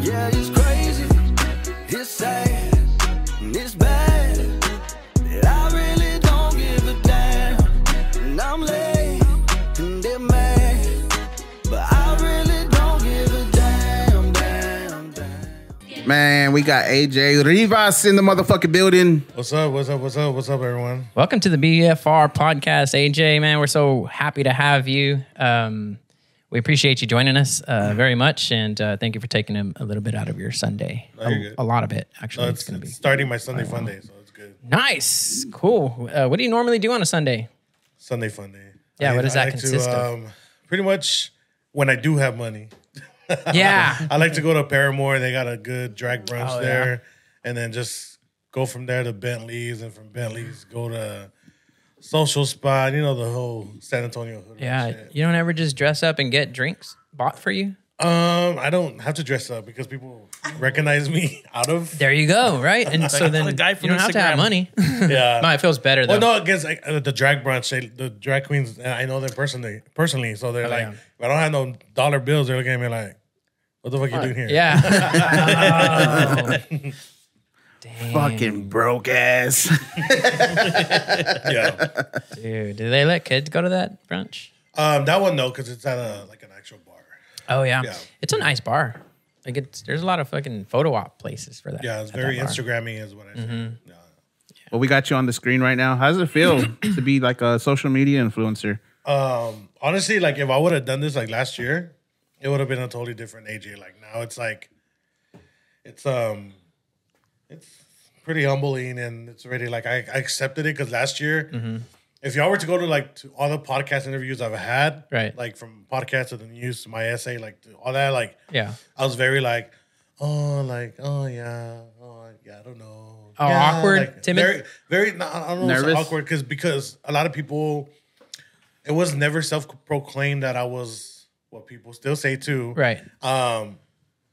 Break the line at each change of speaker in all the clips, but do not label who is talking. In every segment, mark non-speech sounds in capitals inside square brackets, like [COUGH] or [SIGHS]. Yeah, it's crazy, it's sad, and it's bad. That I really don't give a damn. And I'm late, and they're mad. But I really don't give a damn, damn, damn.
Man, we got AJ Rivas in the motherfucking building.
What's up? What's up? What's up? What's up, everyone?
Welcome to the BFR podcast, AJ. Man, we're so happy to have you. Um, we appreciate you joining us uh, very much, and uh, thank you for taking a, a little bit out of your Sunday.
Oh, you're
A,
good.
a lot of it, actually.
Uh,
it's
it's,
going to be
it's starting my Sunday fun day, so it's good.
nice, cool. Uh, what do you normally do on a Sunday?
Sunday fun day.
Yeah, what does that consist of?
Um, pretty much when I do have money,
[LAUGHS] Yeah,
[LAUGHS] I like to go to Paramore. They got a good drag brunch
Oh, yeah.
there, and then just go from there to Bentley's, and from Bentley's go to Social Spot. You know the whole San Antonio hood. and
yeah.
Oh, shit.
You don't ever just dress up and get drinks bought for
[LAUGHS]
you.
Um, I don't have to dress up because people recognize me [LAUGHS] out of.
There you go, right? And so then
the guy
you
from
don't have to have
Instagram.
money.
[LAUGHS] Yeah.
no, it feels better though.
Well, no, [LAUGHS] against like, uh, the drag brunch, they, the drag queens, and I know them personally, personally. So they're like,
Oh, yeah.
if I don't have no dollar bills, they're looking at me like, "What the fuck you doing here?"
Yeah.
[LAUGHS]
Dang,
Fucking broke ass.
yeah.
dude. Do they let kids go to that brunch?
[LAUGHS] Um, that one no, because it's at a like an actual bar.
Oh yeah.
Yeah.
It's a nice bar. Like it's there's a lot of fucking photo op places for that.
Yeah, it's
at that
very
bar. Mm-hmm.
Instagrammy, is what I said. Yeah.
[LAUGHS] well, we got you on the screen right now. How does it feel [CLEARS THROAT] to be like a social media influencer?
Um, honestly, like if I would have done this like last year, it would have been a totally different AJ. Like now, it's like, it's um, it's pretty humbling, and it's already like I, I accepted it because last year,
Mm-hmm.
if y'all were to go to like to all the podcast interviews I've had,
Right.
like from podcasts to the news to my essay, like to all that, like
Yeah.
I was very like, oh, like oh yeah, oh yeah, I don't know.
Oh,
Yeah,
awkward, timid?
Very, very. no, I don't know. if it's
Nervous?
awkward because because a lot of people, it was never self proclaimed that I was what people still say too.
Right.
Um,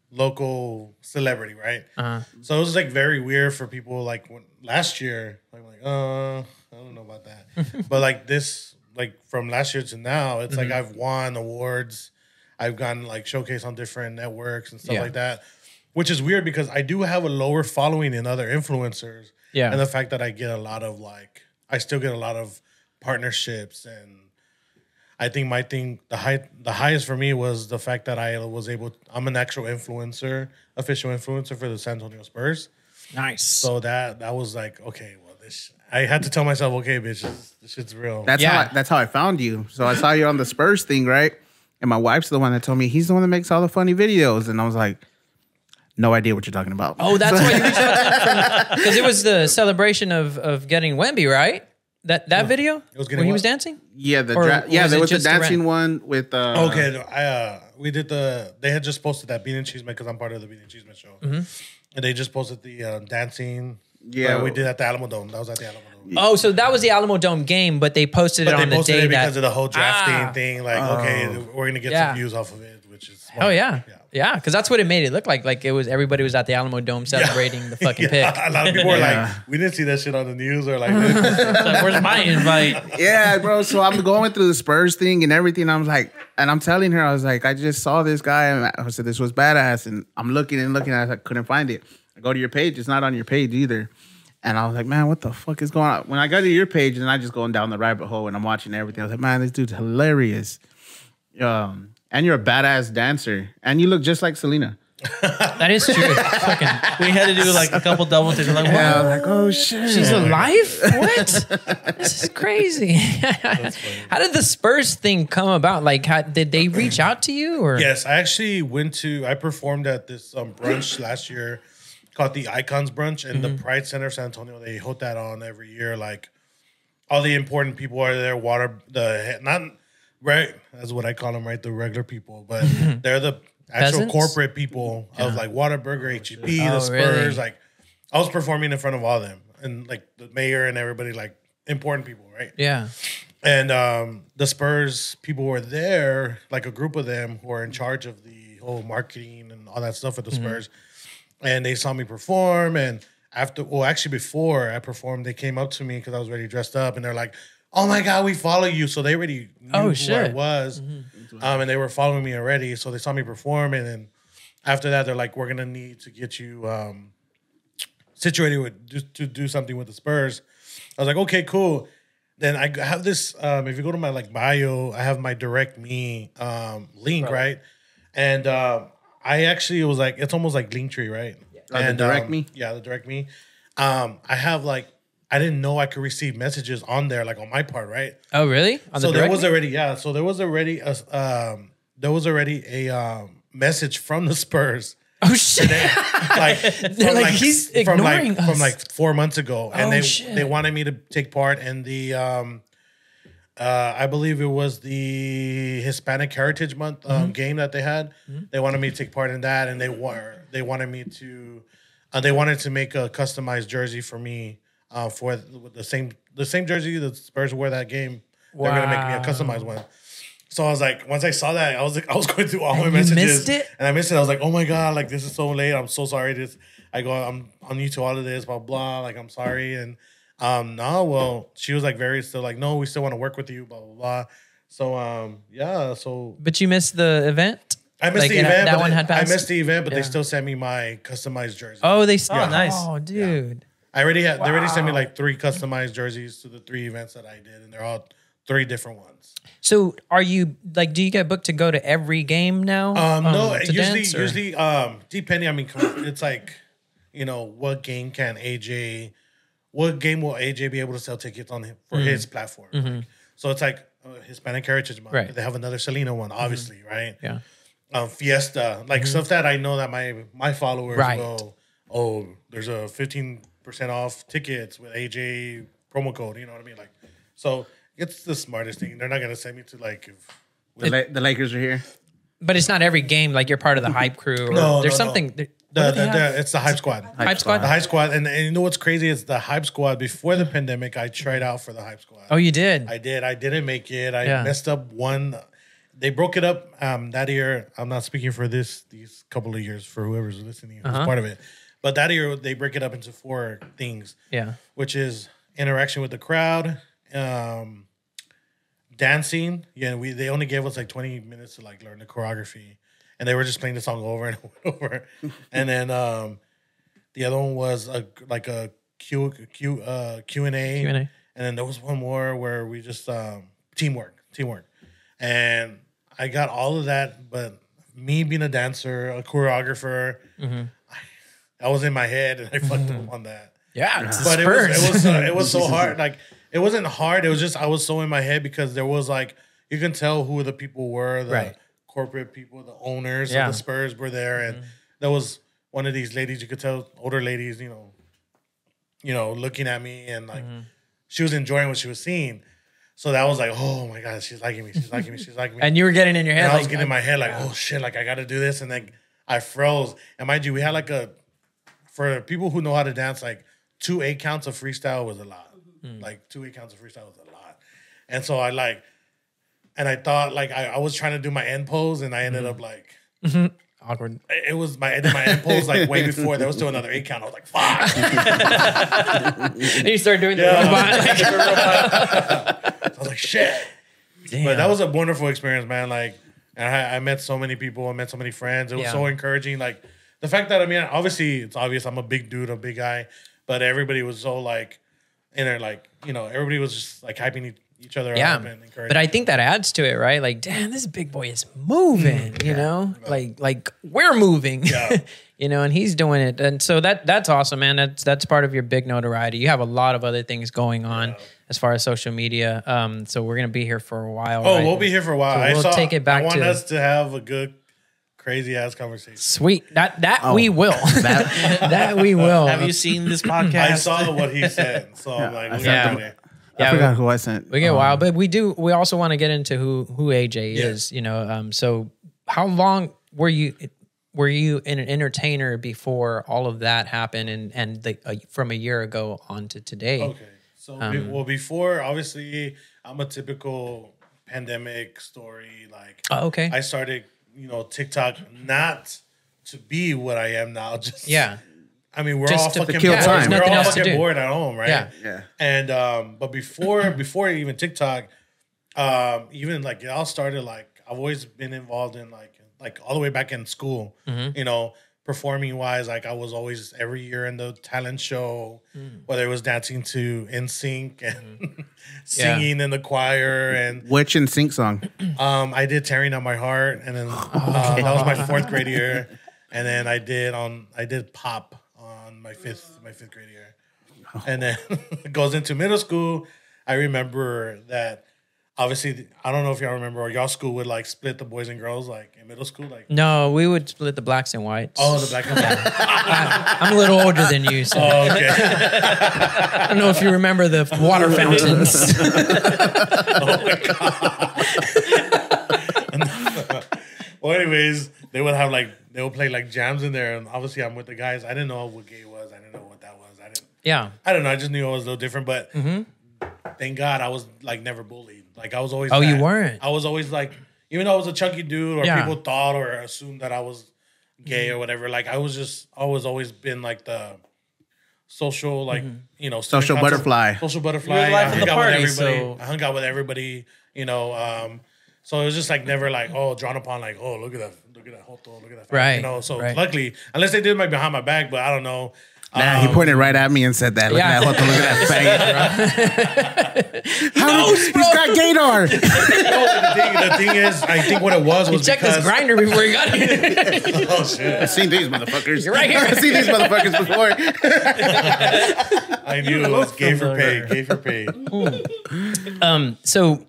local celebrity, right?
Uh,
So it was like very weird for people like when, last year. Like, like, uh, I don't know about
[LAUGHS]
that. but like this, like from last year to now, it's
Mm-hmm.
like I've won awards. I've gotten like showcased on different networks and stuff
Yeah.
like that, which is weird because I do have a lower following than other influencers.
Yeah.
And the fact that I get a lot of like, I still get a lot of partnerships and I think my thing, the high, the highest for me was the fact that I was able. I'm an actual influencer, official influencer for the San Antonio Spurs.
nice.
So that that was like, okay, well, this. I had to tell myself, okay, bitch, this, this shit's real.
That's how
Yeah.
I, that's how I found you. So I saw you on the Spurs thing, right? And my wife's the one that told me he's the one that makes all the funny videos, and I was like, no idea what you're talking about.
oh, that's why you reached out to because it was the celebration of of getting Wemby, right? That that video
was getting
when he
what?
was dancing.
yeah, the
Or
dra- yeah,
was
there
it
was a
just the rent?
dancing one with uh,
okay, no, I uh, we did the. They had just posted that Bean and Cheeseman because I'm part of the Bean and Cheeseman show,
Mm-hmm.
and they just posted the uh, dancing.
Yeah.
that we did at the Alamo Dome. That was at the Alamo Dome.
Oh, so that was the Alamo Dome game, but they posted
But
it
they
on the
posted
day
it because
that.
of the whole drafting
Ah.
thing. Like, okay,
Oh.
we're gonna get
Yeah.
some views off of it, which is
oh
smart.
yeah, yeah, because that's what it made it look like. Like it was everybody was at the Alamo Dome celebrating the fucking
[LAUGHS] Yeah,
pick.
A
[LAUGHS]
lot of people are
Yeah.
like, we didn't see that shit on the news or like, [LAUGHS] this.
It's like, where's my invite?
yeah, bro. So I'm going through the Spurs thing and everything. I'm like, and I'm telling her, I was like, I just saw this guy and I said this was badass. And I'm looking and looking, and I couldn't find it. I go to your page, it's not on your page either. And I was like, man, what the fuck is going on? When I go to your page, and I just going down the rabbit hole and I'm watching everything. I was like, man, this dude's hilarious. Um, and you're a badass dancer, and you look just like
[LAUGHS]
Selena.
That is true. Fucking,
We had to do like a couple double takes. Like,
And I
wow.
was like,
[LAUGHS]
oh shit.
she's alive? What? this is crazy. [LAUGHS] how did the Spurs thing come about? Like, how did they reach out to you? Or
yes, I actually went to, I performed at this
[CLEARS THROAT]
um, brunch last year called the Icons Brunch and
Mm-hmm.
the Pride Center of San Antonio. They hold that on every year. Like, all the important people are there. Water, the not right. That's what I call them, right? The regular people,
[LAUGHS]
but they're the actual
Peasants?
corporate people of like Waterburger, HEB, the
Oh,
Spurs.
really?
Like, I was performing in front of all them, and like the mayor and everybody, like important people, right?
yeah,
and um, the Spurs people were there, like a group of them who are in charge of the whole marketing and all that stuff at the
Mm-hmm.
Spurs. And they saw me perform, and after, well, actually before I performed, they came up to me because I was already dressed up, and they're like, "Oh my god, we follow you!" So they already knew
Oh,
who I
shit. Mm-hmm.
was, um, and they were following me already. So they saw me perform, and then after that, they're like, we're gonna need to get you um, situated with to, to do something with the Spurs. I was like, okay, cool. Then I g- have this. Um, if you go to my like bio, I have my direct me um, link, right? And um I actually was like, it's almost like Linktree, right?
Oh, the direct
um,
me?
Yeah, the direct me. Um, I have like, I didn't know I could receive messages on there, like on my part, right?
Oh, really? On
so
the
there
direct?
was already yeah so there was already a s- um there was already a um message from the spurs
oh [LAUGHS] shit!
like, from
They're like, "He's
from like
ignoring us."
from like four months ago and
Oh,
they
shit.
they wanted me to take part in the um uh, I believe it was the Hispanic Heritage Month um,
Mm-hmm.
game that they had. They wanted me to take part in that, and they were they wanted me to uh, they wanted to make a customized jersey for me uh, for the same the same jersey the Spurs wore that game. They're gonna make me a
Wow.
customized one. So I was like, once I saw that, I was like, I was [LAUGHS] going through all my
you
messages,
missed it?
and I missed it. I was like, oh my god, like this is so late. I'm so sorry. This, I go, I'm on you to all of this, blah blah. Like I'm sorry, and um, no, well, she was like very still, like no, we still want to work with you, blah blah blah. So um, yeah, so
but you missed the event.
I missed
Like,
the
it-
event.
that
but
one
they-
had passed?
I missed the event, but they
Yeah.
still sent me my customized jersey.
Oh, they. Oh,
nice.
Oh, dude.
I already had. They already sent me like three customized jerseys to the three events that I did, and they're all three different ones.
So, are you like? Do you get booked to go to every game now?
Um, no,
Oh, to
usually,
dance, or-
usually, um, depending. I mean, come on, it's like, you know, what game can AJ, what game will AJ be able to sell tickets on him for
Mm-hmm.
his platform? Like, so it's like uh, Hispanic Heritage Month.
Right. Mm-hmm.
They have another Selena one, obviously, right?
Yeah. Mm-hmm.
Um, Fiesta, like stuff that I know that my my followers
Right.
will. Oh, there's a fifteen percent off tickets with AJ promo code. You know what I mean? Like, so it's the smartest thing. They're not gonna send me to like. If,
The, La- the Lakers are here.
But it's not every game. Like you're part of the hype crew. Or,
No,
there's
no, no.
something. there-
the,
what do
the,
they have?
the, it's the hype squad.
hype squad.
The Hype Squad, and, and you know what's crazy? It's the Hype Squad. Before the pandemic, I tried out for the Hype Squad.
Oh, you did.
I did. I didn't make it. I
Yeah.
messed up one. They broke it up um, that year. I'm not speaking for this these couple of years for whoever's listening who's
Uh-huh.
part of it. But that year they break it up into four things,
yeah.
which is interaction with the crowd, um, dancing. Yeah, we they only gave us like 20 minutes to like learn the choreography, and they were just playing the song over and [LAUGHS] over. and then um, the other one was a like a Q Q uh, Q and A,
Q&A.
and then there was one more where we just um, teamwork, teamwork, and I got all of that, but me being a dancer, a choreographer, I, I was in my head and I fucked up on that
Mm-hmm. Yeah. It's
but it
Spurs.
was it was, uh, it was so hard. Like it wasn't hard. It was just I was so in my head because there was like you can tell who the people were, the
Right.
corporate people, the owners
Yeah. Mm-hmm.
of the Spurs were there, and there was one of these ladies you could tell older ladies, you know, you know, looking at me and like
Mm-hmm.
she was enjoying what she was seeing. So that was like, oh my god, she's liking me, she's liking me, she's liking
[LAUGHS]
me.
and you were getting in your head.
And I was
like,
getting in my head like, oh shit, like I gotta do this. And then I froze. And mind you, we had like a for people who know how to dance, like two eight counts of freestyle was a lot.
Mm-hmm.
Like two eight counts of freestyle was a lot. And so I like and I thought like I, I was trying to do my end pose and I
Mm-hmm.
ended up like
awkward.
it it was my I did my end pose like way before there was still another eight count. I was like, fuck.
and you start doing
Yeah.
the robot.
[LAUGHS]
Like, [LAUGHS]
I was like, shit. But that was a wonderful experience, man. Like, and I, I met so many people. I met so many friends. It was
Yeah.
so encouraging. Like, the fact that I mean, obviously, it's obvious. I'm a big dude, a big guy, but everybody was so like, in there, like, you know, everybody was just like hyping e- each other
yeah.
up and encouraging.
But I think that adds to it, right? Like, damn, this big boy is moving, you know? Like like we're moving.
Yeah.
[LAUGHS] you know, and he's doing it. And so that that's awesome, man. That's that's part of your big notoriety. You have a lot of other things going on as far as social media. Um, so we're gonna be here for a while.
oh,
right?
we'll be here for a while.
So
I
we'll
saw,
take it back
I want
to-
us to have a good, crazy ass conversation.
Sweet. That that
Oh.
we will. Oh. [LAUGHS] That, we will.
Have you seen this podcast?
I saw what he said, so I'm like, we
Yeah.
gotta do that.
Yeah,
I
we-
forgot who I sent. um,
We get wild, but we do. We also want to get into who who AJ is. You know, um. So how long were you were you in an entertainer before all of that happened, and and the, uh, from a year ago on to today? Um,
Okay. So, be- well, before, obviously, I'm a typical pandemic story. Like,
Oh, okay.
I started, you know, TikTok not to be what I am now. [LAUGHS] Just,
yeah.
I mean, we're
Just
all
to
fucking
kill
bored.
time.
We're
Nothing
all
else to
fucking
do.
bored at home, right?
Yeah.
Yeah.
And, um, but before, [CLEARS THROAT] before even TikTok, um, even like it all started, like, I've always been involved in like, like all the way back in school. You know, performing wise, like I was always every year in the talent show, whether it was dancing to In Sync and [LAUGHS]
Yeah.
singing in the choir,
[CLEARS THROAT]
and
Which and sync song?
um, I did "Tearing on My Heart," and then uh, that was my fourth grade year, and then I did on I did pop on my fifth my fifth grade year, and then [LAUGHS] it goes into middle school. I remember that obviously I don't know if y'all remember or y'all school would like split the boys and girls like in middle school like
No, we would split the blacks and whites.
oh the
[LAUGHS]
black and white
I'm a little older than you, so
oh okay
[LAUGHS] I don't know if you remember the water fountains.
[LAUGHS] Oh [LAUGHS] well anyways they would have like they would play like jams in there and obviously I'm with the guys I didn't know what gay was I didn't know what that was I didn't
yeah. Mm-hmm.
I don't know. I just knew I was a little different, but thank God I was like never bullied. Like I was always.
Oh, you
that.
weren't?
I was always like, even though I was a chunky dude, or
Yeah. Mm-hmm.
people thought or assumed that I was gay or whatever. Like I was just always always been like the social, like
Mm-hmm.
you know, student
Social
council-
butterfly.
social butterfly.
You're the life
I
of
hung
the
out with
party,
everybody.
so-
I hung out with everybody. You know, um, so it was just like never like oh drawn upon like oh look at that look at that hoto look at that fat,"
Right,
you know. So
right.
luckily, unless they did my behind my back, but I don't know.
Nah,
Um,
he pointed right at me and said that. Look
Yeah.
at that. What the, look
[LAUGHS]
at that faggot, bro. How did- he's got gaydar.
Oh, the, thing, [LAUGHS] the thing is, I think what it was
You
was
checked
because
this grinder before [LAUGHS] you got here.
[LAUGHS] oh shit,
I've seen these motherfuckers. [LAUGHS]
You're [LAUGHS] right here.
I've seen these motherfuckers before.
I knew it was gay for pay, gay for pay.
Um, so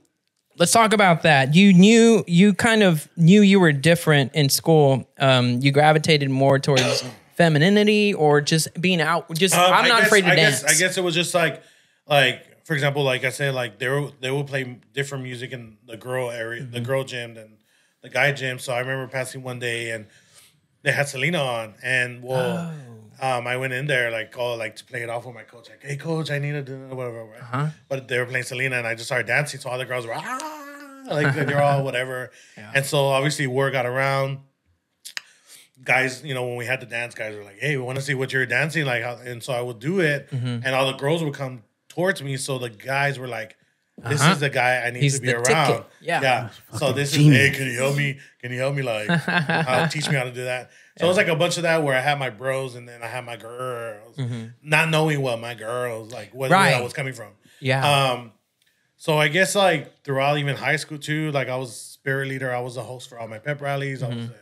let's talk about that. You knew you kind of knew you were different in school. Um, you gravitated more towards [COUGHS] femininity or just being out. Just
Um,
I'm
I
not
guess-
afraid to
I
dance.
Guess, I guess it was just like, like for example, like I said, like they were, they would play different music in the girl area, the
Mm-hmm.
girl gym than the guy gym. So I remember passing one day and they had Selena on, and well,
Oh.
um, I went in there like oh like to play it off with my coach, like hey coach, I need to do whatever. Right?
Uh-huh.
But they were playing Selena, and I just started dancing, so all the girls were ah. Like they're
[LAUGHS]
all whatever, and so obviously word got around. guys, you know, when we had to dance, guys were like, "Hey, we want to see what you're dancing like," how- and so I would do it,
Mm-hmm.
and all the girls would come towards me. So the guys were like, "This is the guy I need
Uh-huh. He's
to be
the ticket.
around."
Yeah.
So this is, hey, can you help me? Can you help me?
[LAUGHS]
Like, how, teach me how to do that. So it was like a bunch of that where I had my bros and then I had my girls, not knowing what my girls like, what where I
Mm-hmm. Right.
was coming from.
yeah.
Um, [LAUGHS] so I guess like throughout even high school too, like I was spirit leader. I was the host for all my pep rallies. I was the,
Mm-hmm.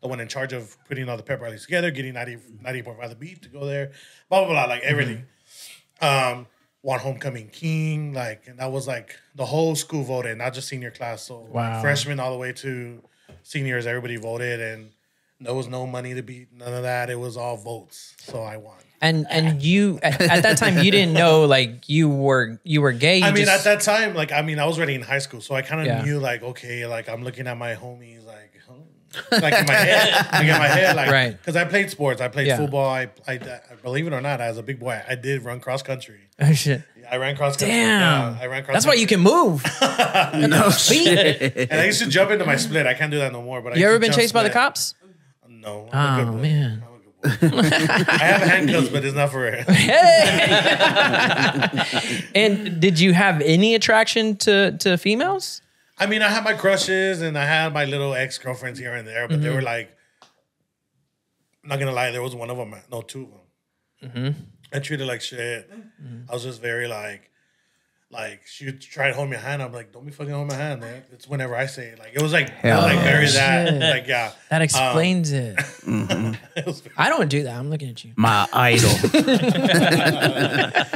the one in charge of putting all the pep rallies together, getting 90, 90.5 the beat to go there, blah, blah, blah,
Mm-hmm.
like everything. Um, one homecoming king, like, and that was like the whole school voted, not just senior class. So
Wow.
freshmen all the way to seniors, everybody voted and there was no money to beat, none of that. It was all votes. So I won.
and and you at, at that time you didn't know like you were you were gay. You
I mean,
just-
at that time, like, I mean, I was already in high school, so I kind of
Yeah.
knew, like, okay, like, I'm looking at my homies, like, huh? like in my head, like in my head, like,
[LAUGHS] Right.
Because I played sports, I played
Yeah.
football. I, I, believe it or not, as a big boy, I did run cross country.
[LAUGHS] Oh, shit.
I ran cross country.
Damn.
Yeah, I ran cross.
That's why you can move.
[LAUGHS]
[LAUGHS]
No
Beat.
shit.
And I used to jump into my split. I can't do that no more. [LAUGHS] But I
You
used
ever
to
been
jump
chased by the
split.
cops?
No. I'm a
Oh,
good boy.
man.
I'm a good boy. [LAUGHS] I have handcuffs, but it's not for it.
[LAUGHS]
[LAUGHS]
And did you have any attraction to to females?
I mean, I had my crushes and I had my little ex girlfriends here and there, but
Mm-hmm.
they were like, I'm not gonna lie, there was one of them, no, two of them. I treated like shit.
Mm-hmm.
I was just very like, like she would try to hold my hand. I'm like, don't be fucking hold my hand, man. It's whenever I say it. Like it was like, like very that, like yeah. Um,
That explains it.
[LAUGHS] was-
I don't do that. I'm looking at you.
My
[LAUGHS]
idol.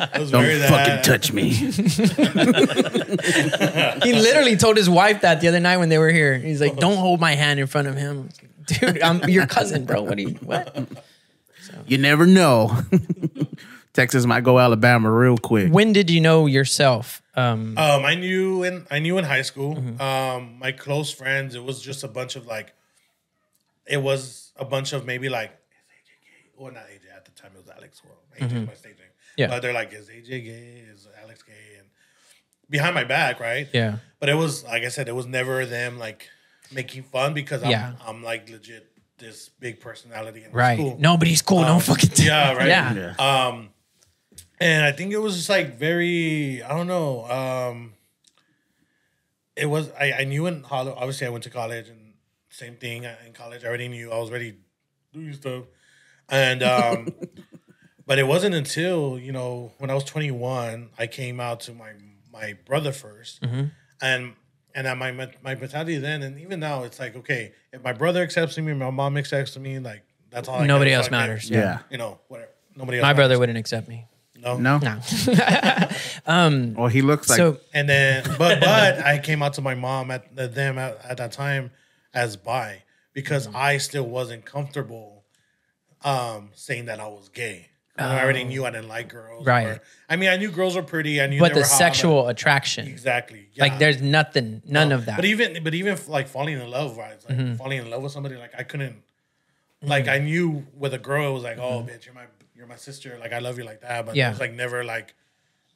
It was
Don't
very
fucking
that.
touch me.
He literally told his wife that the other night when they were here. He's like, "Don't hold my hand in front of him, dude. I'm your cousin, bro. What do you what?
You never know. [LAUGHS] Texas might go Alabama real quick.
When did you know yourself? Um,
[LAUGHS] Um, I knew in I knew in high school.
Mm-hmm.
Um, my close friends. It was just a bunch of like, it was a bunch of maybe like, is AJ gay? Or not AJ at the time. It was Alex. Well, AJ was my stage name.
Mm-hmm. Yeah.
But they're like, is AJ gay? Is Alex gay? And behind my back, right?
yeah,
But it was like I said, it was never them like making fun because I'm
Yeah.
I'm like legit this big personality in
right.
school.
No, but he's cool. don't fucking do
Um, [LAUGHS] Yeah. Right.
Yeah.
Um, and I think it was just like very, I don't know. Um, it was, I, I knew in Hollywood, obviously I went to college and same thing I- in college. I already knew I was already doing stuff, and um, but it wasn't until you know when I was 21, I came out to my my brother 1st
Mm-hmm.
[LAUGHS]
and and at my men- my mentality then and even now it's like okay if my brother accepts me, my mom accepts me, like that's all. I
Nobody
give a
else
fuck if,
matters.
Yeah.
You know whatever. Nobody. Else
My brother
matters.
wouldn't accept me.
no
No.
No. [LAUGHS] Um,
Well, he looks like.
so
And then, but but I came out to my mom at at them at, at that time as bi because
Mm-hmm.
I still wasn't comfortable um, saying that I was gay. I already knew I didn't like girls.
Oh. Right.
or- I mean, I knew girls were pretty. I knew,
but
they
the
were hot,
sexual attraction.
exactly.
Like
yeah.
there's nothing, none of that. Mm-hmm.
But even but even like falling in love, right? It's like falling in love with somebody. Like I couldn't. Like I knew with a girl, it was like, oh, bitch, you're my you're my sister. Like I love you like that. But
Mm-hmm. Yeah.
it was like never like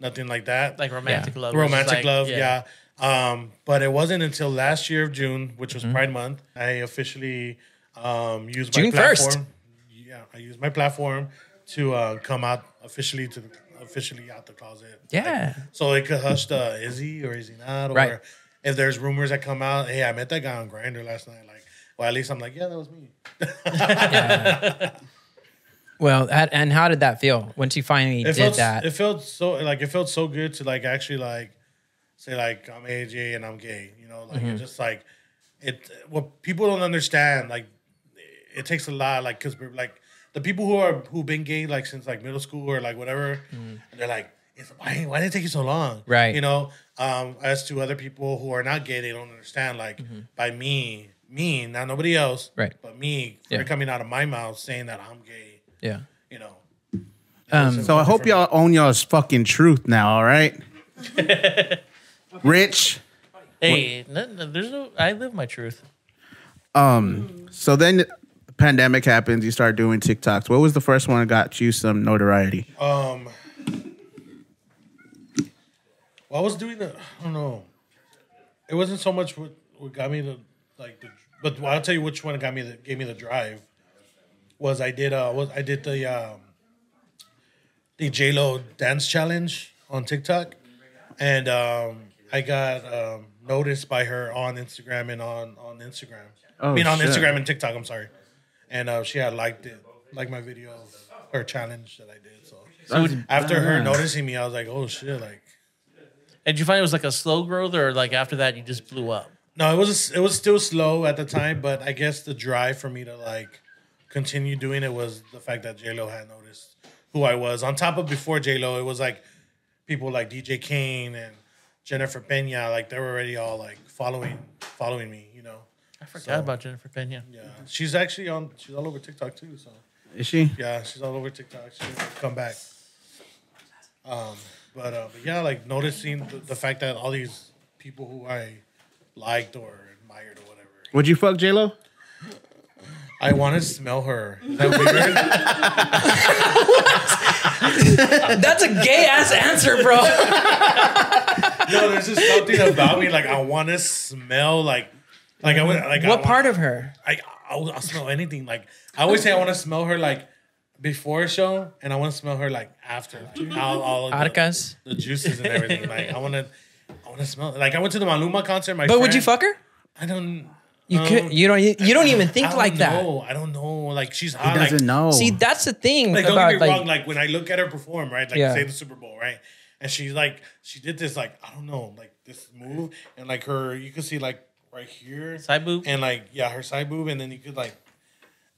nothing like that.
like romantic love. which is
romantic
like-
love yeah, Um, but it wasn't until last year of june which was pride month i officially um, used
Mm-hmm. June
my
1st.
platform yeah i used my platform to uh, come out officially to the, officially out the closet
Yeah.
Like, so it could hush the is he or is he not or
Right.
if there's rumors that come out hey i met that guy on grinder last night like well at least i'm like yeah that was
[LAUGHS]
me [LAUGHS]
well, that- and how did that feel once you finally
it
did
felt
that?
it felt so like it felt so good to like actually like say like I'm AJ and I'm gay. You know,
Mm-hmm.
like it's just like it. What people don't understand, like it takes a lot, like because we're like the people who are who've been gay like since like middle school or like whatever, they're like. "It's- Why, why did it take you so long?
Mm. Right.
You know, um, as to other people who are not gay, they don't understand. Like, by me, me, not nobody else,
Mm-hmm. Right.
but me,
Yeah.
for it coming out of my mouth saying that I'm gay,
yeah. Um,
you know.
so I hope y'all own y'all's fucking truth now. All
[LAUGHS]
right. Rich.
Hey, no, no, there's no. I live my truth.
um, So then. the Pandemic happens, you start doing TikToks. What was the first one that got you some notoriety?
Um, well, I was doing the. I don't know. It wasn't so much what, what got me the like, the, but I'll tell you which one got me the gave me the drive. Was I did uh was I did the um the J Lo dance challenge on TikTok, and um I got um noticed by her on Instagram and on on Instagram.
Oh,
I mean on
shit.
Instagram and TikTok. I'm sorry, and uh, she had liked it, liked my video, of her challenge that I did. So after her noticing me, I was like, oh shit, like
And did you find it was like a slow growth, or like after that you just blew up?
no, it was it was still slow at the time, but I guess the drive for me to like continue doing it was the fact that J Lo had noticed who I was. On top of before J Lo, it was like people like DJ Kane and Jennifer Pena, like they were already all like following following me, you know.
I forgot about Jennifer Pena.
Yeah, she's actually on. She's all over TikTok too. So
Is she?
yeah, she's all over TikTok. She's gonna come back. Um, but, uh, but yeah, like noticing the, the fact that all these people who I liked or admired or whatever,
Would you fuck J Lo?
I want to smell her. Is that weird?
[LAUGHS]
That's a gay ass answer, bro.
no, there's just something about me. Like I want to smell like, like I would like. I
what
wa-
part of her?
I I'll, I'll smell anything. Like I always say, I want to smell her like before a show, and I want to smell her like after. Like, all, all of the-
Arcas.
the juices and everything. Like I want to, I want to smell. it. Like I went to the Maluma concert. My
But would you
friend-
fuck her?
I don't.
You could. You don't. You, you don't even think
I
like
don't
that.
know. I don't know. Like she's
He
hot.
doesn't
like,
know.
See, that's the thing
Like don't
about
get me
like,
wrong. Like when I look at her perform, right? Like
Yeah.
say the Super Bowl, right? And she's like, she did this like I don't know, like this move, and like her, you could see like right here,
Side boob?
and like yeah, her side boob, and then you could like,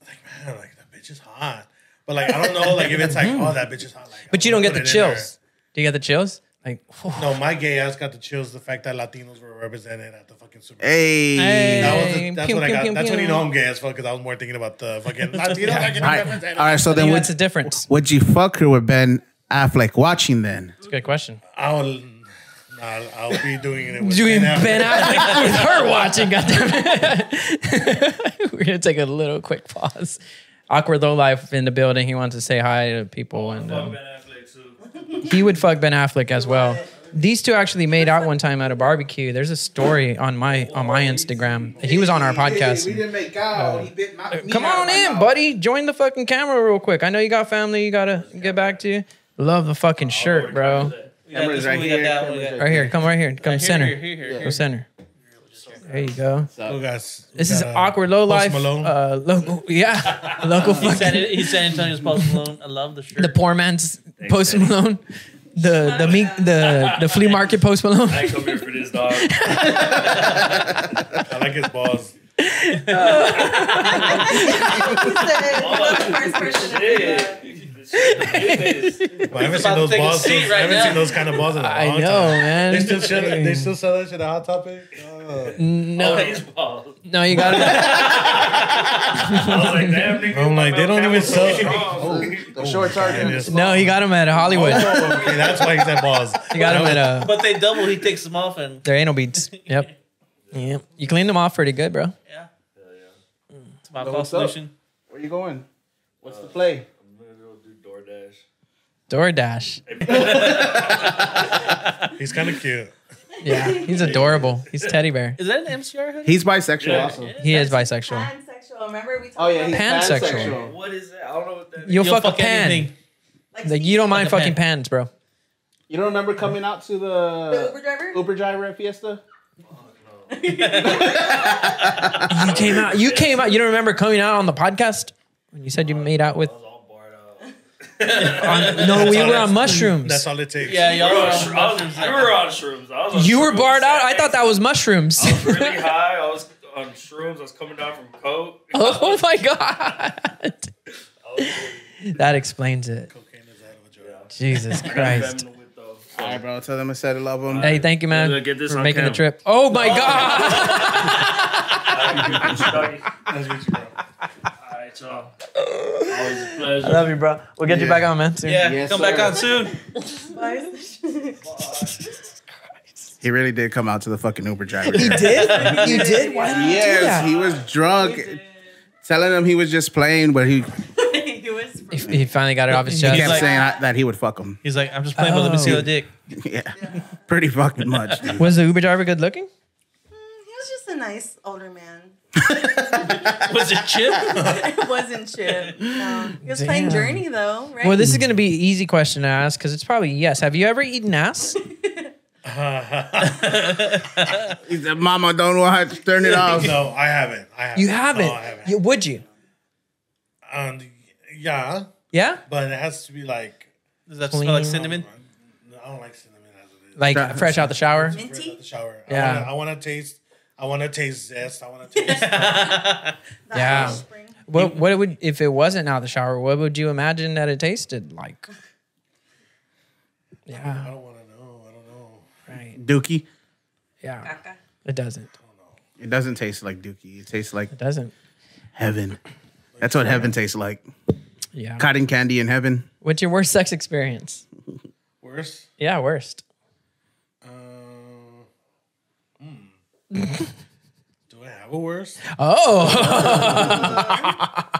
like man, like that bitch is hot. But like I don't know, like if it's like oh that bitch is hot, like,
but
I
you don't
wanna
get the
put it in her.
chills. Do you get the chills? Like,
No, my gay ass got the chills. The fact that Latinos were represented at the fucking Super Bowl.
Hey.
That was
Hey,
the, that's
pew,
what I
pew,
got.
pew,
that's when
pew.
you know I'm gay as fuck because I was more thinking about the
[LAUGHS]
fucking Latino. fucking
All right.
representation.
All right. So then,
what's
would,
the difference?
would you fuck her with Ben Affleck watching then?
That's a good question.
I'll, I'll I'll be doing it. With
Doing
Ben Affleck. [LAUGHS]
Ben Affleck with her watching. Goddamn it. [LAUGHS] We're gonna take a little quick pause. Awkward low life in the building. He wants to say hi to
Oh,
people, and um, he would fuck Ben Affleck as well. These two actually made out one time at a barbecue. There's a story on my on my
Oh,
Instagram. He was on our podcast. Uh,
didn't make out. he bit my,
Come on in, buddy. Join the fucking camera real quick. I know you got family you gotta get back to. Love the fucking shirt, bro.
We got
Camera's
this
right
one, we got
here,
that one, we got-
Right here. Come right here. Come
Here,
center.
here, here, here,
Go
here.
center. There you go.
Who got- who
This is
got, uh,
awkward low
Post
life.
Malone?
Uh, local,
[LAUGHS]
yeah, local
He said
fucking
it. He said Antonio's Post Malone. I love the shirt.
the poor man's Post Malone, the the meat, the the flea market Post Malone.
I come here for this dog.
I like his balls.
the first person to do that.
But I haven't seen
about
those
to take a
balls.
seat
since- I
right
haven't
now.
seen those kind of balls in a long
I know,
time.
man.
They still, sell, they still sell that shit at Hot Topic. Uh,
Oh,
no,
these balls.
no, you
[LAUGHS]
got it.
I was like, damn, nigga.
I'm like, they don't even sell.
Oh, The shorts are
And
good.
it's-
No, he got him at [LAUGHS] Hollywood.
Oh, okay, that's why he said balls.
He got him at uh,
But they double. He takes them off and
their anal beads. Yep, yep. You cleaned them off pretty good, bro.
yeah. It's my
What's
false
up?
solution.
Where you going? What's the play?
Uh, I'm gonna go do DoorDash.
DoorDash.
[LAUGHS] He's kind of cute.
Yeah, he's adorable. He's teddy bear.
Is that an MCR hoodie?
He's bisexual
Yeah.
also.
He is bisexual.
Pansexual. Remember we talked
Oh yeah, he's
about
Pansexual.
pansexual.
What is that? I don't know what that is.
You'll, fuck, a pan.
anything.
that?
Like you don't mind
Fuck a
fucking
pan.
pans, bro.
You don't remember coming out to
The
the
Uber driver?
Uber driver at Fiesta?
You came out. You came out. You don't remember coming out on the podcast when you said you made out with?
I was all barred out.
[LAUGHS] On, no, we
all
were
that's-
on mushrooms.
That's all it takes.
Yeah, y'all
You were on
are on
shrooms. I was-
mushrooms.
you were on shrooms. I was on
You were
shrooms
barred out. I thought
Saturday.
that was mushrooms.
I was really high. I was on shrooms. I was coming down from coke.
[LAUGHS] oh my god. That explains it.
Cocaine is out of a job.
[LAUGHS] Jesus Christ.
Feminine with the-
All right, bro. Tell them I said I love them.
Hey, thank you, man,
Look, get this
for
on
making the
camera.
trip. Oh my
[LAUGHS]
god.
That's what you got.
All right, y'all. Always a pleasure.
Love you, bro. We'll get you back on, man. Soon.
Yeah,
Yes,
come back
sir.
on soon.
He really did come out to the fucking Uber driver. [LAUGHS]
You did? You did? Why did you do
yes,
that?
he was drunk, telling him he was just playing, but he, he
he was
He, he finally got it off his chest.
kept
like-
saying I- that he would fuck him.
He's like, I'm just playing, but let me see
Oh.
the dick.
yeah, pretty fucking much, dude.
was the Uber driver good looking?
he was just a nice older man.
[LAUGHS] Was it chip?
[LAUGHS] it wasn't Chip. No. He was
Damn.
playing Journey though, right?
Well, this is going to be an easy question to ask because it's probably yes. Have you ever eaten ass?
[LAUGHS]
He said, "Mama, don't watch. Turn it off."
[LAUGHS] No, I haven't. I haven't.
You haven't.
No, I haven't.
You- would you?
Um, yeah,
Yeah.
but it has to be like
Does that smell like
Clean.
cinnamon?
I don't like cinnamon as it is.
Like
That-
fresh out the shower.
Right out the shower.
Yeah.
I wanna, I wanna taste. I wanna taste zest. I wanna
[LAUGHS]
taste.
The
Yeah.
Irish Spring.
What what would if it wasn't out the shower? What would you imagine that it tasted like?
I
Yeah.
don't wanna know. I don't know.
Right.
Dookie.
Yeah.
Caca.
It doesn't.
It doesn't taste like Dookie. It tastes like
It doesn't.
heaven. That's what heaven tastes like.
Yeah.
Cotton candy in heaven.
What's your worst sex experience?
Worse.
Yeah, worst.
Um. hmm. Do I have a worse?
Oh.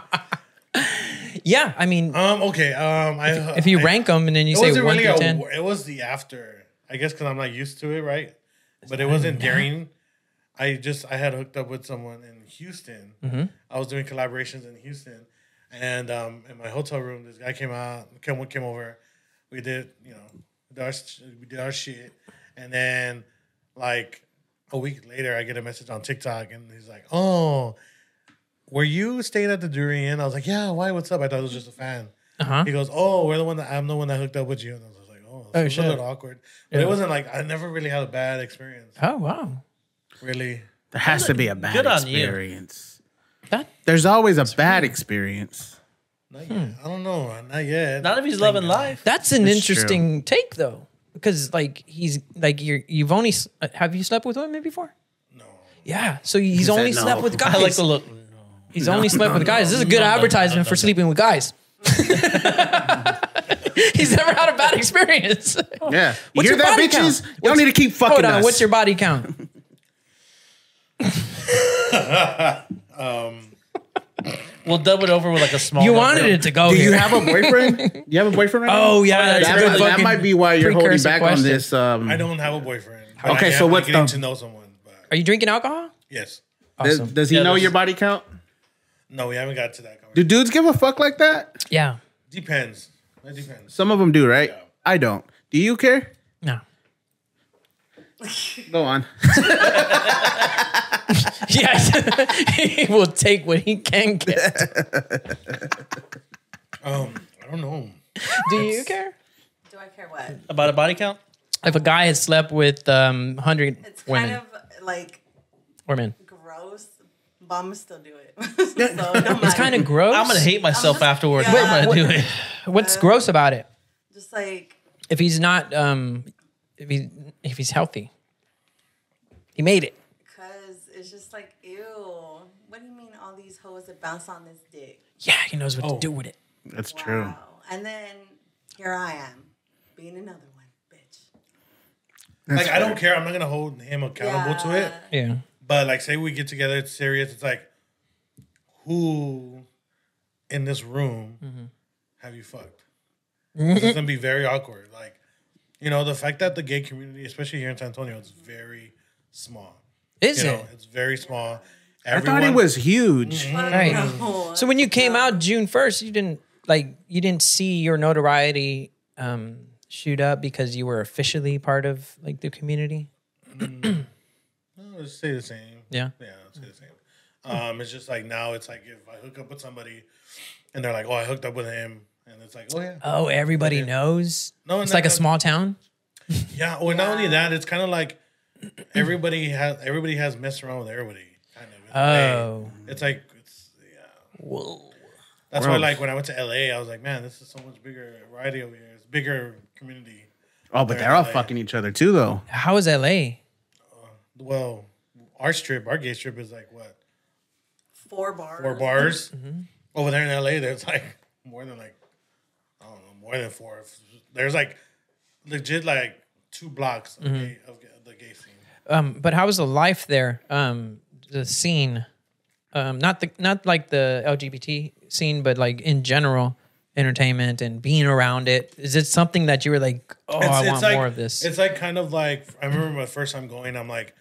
[LAUGHS]
[LAUGHS] yeah, I mean,
Um. Okay. Um. I,
if you
I-
rank them and then you
it
say
wasn't
one
really
through
a,
ten.
wor- it was the after i guess because i'm not used to it right but it wasn't during i just i had hooked up with someone in houston
Mm-hmm.
i was doing collaborations in houston and um, in my hotel room this guy came out came, came over we did you know we did our, sh- we did our shit and then like a week later i get a message on tiktok and he's like oh were you staying at the durian i was like yeah why what's up i thought it was just a fan
Uh-huh.
he goes, "Oh, we're the one that I'm the one that hooked up with you." And I was like, "Oh,
Oh,
this is
shit.
a little awkward." But it wasn't like I never really had a bad experience.
Oh wow.
Really,
There has to be a bad
Good on you.
experience.
That
There's always a bad experience.
not yet. I don't know, not yet.
Not if he's loving life.
That's an
It's
interesting take though, because like he's like you're you've only s- uh, have you slept with women before?
no.
Yeah, so he's
said
only
no.
slept with guys.
I like the look.
he's only slept with guys. This is a good
no, no,
advertisement
no,
for sleeping with guys. [LAUGHS] he's never had a bad experience.
[LAUGHS]
What's
Yeah. you
your
hear that,
body count?
bitches? Y'all need to keep fucking
Hold on,
us.
what's your body count?
Um,
We'll dub it over with like a small.
You
number.
wanted it to go.
Do you
here.
have a boyfriend? you have a boyfriend right now?
[LAUGHS] Oh yeah, that's
That,
a good
might- that
fucking-
might be why you're holding
precursor
back
question.
on this. Um,
I don't have a boyfriend. but
Okay,
I am
so what's
getting
the-
to know someone? But
Are you drinking alcohol?
yes,
does,
Awesome.
does he
Yeah,
know
there's-
your body count?
no, we haven't got to that.
Do
Conversation.
dudes give a fuck like that?
Yeah.
Depends. It depends.
Some of them do, right? I don't. Do you [LAUGHS] care?
No.
Go on.
[LAUGHS] yeah, he will take what he can get.
[LAUGHS] Um, I don't know.
Do you care?
Do I care what?
About a body count?
If a guy had slept with um, 100
It's
women
kind of like
or men,
gross, but I'm gonna still do it. [LAUGHS] so it
[LAUGHS]
don't
it's kind of gross.
I'm gonna hate myself
just-
afterwards.
yeah.
I'm gonna do it.
What's gross about it?
Just like
If he's not, um, if he if he's healthy, he made it.
because it's just like ew. What do you mean all these hoes that bounce on this dick?
Yeah, he knows what
Oh.
to do with it.
That's true.
Wow. And then here I am being another one, bitch.
Like I don't care. I'm not gonna hold him accountable to it.
Yeah.
Yeah,
But like, say we get together, it's serious. It's like, who in this room
Mm-hmm.
have you fucked? It's gonna be very awkward. Like, you know, the fact that the gay community, especially here in San Antonio, is very small.
is
You know,
it?
it's very small.
I thought it was huge.
Mm-hmm. Right.
No.
So when you came out June first, you didn't like you didn't see your notoriety um, shoot up because you were officially part of like the community.
Mm. I'll just say the same.
Yeah.
Yeah, I'll say the same. Um, it's just like now it's like if I hook up with somebody and they're like, oh, I hooked up with him. And it's like, oh, yeah.
[CLEARS THROAT] Oh, everybody knows.
No,
it's
no,
like a
no.
small town.
Yeah. Well, not only that, it's kind of like everybody has everybody has messed around with everybody. Kind of. in a way.
Oh,
It's like, it's, yeah.
whoa.
That's why,
Gross.
like, when I went to LA, I was like, man, this is so much bigger variety over here. It's bigger community.
Oh, but they're all fucking each other too, though.
How is LA?
Uh, Well, our strip, our gay strip is like what?
four bars.
four bars.
Mm-hmm.
Over there in LA, there's like more than like I don't know, more than four. There's like legit like two blocks
Mm-hmm.
of, gay, of the gay scene.
Um, but how was the life there? Um, the scene, um, not the not like the LGBT scene, but like in general, entertainment and being around it. Is it something that you were like, oh, I want
like,
more of this?
It's like kind of like I remember my first time going. I'm like,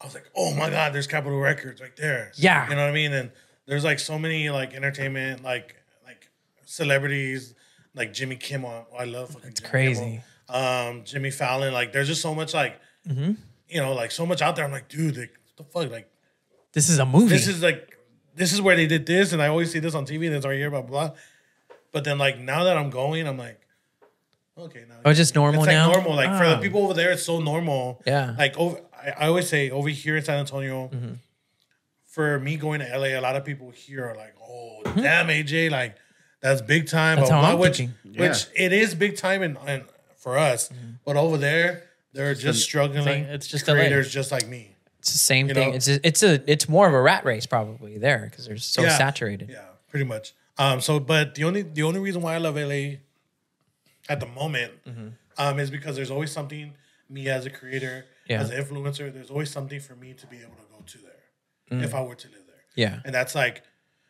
I was like, oh my god, there's Capitol Records right there.
Yeah.
you know what I mean. And there's like so many like entertainment like like celebrities like Jimmy Kimmel. I love fucking. It's
crazy.
Um, Jimmy Fallon. Like, there's just so much like,
Mm-hmm.
you know, like so much out there. I'm like, dude, like, what the fuck, like.
This is a movie.
this is like this is where they did this, and I always see this on TV, and it's right here, blah blah. blah. But then like now that I'm going, I'm like, okay, now
Oh, it's just normal
it's like
now?
normal, like for the
Oh.
people over there, it's so normal.
Yeah. Mm-hmm.
like over. I, I always say over here in San Antonio. For me going to LA, a lot of people here are like, "Oh, damn, AJ, like that's big time."
Mm-hmm. That's
blah,
how
blah,
I'm
which,
thinking.
which it is big time, and, and for us,
Mm-hmm.
but over there, they're just struggling.
it's just LA.
creators just like me.
It's the same
You
thing.
know?
It's a, it's a it's more of a rat race probably there because they're so
Yeah.
saturated.
Yeah, pretty much. Um, so but the only the only reason why I love LA at the moment
Mm-hmm.
um is because there's always something me as a creator,
Yeah.
as an influencer, there's always something for me to be able to go to there if I were to live there.
Mm. Yeah.
And that's like,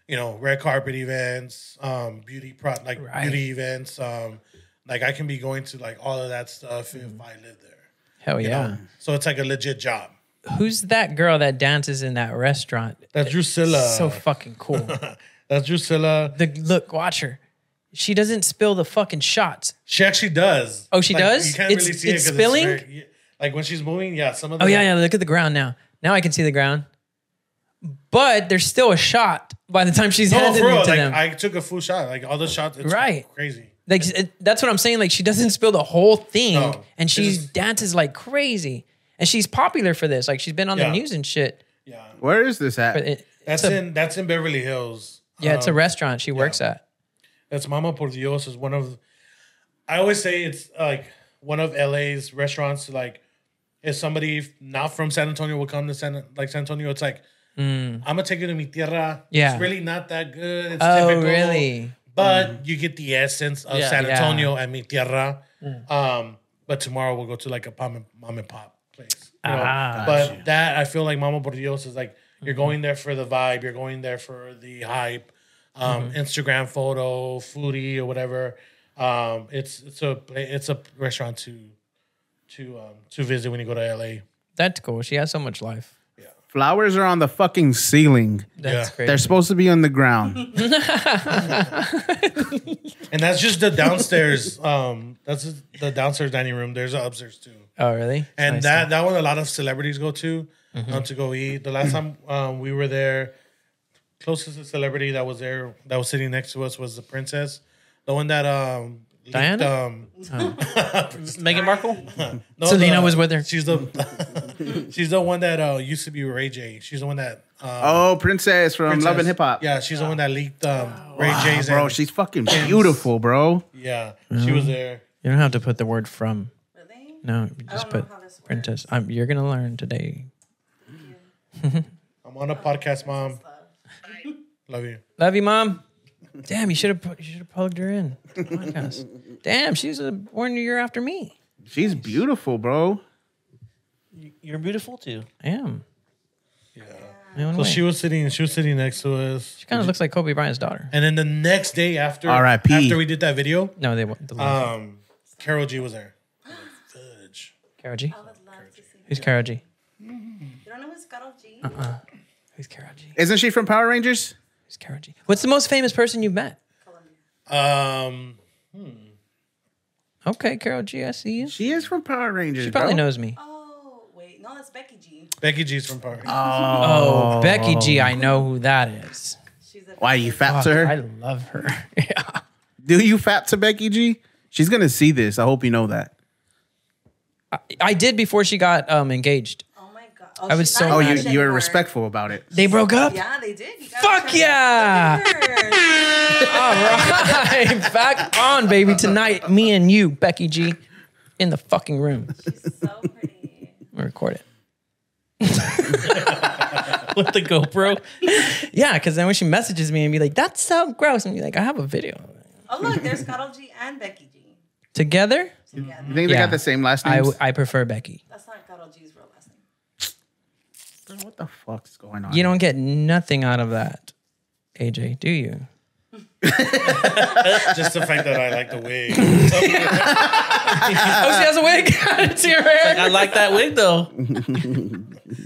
you know, red carpet events, um, beauty pro like
Right.
beauty events, um, like I can be going to like all of that stuff if I live there.
Mm. Hell yeah.
So it's like a legit job.
Who's that girl that dances in that restaurant?
That's Drusilla.
so fucking cool.
[LAUGHS] That's Drusilla.
the look, watch her. She doesn't spill the fucking shots.
She actually does.
Oh, she does?
You can't
It's-
really see
it's
it 'cause
spilling?
It's very, yeah, like when she's moving, yeah. Some of the
Oh yeah, yeah. Look at the ground now. Now I can see the ground. But there's still a shot by the time she's
No,
handed
for real.
it to
Like
them.
I took a full shot. Like all the shots, it's
Right.
Crazy.
like it- that's what I'm saying. Like she doesn't spill the whole thing,
No,
and
it's
she
just-
dances like crazy. And she's popular for this. Like she's been on
Yeah.
the news and shit.
Yeah.
Where is this
But
at?
it,
That's
a-
in um, that's in Beverly Hills.
yeah, it's a restaurant she works at.
That's Mama Por Dios is one of. I always say it's like one of LA's restaurants. Like, if somebody not from San Antonio will come to San like San Antonio, it's like I'm gonna take you to mi
Mm.
tierra.
Yeah.
It's really not that good. It's
Oh,
typical.
really? Mm.
But you get the essence of
Yeah.
San
Yeah.
Antonio and mi tierra.
Mm.
Um, but tomorrow we'll go to like a mom and, mom and pop place. you know.
Ah. Mm-hmm.
but that I feel like Mama Por Dios is like you're going there for the vibe, you're going there for the hype, um,
Mm-hmm.
Instagram photo, foodie or whatever. Um, it's it's a pla- it's a restaurant to to um, to visit when you go to LA.
That's cool. She has so much life.
Flowers are on the fucking ceiling.
That's
Yeah.
crazy.
They're supposed to be on the ground.
And that's just the downstairs. um, that's just the downstairs dining room. There's an upstairs too,
[LAUGHS] oh, really?
and
Nice. Mm-hmm.
that that one a lot of celebrities go to. um, to go eat. The last time um, we were there, closest celebrity that was there that was sitting next to us was the princess, the one that um leaked,
Diana? Oh.
um, [LAUGHS]
Meghan Markle.
no,
Selena
the-
was with her.
She's the [LAUGHS] she's the one that uh, used to be Ray J. She's the one that um,
Oh, Princess from Love and
princess-
Hip Hop.
Yeah, she's the one that leaked um, Ray J's.
Bro,
and-
she's fucking beautiful, bro.
yeah, she was there.
You don't have to put the word from.
Really?
No, you just
know
put
how this works.
princess. I'm, you're gonna learn today.
I'm on a podcast, mom. Love you.
Love you, mom. Damn, you should have put- you should have plugged her in. to the podcast. Damn, she was a, born a year after me.
She's beautiful, bro.
You're beautiful too.
I am.
Yeah.
No
So she was sitting. She was sitting next to us.
kind of looks like Kobe Bryant's daughter.
And then the next day after,
R.I.P..
after we did that video,
No, they won't. The uh,
um, Carol G was there. I'm like, Fudge.
Carol G.
I would love to see
Who's Carol G? Uh-uh.
You don't know who's Scuttle G?
Who's Carol G?
Isn't she from Power Rangers?
Who's Carol G? What's the most famous person you've met?
Um,
Okay, Carol G, I see you. She
She is from Power Rangers. She
probably knows me.
Oh, wait. No, that's Becky G.
Becky G's from Power.
Oh, Becky G, I know who that is.
She's a.
Why you fat to
I
her?
love her. yeah.
Do you fat to Becky G? She's gonna see this. I hope you know that.
I did before she got um, engaged.
Oh my god. Oh,
I was
she's
so
not
Oh, you
engaged
you were
anymore.
respectful about it.
They broke up?
Yeah, they did. You guys
Fuck
tried to-
yeah.
Look at her.
All right. Back on, baby. Tonight, me and you, Becky G, in the fucking room.
She's so pretty.
We record it.
[LAUGHS] With the GoPro.
Yeah, because then when she messages me and be like, that's so gross. And be like, I have a video.
Oh
[LAUGHS]
look, there's Scuttle G and Becky G
Together,
You
together.
think they
Yeah.
got the same last
I,
name?
w- I prefer Becky.
That's not Scuttle G's real last name.
what the fuck's going on?
You don't get nothing out of that, AJ, do you?
[LAUGHS] Just the fact that I like the wig.
[LAUGHS] Oh, she has a wig. it's your hair.
I like that wig though.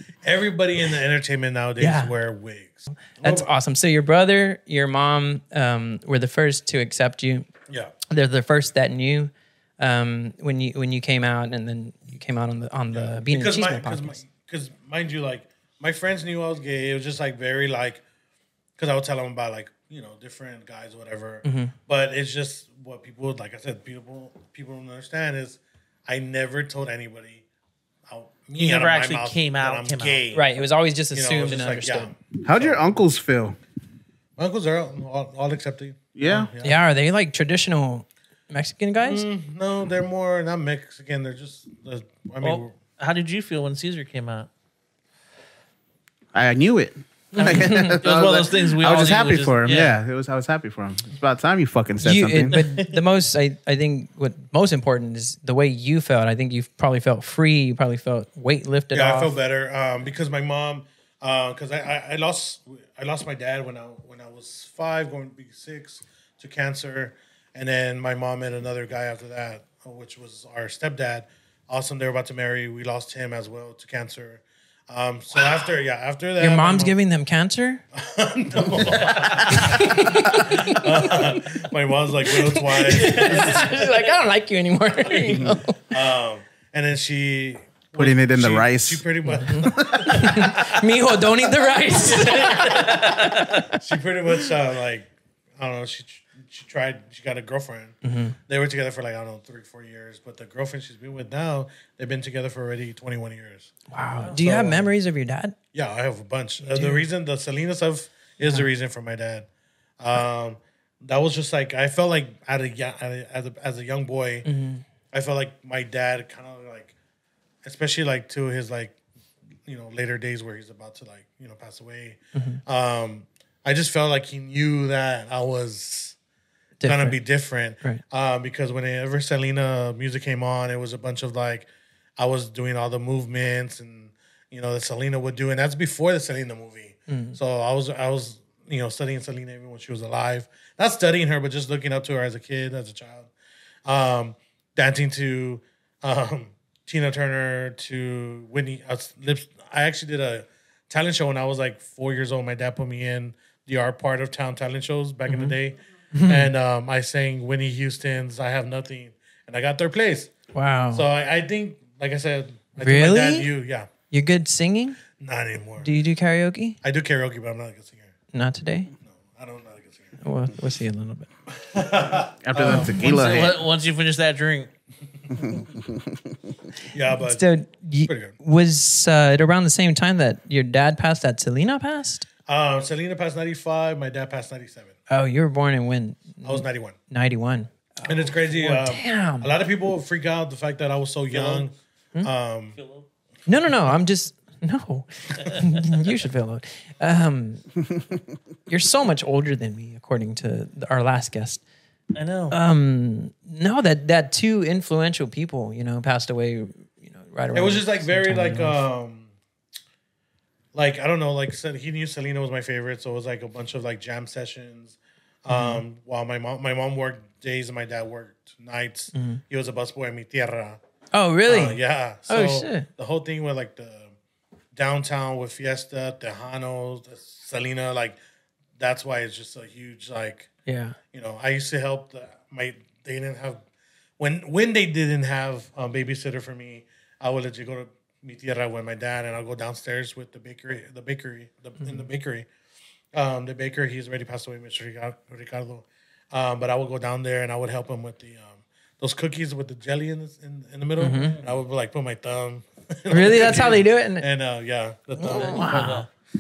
[LAUGHS]
Everybody in the entertainment nowadays
Yeah.
wear wigs.
[LAUGHS] That's awesome. So your brother, your mom, um, were the first to accept you.
Yeah.
They're the first that knew um, when you when you came out, and then you came out on the on the Bean and
because
Cheese
my,
Man
because
podcast.
my, because mind you, like my friends knew I was gay. It was just like very like, because I would tell them about like you know different guys or whatever.
Mm-hmm.
But it's just what people like. I said people people don't understand is I never told anybody. Out, me
You
out of
never
my
actually
mouth
came
that
out-
I'm
came out.
gay.
right. It was always just
You know,
assumed
it was
and
just like,
understood.
yeah.
How'd your uncles feel?
My uncles are all, all, all accepting.
Yeah.
yeah. Are they like traditional Mexican guys?
Mm, No, they're more not Mexican. They're just. they're- I mean,
Well, how did you feel when Caesar came out?
I
[LAUGHS]
knew it. [LAUGHS] it
one of those things we
I was
all
just
knew,
happy
which is-
for him.
yeah.
Yeah. it was. I was happy for him. It's about time you fucking said
You,
something.
it, but the most I, I think what most important is the way you felt. I think you probably felt free. You probably felt weight lifted
yeah,
off.
I feel better um, because my mom, because I, I, I lost I lost my dad when I when I was five, going to be six, to cancer, and then my mom met another guy after that, uh, which was our stepdad. Awesome, they were about to marry. We lost him as well to cancer. Um, so after yeah, after that,
Your
my
mom's
mom-
giving them cancer.
[LAUGHS] my mom's like widowed twice,
She's like, I don't like you anymore. [LAUGHS] You know?
Um, and then she
Putting it in the
she-
rice.
She pretty
[LAUGHS]
much.
Mijo, don't eat the rice.
[LAUGHS] she pretty much uh, like I don't know. She she tried. She got a girlfriend.
Mm-hmm.
They were together for like I don't know three four years. But the girlfriend she's been with now, they've been together for already twenty one years.
Wow. oh, Do you
uh,
have memories of your dad?
Yeah, I have a bunch. Uh, the reason the Selena stuff is the reason for my dad. Um, that was just like I felt like at a young at a, as, a, as a young boy,
Mm-hmm.
I felt like my dad kind of like, especially like to his like, you know, later days where he's about to like you know pass away. Um, I just felt like he knew that I was gonna be different.
Right.
Uh, because whenever Selena music came on, it was a bunch of like I was doing all the movements and you know that Selena would do, and that's before the Selena movie. Mm-hmm. So I was I was you know studying Selena even when she was alive, not studying her, but just looking up to her as a kid, as a child, um, dancing to um, Tina Turner to Whitney. I, was lips, I actually did a talent show when I was like four years old. My dad put me in the art part of town talent shows back
Mm-hmm.
in the day, and um, I sang Whitney Houston's "I Have Nothing," and I got third place.
Wow.
So I, I think, like I said, I think my
Really?
dad knew. Yeah,
You're good singing?
Not anymore.
Do you do karaoke?
I do karaoke, but I'm not a good singer.
Not today.
I don't know. Like a singer.
We'll, we'll see a little
[LAUGHS]
bit. Um,
After the tequila hit.
Once, once you finish that drink,
[LAUGHS] Yeah, but
So, you,
pretty good.
was uh, it around the same time that your dad passed? That Selena passed?
um, Selena passed 95. My dad passed 97.
Oh, you were born in when
I was 91.
ninety one.
and it's crazy. um,
damn.
A lot of people freak out the fact that I was so young. Um,
No, no, no. I'm just no. [LAUGHS] you should feel old. Um, you're so much older than me, according to the- our last guest. Um,
I know.
No, that that two influential people, you know, passed away. You know, right around.
it was just like very
sometime in
like
life.
um, like I don't know. Like Sel- he knew Selena was my favorite, so it was like a bunch of like jam sessions. Um,
Mm-hmm.
While my mom my mom worked days and my dad worked nights. He was a busboy in mi tierra.
Mm-hmm. oh, really?
Uh, yeah. So
Oh, shit.
The whole thing with like the downtown with Fiesta, Tejanos, Selena, like that's why it's just a huge like
yeah.
you know I used to help the, my they didn't have when when they didn't have a babysitter for me I would let you go to mi tierra with my dad and I'll go downstairs with the bakery the bakery the,
Mm-hmm.
in the bakery um, the baker he's already passed away Mr. Rica- Ricardo um, but I would go down there and I would help him with the um, those cookies with the jelly in the, in, in the middle and I would like put my thumb
Mm-hmm.
[LAUGHS]
Really? That's how they do it. Oh, And
and uh, yeah the
[LAUGHS]
thumb.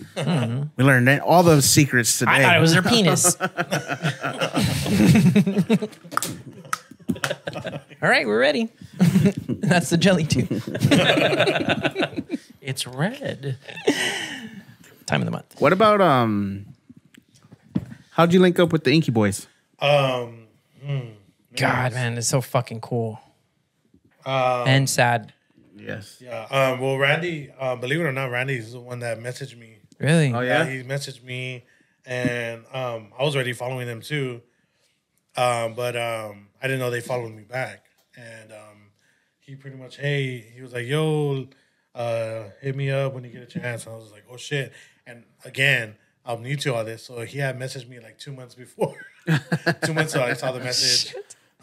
[LAUGHS]
mm-hmm.
We learned that- all the secrets today.
I thought it was their
[LAUGHS]
penis. All
uh,
[LAUGHS] right, we're ready. That's the jelly
[LAUGHS]
too. [LAUGHS]
it's red.
Time of the month.
what about um? How'd you link up with the Inky Boys?
um
God, man, it's so fucking cool
uh,
Hmm. and sad.
Yes.
yeah um, well Randy uh, believe it or not Randy is the one that messaged me
Really?
Oh
Yeah, he
yeah.
messaged me, and um, I was already following them too, um, but um, I didn't know they followed me back. And um, he pretty much, hey, he was like, yo, uh, hit me up when you get a chance. And I was like, oh shit. And again, I'm new to all this, so he had messaged me like two months before. [LAUGHS] two months ago, I saw the message,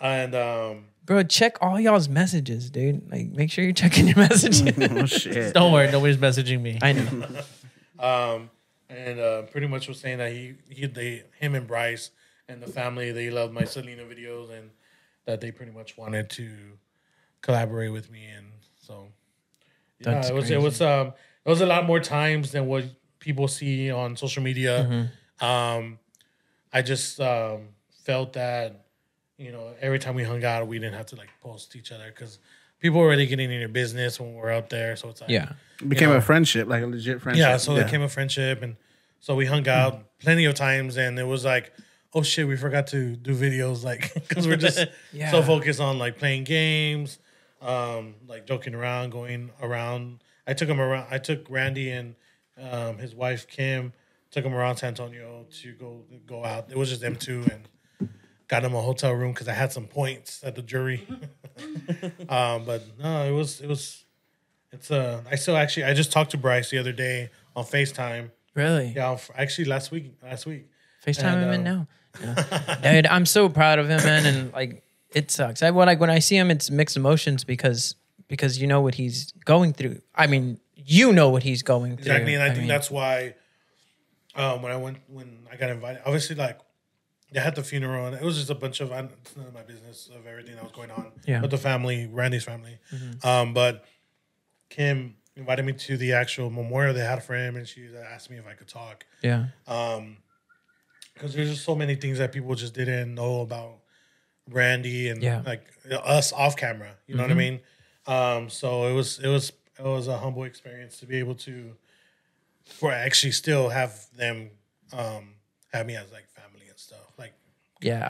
and um,
Bro, check all y'all's messages, dude. Like, make sure you're checking your [LAUGHS]
[LAUGHS]
messages.
Oh shit.
Don't worry, nobody's messaging me.
I know.
um, and uh, pretty much was saying that he, he they him and Bryce and the family they loved my Selena videos and that they pretty much wanted to collaborate with me and so yeah
That's
it was it was um it was a lot more times than what people see on social media
Mm-hmm.
um I just um felt that you know every time we hung out we didn't have to like post each other because people were already getting in your business when we were out there so it's like
Yeah.
It became a friendship, like a legit friendship.
yeah, so there came a friendship, and so we hung out plenty of times, and it was like, oh shit, we forgot to do videos, [LAUGHS] like because we're
[LAUGHS]
just
Yeah.
so focused on like playing games, um, like joking around, going around. I took him around. I took Randy and um, his wife Kim. Took him around San Antonio to go go out. It was just them two, and got him a hotel room because I had some points at
[LAUGHS]
the jury. um, but no, it was it was it's uh I still actually I just talked to Bryce the other day on FaceTime.
Really?
Yeah, on, actually last week last week.
[LAUGHS] FaceTime him in
And, uh,
now. No.
[LAUGHS]
Dude, I'm so proud of him, man. And like, it sucks. I when, like when I see him, it's mixed emotions because because you know what he's going through. I mean, you know what he's going through.
Exactly, and I, think
mean,
that's why um, when I went when I got invited, obviously like they had the funeral and it was just a bunch of I, it's none of my business of everything that was going on
Yeah. Mm-hmm.
with the family, Randy's family. Um, but Kim invited me to the actual memorial they had for him, and she asked me if I could talk.
yeah.
because there's just so many things that people just didn't know about Randy and
Yeah.
like us off camera. You know what I mean? Um, so it was it was it was a humble experience to be able to, for actually still have them um, have me as like family and stuff. Like
Yeah.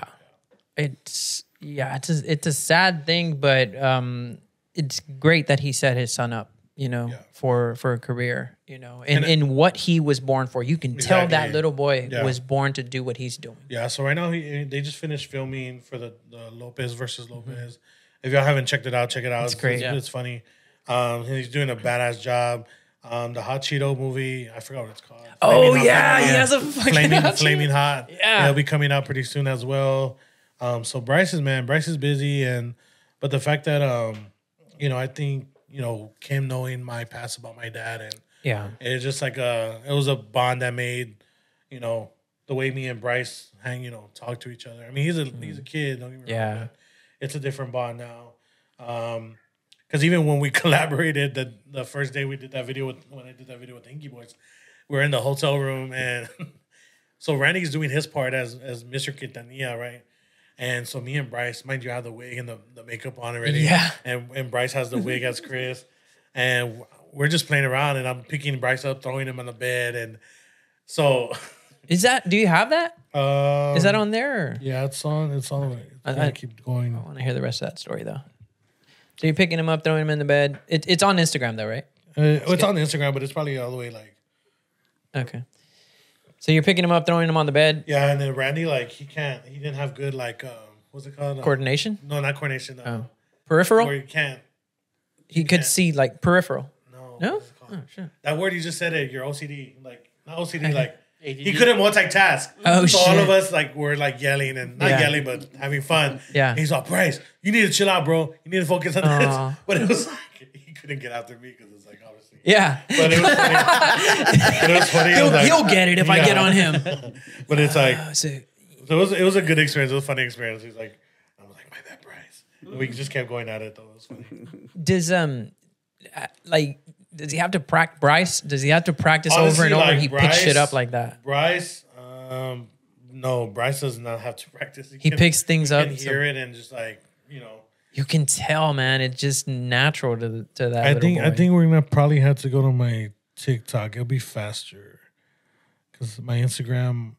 It's yeah, it's a, it's a sad thing, but um it's great that he set his son up, you know, for for a career, you know, and in what he was born for. You can tell that
Exactly.
little boy
Yeah.
was born to do what he's doing.
yeah, so right now he, they just finished filming for the, the Lopez versus Lopez. If y'all haven't checked it out, check it out. It's,
Mm-hmm. great.
It's,
Yeah.
it's funny. Um, he's doing a badass job. Um, the Hot Cheeto movie, I forgot what it's called.
Oh
Flaming Hot
yeah, he
Flaming
has
Hot.
a fucking
flaming,
hot
flaming hot.
Yeah.
it'll be coming out pretty soon as well. Um, so Bryce is man, Bryce is busy, and but the fact that um, you know, I think you know Kim knowing my past about my dad and
Yeah.
It was just like a it was a bond that made, you know, the way me and Bryce hang, you know, talk to each other. I mean, he's a he's a kid. Don't get me
Mm. Yeah.
wrong. but It's a different bond now. Um, because even when we [LAUGHS] collaborated, the the first day we did that video with when I did that video with the Inky Boys, we we're in the hotel room and [LAUGHS] so Randy's doing his part as as Mr. Quintanilla, right? And so me and Bryce, mind you, I have the wig and the, the makeup on already.
Yeah.
And and Bryce has the
[LAUGHS]
wig as Chris. And we're just playing around and I'm picking Bryce up, throwing him on the bed. And so
Is that? Do you have that?
um,
Is that on there? Or? Uh,
Yeah, it's on it's on
I-
I,
I-
keep going.
I want to hear the rest of that story though. So you're picking him up, throwing him in the bed. It, it's on Instagram though, right?
Uh, it's on Instagram, but it's probably all the way like
Okay. So you're picking him up, throwing him on the bed.
Yeah, and then Randy, like he can't he didn't have good like um what's it called? Uh,
Coordination,
no, not coordination, uh,
Oh. peripheral.
or you can't.
he could
yeah.
see like peripheral.
No.
No?
what's it called?
Oh, sure.
That word you just said it, your OCD, like not
[LAUGHS]
OCD, like
ADD.
he couldn't multitask.
Oh,
so all
shit.
of us like were like yelling and not
Yeah.
yelling, but having fun.
Yeah.
he's all praise. You need to chill out, bro. You need to focus on
Aw.
this. [LAUGHS] But it was like he couldn't get after me because it's like obviously.
Yeah.
But it was
[LAUGHS]
funny. But it was funny. It
He'll,
was like-
he'll get it if I get
Yeah.
on him.
[LAUGHS] But it's like
Oh, so,
so it was it was a good experience. It was a funny experience. He's like, I was like, my bad, Bryce. And We just kept going at it though. It was funny.
does um, uh, like, does he have to practice? Bryce, does he have to practice over
Honestly,
and over?
like,
he picks
Bryce-
shit up like that.
Bryce, um, no, Bryce does not have to [LAUGHS] practice.
He picks things
he
up.
can
so-
hear it, and just like you know.
you can tell, man. It's just natural to the- to that.
I
little
think I
boy.
think we're gonna probably have to go to my TikTok. It'll be faster because my Instagram.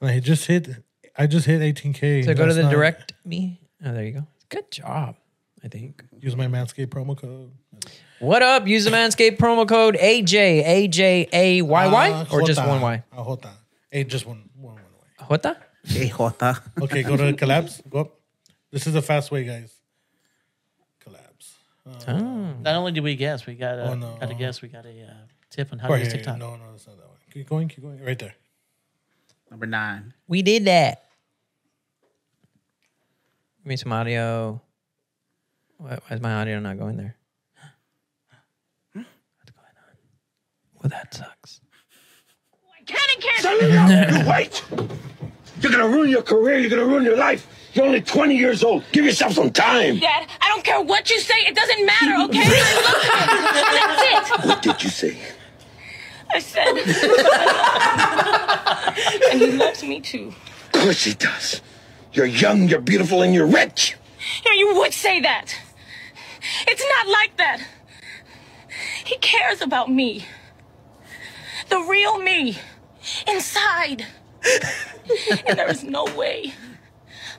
I just hit. I just hit 18k.
So go to the direct me. Oh, there you go. Good job. I think.
Use my Manscaped promo code.
What up? Use the Manscaped promo code AJ AJ A
Ah,
Y
Uh,
Y or just one Y.
Hey, just one one one Y.
What the?
Hey, Jota.
Okay, go to collapse. Go up. This is a fast way, guys. Collapse.
Not only did we guess, we got a,
Uh, Oh, no.
got a guess. We got a uh, tip on how
Right
to use
here.
TikTok.
No, no, that's not that one. Keep going. Keep going. Right there.
Number nine.
We did that. Give me some audio. Why, why is my audio not going there? What's going on? Well, that sucks.
Son it out. You wait. You're gonna ruin your career. You're gonna ruin your life. You're only 20 years old. Give yourself some time.
Dad, I don't care what you say. It doesn't matter, okay? I love you. That's it.
What did you say?
I said. and he loves me too.
Of course he does. You're young, you're beautiful, and you're rich.
You know, you would say that. It's not like that. He cares about me. The real me. Inside. [LAUGHS] and there is no way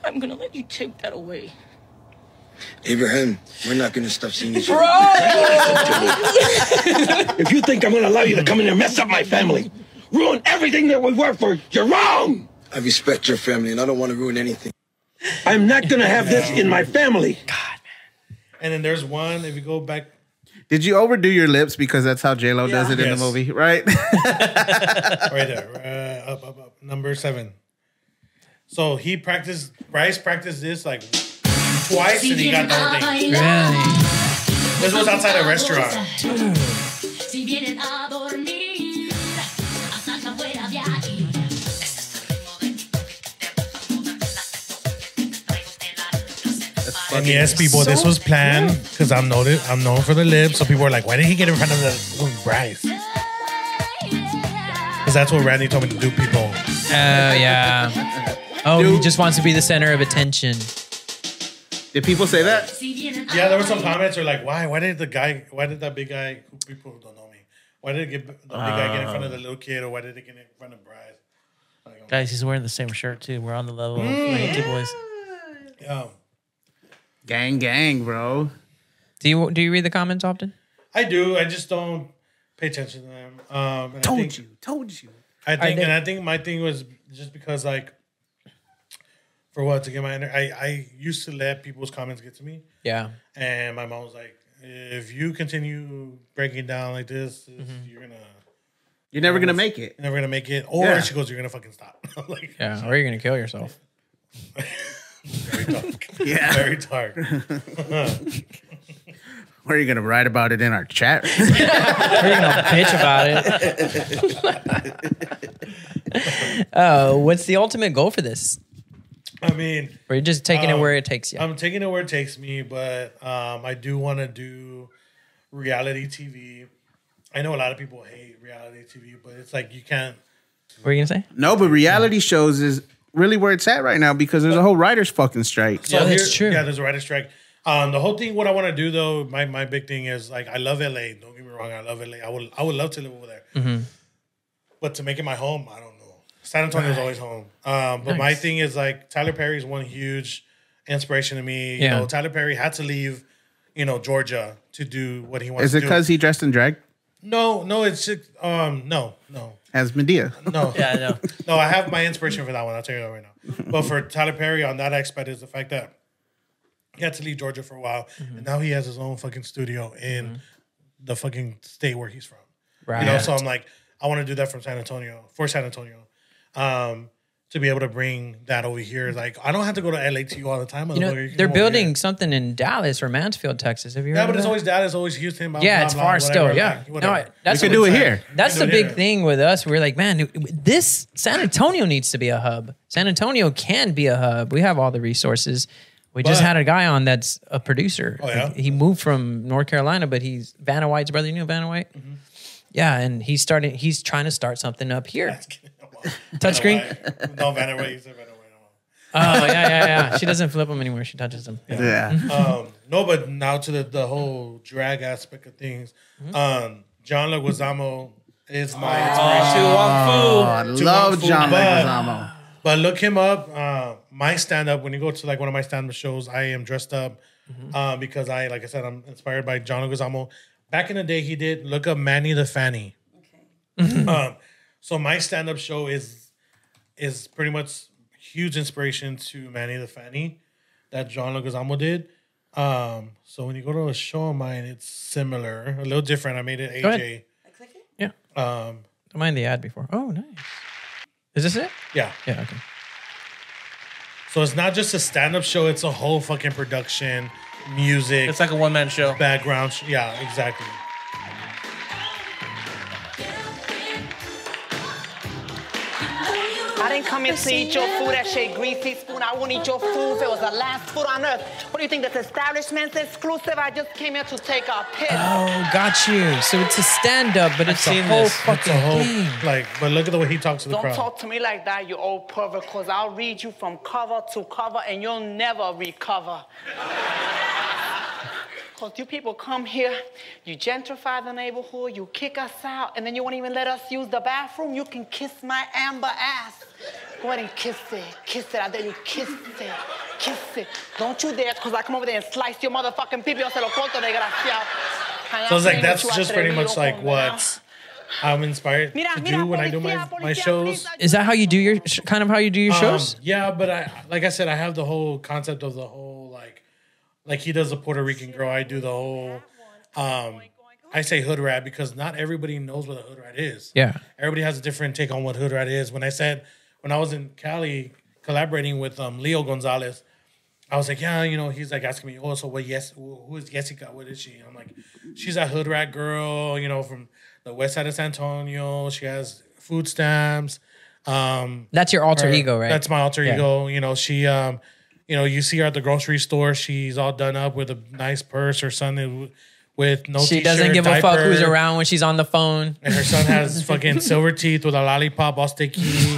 I'm gonna let you take that away.
Abraham, we're not gonna stop seeing you. Bro! [LAUGHS]
Oh!
if you think I'm gonna allow you to come in and mess up my family, ruin everything that we work for, you're wrong! I respect your family, and I don't want to ruin anything. I'm not gonna have this in my family.
And then there's one. If you go back,
Did you overdo your lips because that's how J Lo does it in
Yes.
the movie, right? [LAUGHS]
[LAUGHS] right there, uh, up, up, up. Number seven. So he practiced. Bryce practiced this like twice, and he got the whole thing. This was outside a restaurant. And yes, people, this was planned because I'm noted. I'm known for the lips, so people were like, "Why did he get in front of the Bryce?" Because that's what Randy told me to do. People,
Oh yeah. Oh, he just wants to be the center of attention.
Did people say that?
yeah, there were some comments were like, "Why? Why did the guy? Why did that big guy? Who people don't know me. Why did it get, the big guy get in front of the little kid, or why did it get in front of Bryce?"
Guys, he's wearing the same shirt too. We're on the level of
Mm.
Mighty Boys.
Yeah,
Gang, gang, bro.
Do you do you read the comments often?
I do. I just don't pay attention to them. Um, and I
Told
think-
you, told you.
I think,
they-
and I think my thing was just because, like, for what to get my, ener- I I used to let people's comments get to me,
Yeah.
and my mom was like, "If you continue breaking down like this, this-
Mm-hmm.
you're gonna
You're never gonna make it.
you're never gonna make it." Or
Yeah.
she goes, "You're gonna fucking stop." [LAUGHS] I'm like,
Yeah. Or you're gonna kill yourself.
[LAUGHS] very dark,
[LAUGHS] Yeah.
very dark.
Where are you gonna write about it in
[LAUGHS]
our chat?
We're gonna bitch about it.
[LAUGHS]
uh, what's the ultimate goal for this?
I mean,
Or you are just taking it
Um,
where it takes you?
I'm taking it where it takes me, but um, I do want to do reality TV. I know a lot of people hate reality TV, but it's like you can't.
what are you gonna say?
no, but reality shows is really where it's at right now because there's a whole writer's fucking strike.
Yeah, that's
here-
true.
Yeah, there's a writer's strike. Um, the whole thing, what I want to do though, my, my big thing is like I love LA. Don't get me wrong, I love LA. I would I would love to live over there,
Mm-hmm.
but to make it my home, I don't know. San Antonio is always home. Um, but my thing is like Tyler Perry is one huge inspiration to me.
Yeah.
You know, Tyler Perry had to leave, you know, Georgia to do what he wants.
Is
to
it
do.
because he dressed in drag
No, no, it's just, um, no, no,
as Medea?
[LAUGHS]
no.
Yeah, I know.
No, I have my inspiration for that one. I'll tell you that right now. But for Tyler Perry on that aspect is the fact that he had to leave Georgia for a while,
Mm-hmm.
and now he has his own fucking studio in the fucking state where he's from.
Right.
You know, so I'm like, I want to do that from San Antonio for San Antonio, um, to be able to bring that over here. Like, I don't have to go to LA to you all the time.
you know,
motherfucker. You can
they're
come over here.
building something in Dallas or Mansfield, Texas. Have you heard?
Yeah,
of
but it's
that?
always Dallas, always Houston. Blah,
yeah,
blah,
it's
blah,
far
whatever,
still.
like,
yeah, no,
whatever.
I- that's
We
what
could do
we-
it here.
That's the
do it
big
here.
thing with us. We're like, man, this San Antonio needs to be a hub. San Antonio can be a hub. We have all the resources. We just
But-
had a guy on that's a producer.
Oh, yeah?
Like, he moved from North Carolina, but he's Vanna White's brother. You know Vanna White?
Mm-hmm.
Yeah, and he's starting. He's trying to start something up here.
[LAUGHS]
Touchscreen.
No, Vanna White. You said Vanna White.
Oh yeah, yeah, yeah. She doesn't flip Mm-hmm. them anymore. She touches them.
Yeah.
um, no, but now to the, the whole drag aspect of things,
Mm-hmm.
um, John Leguizamo is my
Oh,
inspiration.
Oh, I love John Leguizamo.
But look him up. Uh, my stand up, when you go to like one of my stand up shows, I am dressed up
Mm-hmm.
uh, because I, like I said, I'm inspired by John Leguizamo. Back in the day, he did look up Manny the Fanny.
[LAUGHS]
um, so my stand up show is is pretty much huge inspiration to Manny the Fanny that John Leguizamo did. Um, so when you go to a show of mine, it's similar, a little different. I made it
Go ahead.
AJ.
I click it.
Um,
Don't mind the ad before. Oh, nice. Is this it?
yeah.
Yeah. Okay.
So it's not just a stand up show, it's a whole fucking production, music,
It's like a one man show.
background. sh- Yeah, exactly.
I didn't come here to eat your food, that shit greasy spoon. I won't eat your food if it was the last food on earth. What do you think, this establishment's exclusive? I just came here to take a piss.
Oh, got you. So it's a stand up, but it's a
seen
whole
this. It's a
fucking
The whole,
thing.
like, but look at the way he talks to the
Don't
crowd.
talk to me like that, you old pervert, because I'll read you from cover to cover and you'll never recover. [LAUGHS] Because you people come here, you gentrify the neighborhood, you kick us out, and then you won't even let us use the bathroom. You can kiss my amber ass. Go ahead and kiss it. Kiss it. I dare you kiss it. Kiss it. Don't you dare, because I come over there and slice your motherfucking pipi. Yo se lo corto, desgraciado.
So it's like, that's just pretty much like what I'm inspired
Mira,
to
mira,
do when I do my,
policía,
my
policía,
shows.
please,
Is that how you do your sh- kind of how you do your
Um,
shows?
yeah, but I, like I said, I have the whole concept of the whole, like, like he does the Puerto Rican girl. I do the whole, um, I say hood rat because not everybody knows what a hood rat is.
Yeah.
everybody has a different take on what hood rat is. When I said when I was in Cali collaborating with um, Leo Gonzalez, I was like, yeah, you know, he's like asking me, oh, so what? Yes, who who is Jessica? What is she? I'm like, she's a hood rat girl, you know, from the west side of San Antonio. She has food stamps. Um,
That's your alter
her-
ego, right?
That's my alter
Yeah.
ego. You know, she, um, you know, you see her at the grocery store. She's all done up with a nice purse or something with no.
she doesn't
t-shirt,
give a fuck who's
diaper.
around when she's on the phone.
And her
[LAUGHS]
son has fucking silver teeth with a lollipop, all sticky.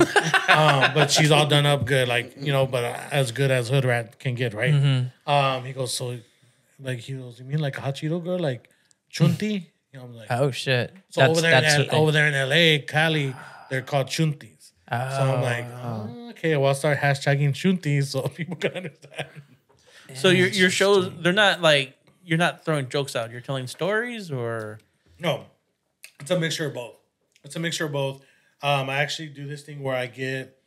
um, but she's all done up good, like you know, but as good as hood rat can get, right?
Mm-hmm.
Um, he goes, so, like he goes, you mean like a hot Cheeto girl, like chunti? You know, I'm like,
Oh shit.
so over there, in L- over there in LA, Cali, they're called chuntis. so I'm like, "Oh, okay, well, I'll start hashtagging chuntis so [LAUGHS] people can understand.
So your your shows they're not like you're not throwing jokes out. You're telling stories or
No, it's a mixture of both. It's a mixture of both. Um, I actually do this thing where I get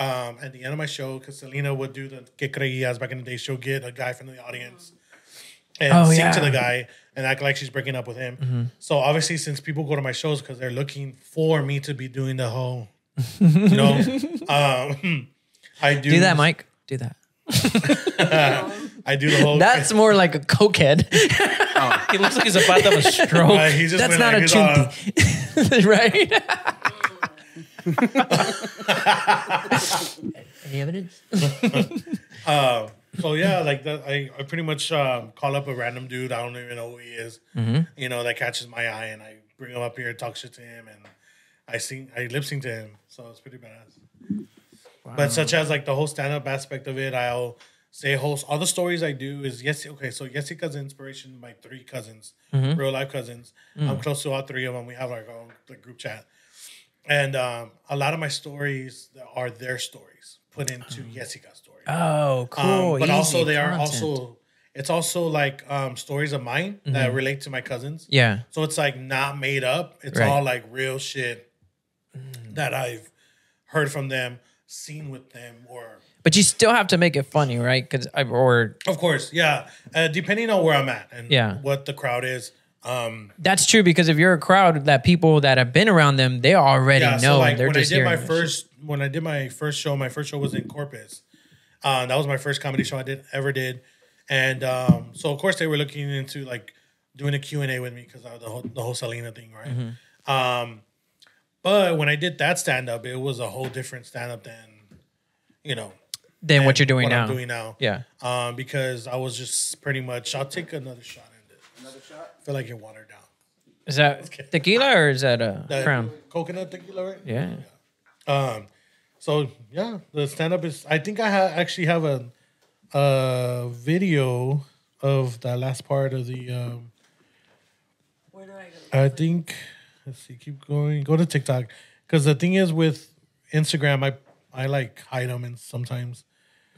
um, at the end of my show because Selena would do the que creías back in the day. She'll get a guy from the audience and
Oh,
sing
yeah. Mm-hmm.
to the guy and act like she's breaking up with him. So obviously, since people go to my shows because they're looking for me to be doing the whole, you
[LAUGHS]
know, um, I do
do that, Mike. Do that.
[LAUGHS] I do the whole. um,
That's more like a cokehead. [LAUGHS]
He looks like he's about
[LAUGHS]
to have a stroke.
Right, he's just
That's
went
not a
like this, uh,
[LAUGHS]
[LAUGHS]
chimpy, [LAUGHS] right? Any evidence?
[LAUGHS] Uh, so yeah, like that, I, I pretty much um, call up a random dude. I don't even know who he is.
Mm-hmm.
You know, that catches my eye, and I bring him up here, talk shit to him, and I sing, I lip sync to him. So it's pretty badass. But such as like the whole stand up aspect of it, I'll say host all the stories I do is yes. Okay, so Yessica's inspiration, my three cousins,
Mm-hmm.
real life cousins.
Mm.
I'm close to all three of them. We have like our own like, group chat, and um, a lot of my stories are their stories put into Yessica's story.
Oh,
Um,
cool.
but also,
easy
they are
content.
also it's also like um, stories of mine that relate to my cousins.
Mm-hmm. yeah.
So it's like not made up. It's
Right. Mm.
all like real shit that I've heard from them, seen with them, or
But you still have to make it funny, right? Because or
of course, yeah. Uh, depending on where I'm at and
Yeah.
what the crowd is. Um,
that's true because if you're a crowd that people that have been around them, they already
yeah.
know.
So like
They're
when I
just
did my
hearing this.
first when I did my first show, my first show was in Corpus. Uh, that was my first comedy show I did ever did, and um, so of course they were looking into like doing a Q and A with me because the whole, the whole Selena thing, right?
Mm-hmm.
Mm-hmm.
Um, but when I did that stand up, it was a whole different stand up than you know
Then what you're doing
what
now?
I'm doing now,
Yeah.
um, because I was just pretty much. I'll take another shot in this. Another shot. I feel like it watered down.
Is
[LAUGHS]
that tequila or is that a
That
crown?
coconut tequila, right?
Yeah.
Um, so yeah, the stand up is. I think I ha- actually have a, a video of that last part of the. Um,
Where do I go?
I think let's see, keep going. Go to TikTok because the thing is with Instagram, I I like hide them and sometimes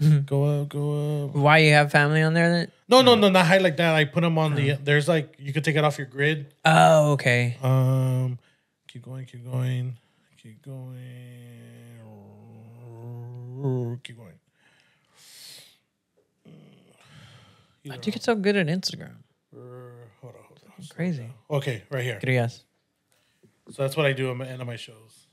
go up, go up.
Mm-hmm. Why you have family on there? Then? Oh.
No, no, no, not hide like that. I put them on the. There's like you could take it off your grid.
Oh, okay.
Um, keep going, keep going, keep going, keep going.
I do get so good at Instagram.
Hold on, hold on.
Crazy.
Okay, right here.
Could you guess?
So that's what I do at the end of my shows.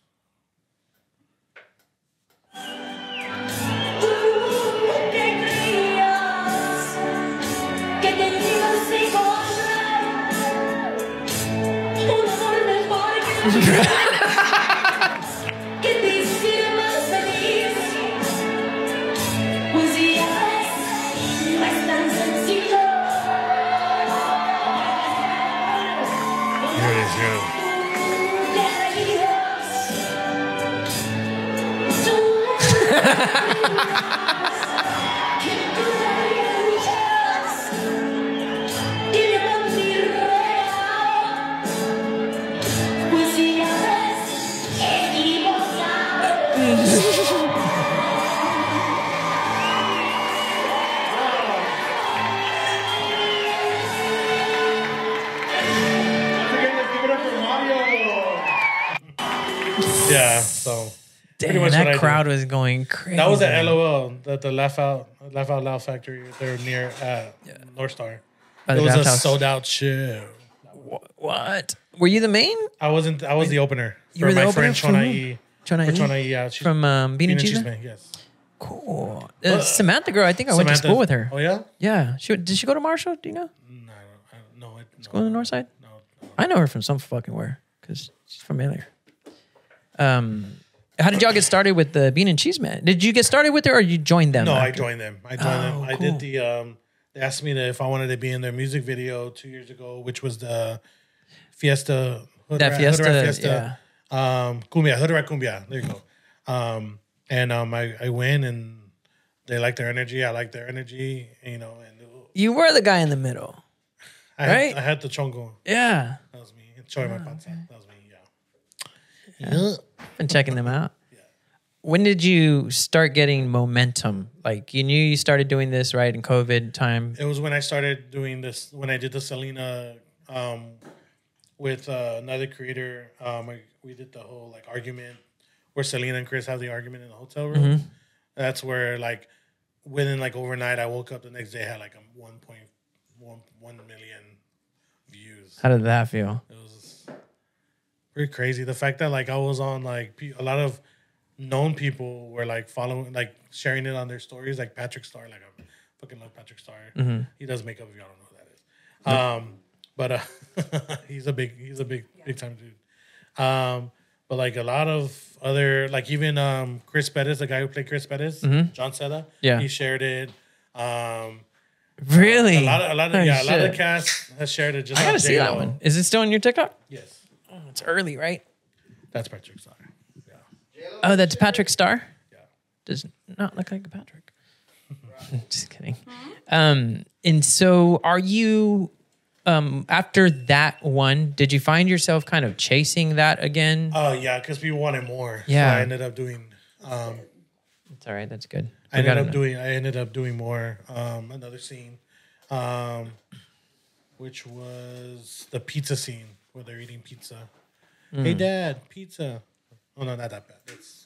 Here it is. Here. Yeah. So
Damn,
pretty much what I
that
do.
crowd was going crazy.
that was the LOL, the, the laugh out, laugh out loud factory. They're near uh, North Star.
By
It
the
was a
draft house.
sold out show.
What? Were you the main?
I wasn't. I was the opener
You
for
were the
my
opener
friend
for
Chona
who?
E.
Chona
For
E?
Chona E. Yeah, she's
From um, Bean and
Bean and
Cheese?
Cheese Man, Yes.
Cool. Uh, Samantha girl, I think I went to
Samantha-
school with her.
Oh yeah.
Yeah. She, did she go to Marshall? Do you know?
No, I don't, I don't know. it-
Go on the north side?
No, no.
I know her from some fucking where because she's familiar. Um, how did y'all get started with the Bean and Cheese Man? Did you get started with her or you joined them?
No, I
after?
joined them. I joined
Oh,
them. I did the. Um, they asked me to, if I wanted to be in their music video two years ago, which was the Fiesta. Hood
That
Rat-
Fiesta,
Hood Rat Fiesta. Um, cumbia, Hood Rat Cumbia. There you go. Um, and um, I, I win, and they like their energy. I like their energy. You know, and
You were the guy in the middle.
I,
Right.
I had the chongo.
Yeah. Oh,
That was me. And Choy my panza. That was me. Yeah.
Been checking them out. When did you start getting momentum? Like you knew you started doing this right in COVID time.
It was when I started doing this when I did the Selena um, with uh, another creator. Um, I, we did the whole like argument where Selena and Chris have the argument in the hotel room. That's where like within like overnight, I woke up the next day had like a one point one one million views.
How did that feel?
It was pretty crazy. The fact that like I was on like pe- a lot of known people were like following, like sharing it on their stories, like Patrick Star, like a Fucking love Patrick Star.
Mhm.
He does makeup if y'all don't know who that is. Um, but uh, [LAUGHS] he's a big, he's a big, big time dude. Um, but like a lot of other, like even um, Chris Pettis, the guy who played Chris Pettis,
Mhm.
John Seda,
Yeah.
he shared it. Um,
Really?
a lot of, a lot of,
Oh,
yeah, a lot of
shit.
the cast has shared it. Just
I gotta
like
see that
J-Lo.
one. Is it still on your TikTok?
Yes,
Oh, it's early, right? [LAUGHS]
that's Patrick Star.
Oh, that's Patrick Starr. Does not look [LAUGHS] like a Patrick. Just kidding. Um, and so are you? Um, after that one, did you find yourself kind of chasing that again?
Oh yeah, because people wanted more.
Yeah.
so I ended up doing. Um,
It's all right. That's good.
I
We
ended
gotta
up
know.
doing. I ended up doing more. Um, another scene, um, which was the pizza scene where they're eating pizza. Hey,
Mm.
Dad, pizza. Oh no, not that bad. It's,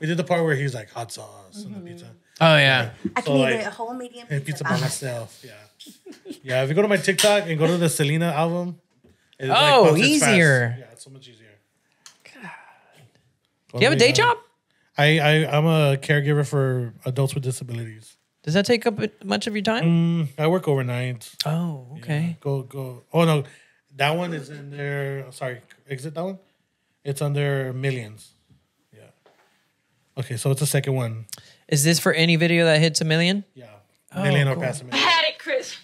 we did the part where he was like hot sauce and the pizza.
Oh yeah.
Mm-hmm. I can
So,
eat
like,
a whole medium
and pizza
pizza,
by myself. Yeah, yeah. If you go to my TikTok and go to the Selena album, it's like,
Oh,
pops, it's fast.
easier.
Yeah, it's so much easier.
Do you have a day job?
I, I I'm a caregiver for adults with disabilities.
Does that take up much of your time?
Mm, I work overnight.
Oh, okay.
Go go. Oh no, that one is in there. Sorry, exit that one. It's under millions. Yeah. Okay, so it's the second one.
Is this for any video that hits a million? Oh,
Yeah.
Million
Million or past a
I've had it, Chris.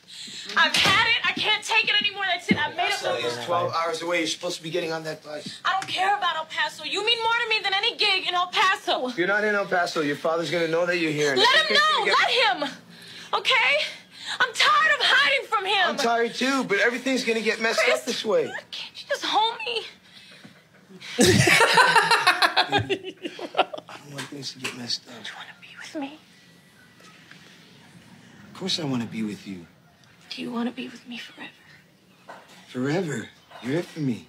I've had it. I can't take it anymore. That's it. I've made up
So
my
it's
mind.
12 hours away. You're supposed to be getting on that bus.
I don't care about El Paso. You mean more to me than any gig in El Paso.
If you're not in El Paso, your father's gonna know that you're here.
Let him know. Let him. Okay? I'm tired of hiding from him.
I'm tired too, but everything's gonna get messed up this way.
Can't you just hold me?
I don't want things to get messed up.
Be with me.
Of course, I want to be with you
Do you want to be with me forever?
forever. You're it for me.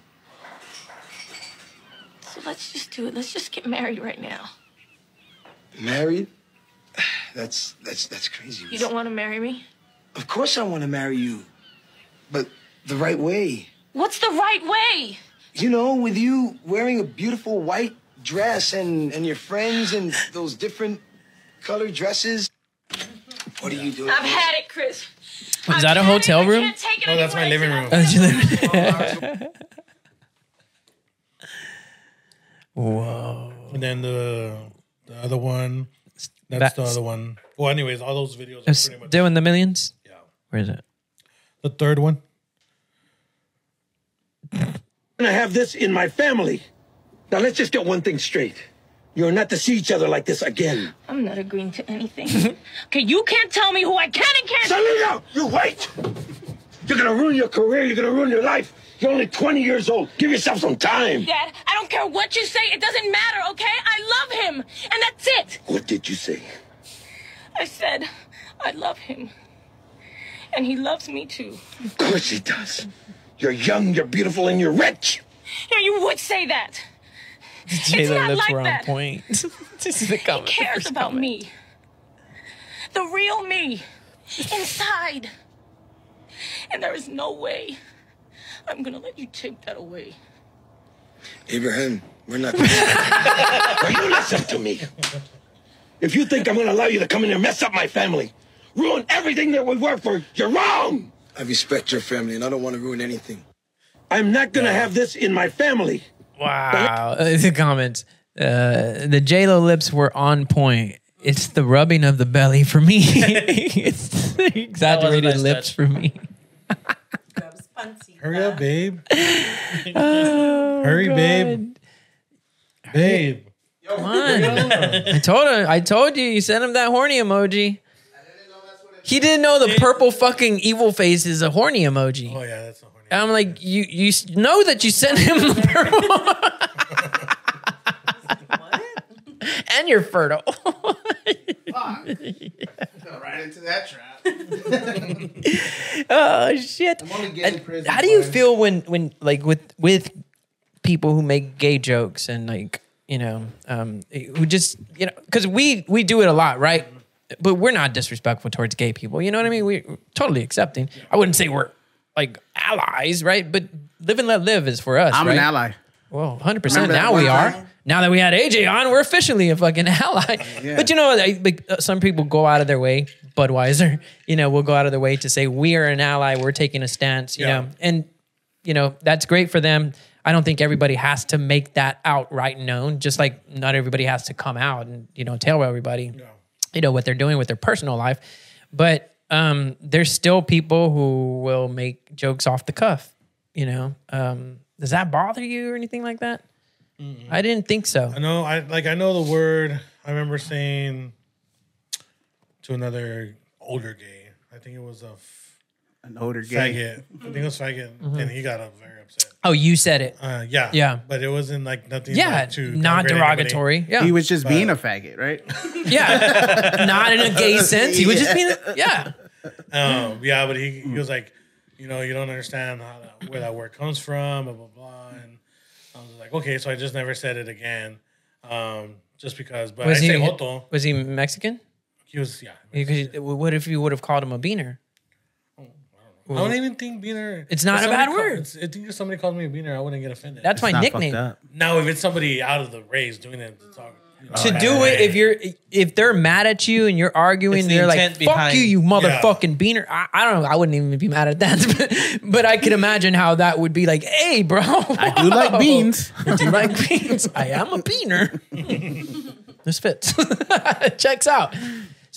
So let's just do it. Let's just get married right now.
Married? [SIGHS] That's that's that's crazy.
You don't want to marry me?
Of course, I want to marry you, but the right way.
What's the right way?
You know, with you wearing a beautiful white dress and and your friends and those different colored dresses. What are you doing?
I've had it, Chris.
Is that a hotel room?
Take it
No, that's my living room.
Oh,
[LAUGHS]
That's Whoa.
And then the the other one. That's the
That's-
other one. Well, anyways, all those videos.
[LAUGHS]
Are
It's
pretty much
doing the millions? Yeah. Where is it?
the third one.
gonna have this in my family. Now let's just get one thing straight. You're not to see each other like this again.
I'm not agreeing to anything. okay, you can't tell me who I can and can't.
Selena, you wait! You're gonna ruin your career, you're gonna ruin your life. You're only 20 years old. Give yourself some time.
Dad, I don't care what you say. It doesn't matter, okay? I love him, and that's it.
What did you say?
I said, I love him. And he loves me too.
Of course he does. You're young, you're beautiful, and you're rich.
Yeah, you would say that.
Jayla
not
lips
like
were on
that.
point. [LAUGHS] this is the comment.
He cares about me. The real me. Inside. And there is no way I'm gonna let you take that away.
Abraham, we're not. Now you listen to me. If you think I'm gonna allow you to come in and mess up my family, ruin everything that we work for, you're wrong. I respect your family, and I don't want to ruin anything. I'm not gonna have this in my family.
Wow. [LAUGHS] Uh, the comments. Uh, the J-Lo lips were on point. It's the rubbing of the belly for me. [LAUGHS] it's
[LAUGHS]
the exaggerated
nice
lips for me.
Hurry up,
[LAUGHS]
babe.
Hurry, Oh,
Hurry, babe. Babe.
Come on.
[LAUGHS]
I told her. I told you. You sent him that horny emoji. He didn't know the purple fucking evil face is a horny emoji. Oh
yeah, that's a horny.
I'm like, you you s- know that you sent him the purple. and you're fertile.
Fell right into that trap.
oh shit!
I'm only getting
And
prison
How do you
time.
feel when when like with with people who make gay jokes and like you know um who just you know because we we do it a lot right, but we're not disrespectful towards gay people. You know what I mean? We're totally accepting. I wouldn't say we're like allies, right? But live and let live is for us.
I'm an
right?
ally.
Well, hundred percent.
Remember that
Now
one
we
time?
are. Now that we had AJ on, we're officially a fucking ally.
Yeah.
But you know, I, like, uh, some people go out of their way Budweiser, [LAUGHS] you know, will go out of their way to say we are an ally, we're taking a stance, you
Yeah.
know, and you know that's great for them. I don't think everybody has to make that outright known. Just like not everybody has to come out and you know tell everybody, you know what they're doing with their personal life, but um, there's still people who will make jokes off the cuff. You know, um, does that bother you or anything like that? I didn't think so.
I know, I like, I know the word. I remember saying to another older gay. I think it was a f-
an older gay.
faggot. I think it was faggot,
Mm-hmm.
and he got a very upset.
Oh, you said it.
Uh, yeah,
Yeah.
but it wasn't like nothing.
Yeah,
like, to
not
downgrade anybody.
derogatory. Yeah,
He was just being a faggot, right?
[LAUGHS] yeah, not in a
[LAUGHS]
gay sense. He was just being, yeah,
Um, yeah, but he, he was like, you know, you don't understand how that, where that word comes from, blah blah blah. And I was like, okay, so I just never said it again, um, just because. But
Was
I
he-
say Joto.
Was he Mexican?
He was yeah.
You could- what if you would have called him a beaner?
Oh, I don't even think beaner.
It's not
if
a bad
somebody
word.
it's- I think if somebody called me a beaner, I wouldn't get offended.
That's my
Not fucked
nickname.
up.
now if it's somebody out of the race doing it to talk you know,
To
Oh,
bad
do it,
way.
if you're if they're mad at you and you're arguing,
It's the
they're like,
intent
"Fuck
behind-
you, you
Yeah.
motherfucking beaner." I, I don't know. I wouldn't even be mad at that, [LAUGHS] but, but I could imagine how that would be like, "Hey, bro, I
do like beans."
[LAUGHS] I do like beans. I am a
[LAUGHS]
beaner. this fits. [LAUGHS] Checks out.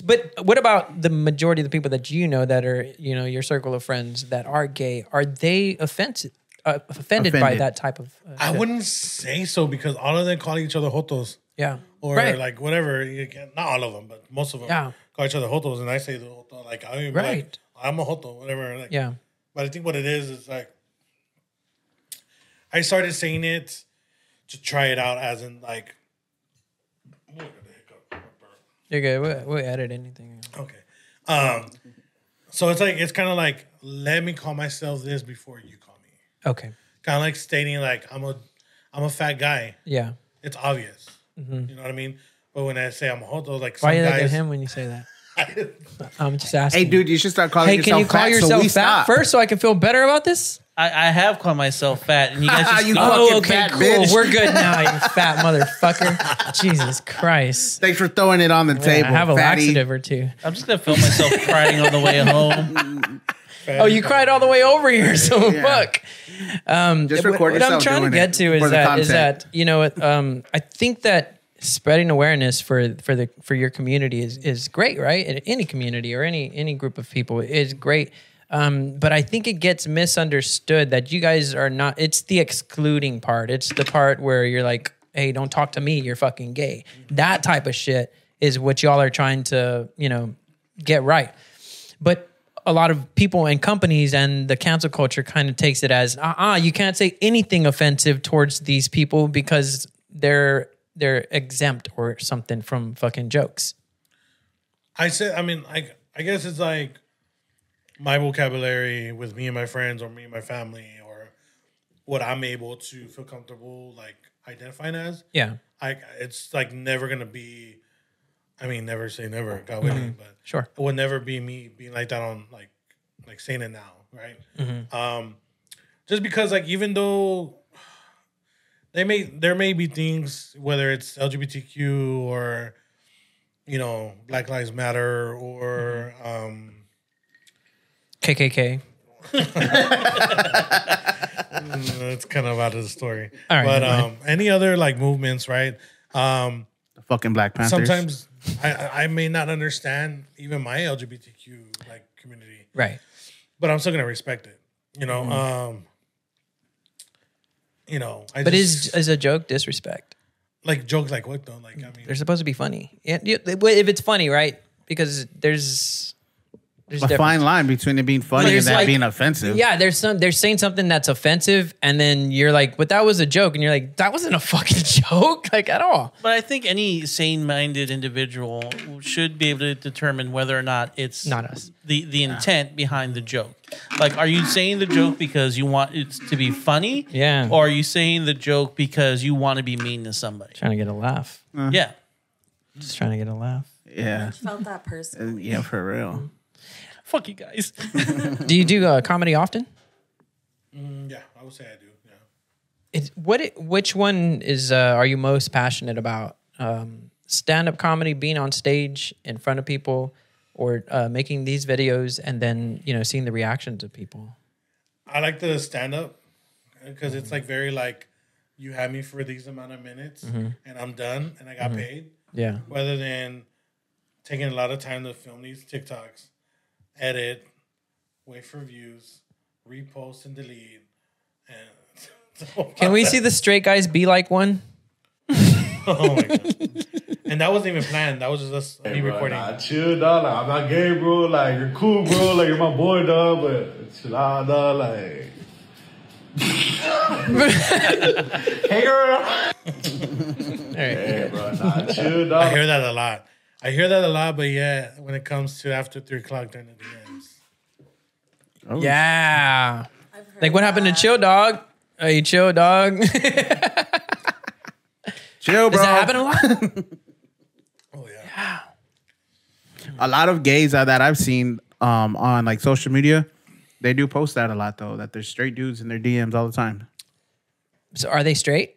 But what about the majority of the people that you know that are you know your circle of friends that are gay? Are they offensive? Uh, offended, by
Offended.
that type of uh,
I wouldn't say so because all of them call each other jotos.
yeah
or
Right.
like whatever. You can, not all of them, but most of them
Yeah.
call each other jotos, and I say the joto. Like I mean,
Right.
like, I'm a joto, whatever. Like,
yeah
But I think what it is is like I started saying it to try it out, as in like.
You're good. We'll, we'll edit anything.
Okay. Um. So it's like it's kind of like let me call myself this before you call me.
Okay.
Kind of like stating like I'm a I'm a fat guy.
Yeah. Mm-hmm.
It's obvious. You know what I mean? But when I say I'm a joto, like
Why
some
you look at
guys,
him when you say that? I'm just asking.
Hey, dude, you should start calling
Hey,
yourself
can you call
fat
yourself
so we
fat
stop.
first so I can feel better about this?
[LAUGHS]
Oh,
I, I have called myself fat, and you
[LAUGHS]
guys just Oh,
You
go,
fucking fat bitch.
We're good
[LAUGHS]
now, you fat motherfucker. Jesus Christ.
Thanks for throwing it on the
Yeah,
table.
I have a
fatty.
laxative or two.
I'm just gonna film myself crying on the way home.
Oh, you cried all the way over here, so fuck. Um,
Just
what,
record yourself
I'm trying to
doing
get
it
to is
for the
that is
content.
that you know um, I think that spreading awareness for for the for your community is is great, right? In Any community or any any group of people is great. Um, but I think it gets misunderstood that you guys are not. It's the excluding part. It's the part where you're like, "Hey, don't talk to me. You're fucking gay." That type of shit is what y'all are trying to, you know, get right but a lot of people and companies and the cancel culture kind of takes it as uh-uh you can't say anything offensive towards these people because they're they're exempt or something from fucking jokes
[LAUGHS] I said, I mean, I, I guess it's like my vocabulary with me and my friends, or me and my family, or what I'm able to feel comfortable like identifying as.
yeah
I, it's like never gonna be. I mean, never say never. God willing, but
Mm-hmm. Sure.
it would never be me being like that on like, like saying it now, right?
Mm-hmm.
Um, just because like even though they may there may be things whether it's LGBTQ or you know Black Lives Matter or um,
Mm-hmm. kkk
that's um, mm, kind of out of the story.
All right,
but
never mind.
um, any other like movements, right? Um,
Fucking Black Panthers.
sometimes I- I, I may not understand even my LGBTQ like community,
right Mm-hmm.
but I'm still gonna respect it. You know, um, you know, I
but
just,
is is a joke disrespect
like jokes like what though? Like I mean,
they're supposed to be funny yeah, yeah, they- well, if it's funny right because there's there's
a
difference.
fine line between it being funny
There's
and that
like-
being offensive.
yeah, there's some they're saying something that's offensive, and then you're like, "But that was a joke," and you're like, "That wasn't a fucking [LAUGHS] joke, like [LAUGHS] at all."
But I think any sane-minded individual should be able to determine whether or not it's
Not us.
the the intent behind the joke. Like, are you saying the joke because you want it to be funny?
Yeah.
Or are you saying the joke because you want to be mean to somebody?
Trying to get a laugh.
Yeah.
Just trying to get a laugh.
Uh-huh. Yeah.
[LAUGHS] Felt that person.
Yeah, for real.
Fuck you
[LAUGHS]
guys.
Do you do uh, comedy often?
Mm, yeah, I would say I do. Yeah,
It's, what? It, which one is? Uh, are you most passionate about? Um, Stand up comedy, being on stage in front of people, or uh, making these videos and then you know seeing the reactions of people.
I like the stand up because it's like very like you have me for these amount of minutes
Mhm.
and I'm done and I got
Mhm.
paid.
Yeah.
Rather than taking a lot of time to film these TikToks, edit, wait for views, repost and delete, and [LAUGHS] it's a whole
Can we
process.
see the straight guys be like
[LAUGHS]
one?
oh my god! And that wasn't even planned. That was just us me recording.
Nah, chill, dog. Like, I'm not gay, bro. Like, you're cool, bro. Like, you're my boy, dog. But chill out, dog. Like, hey, girl. Hey, bro. Nah, chill, dog.
[LAUGHS] I hear that a lot. I hear that a lot, but yeah, when it comes to after three o'clock during the DMs.
Oh.
Yeah. Like what happened to Chill Dog? Are you chill, dog? [LAUGHS]
Chill,
Does
bro.
that happen a
[LAUGHS]
lot?
[LAUGHS] Oh,
a lot of gays that that I've seen um, on like social media, they do post that a lot though. That there's straight dudes in their DMs all the time.
So are they straight?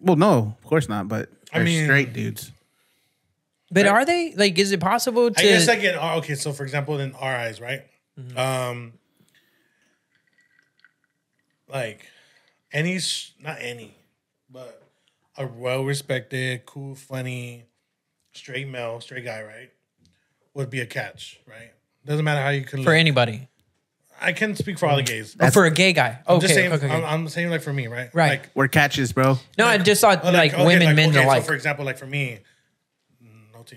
Well, no, of course not. But
I
they're
mean-
straight dudes.
But are they like? Is it possible to? Mm-hmm.
I guess like in our okay, so for example, in our eyes, right? Um, like any, s- not any, but a well respected, cool, funny, straight male, straight guy, right? Would be a catch, right? Doesn't matter how you can
for
look.
anybody.
I can speak for all the gays.
Oh, for a gay guy.
I'm
Okay,
just saying.
okay, okay.
I'm, I'm saying like for me, right?
Right.
Like,
We're
[LAUGHS]
catches, bro.
no, I just thought
Oh,
like,
okay,
women, men
okay,
alike.
So for example, like for me, mm, no tea,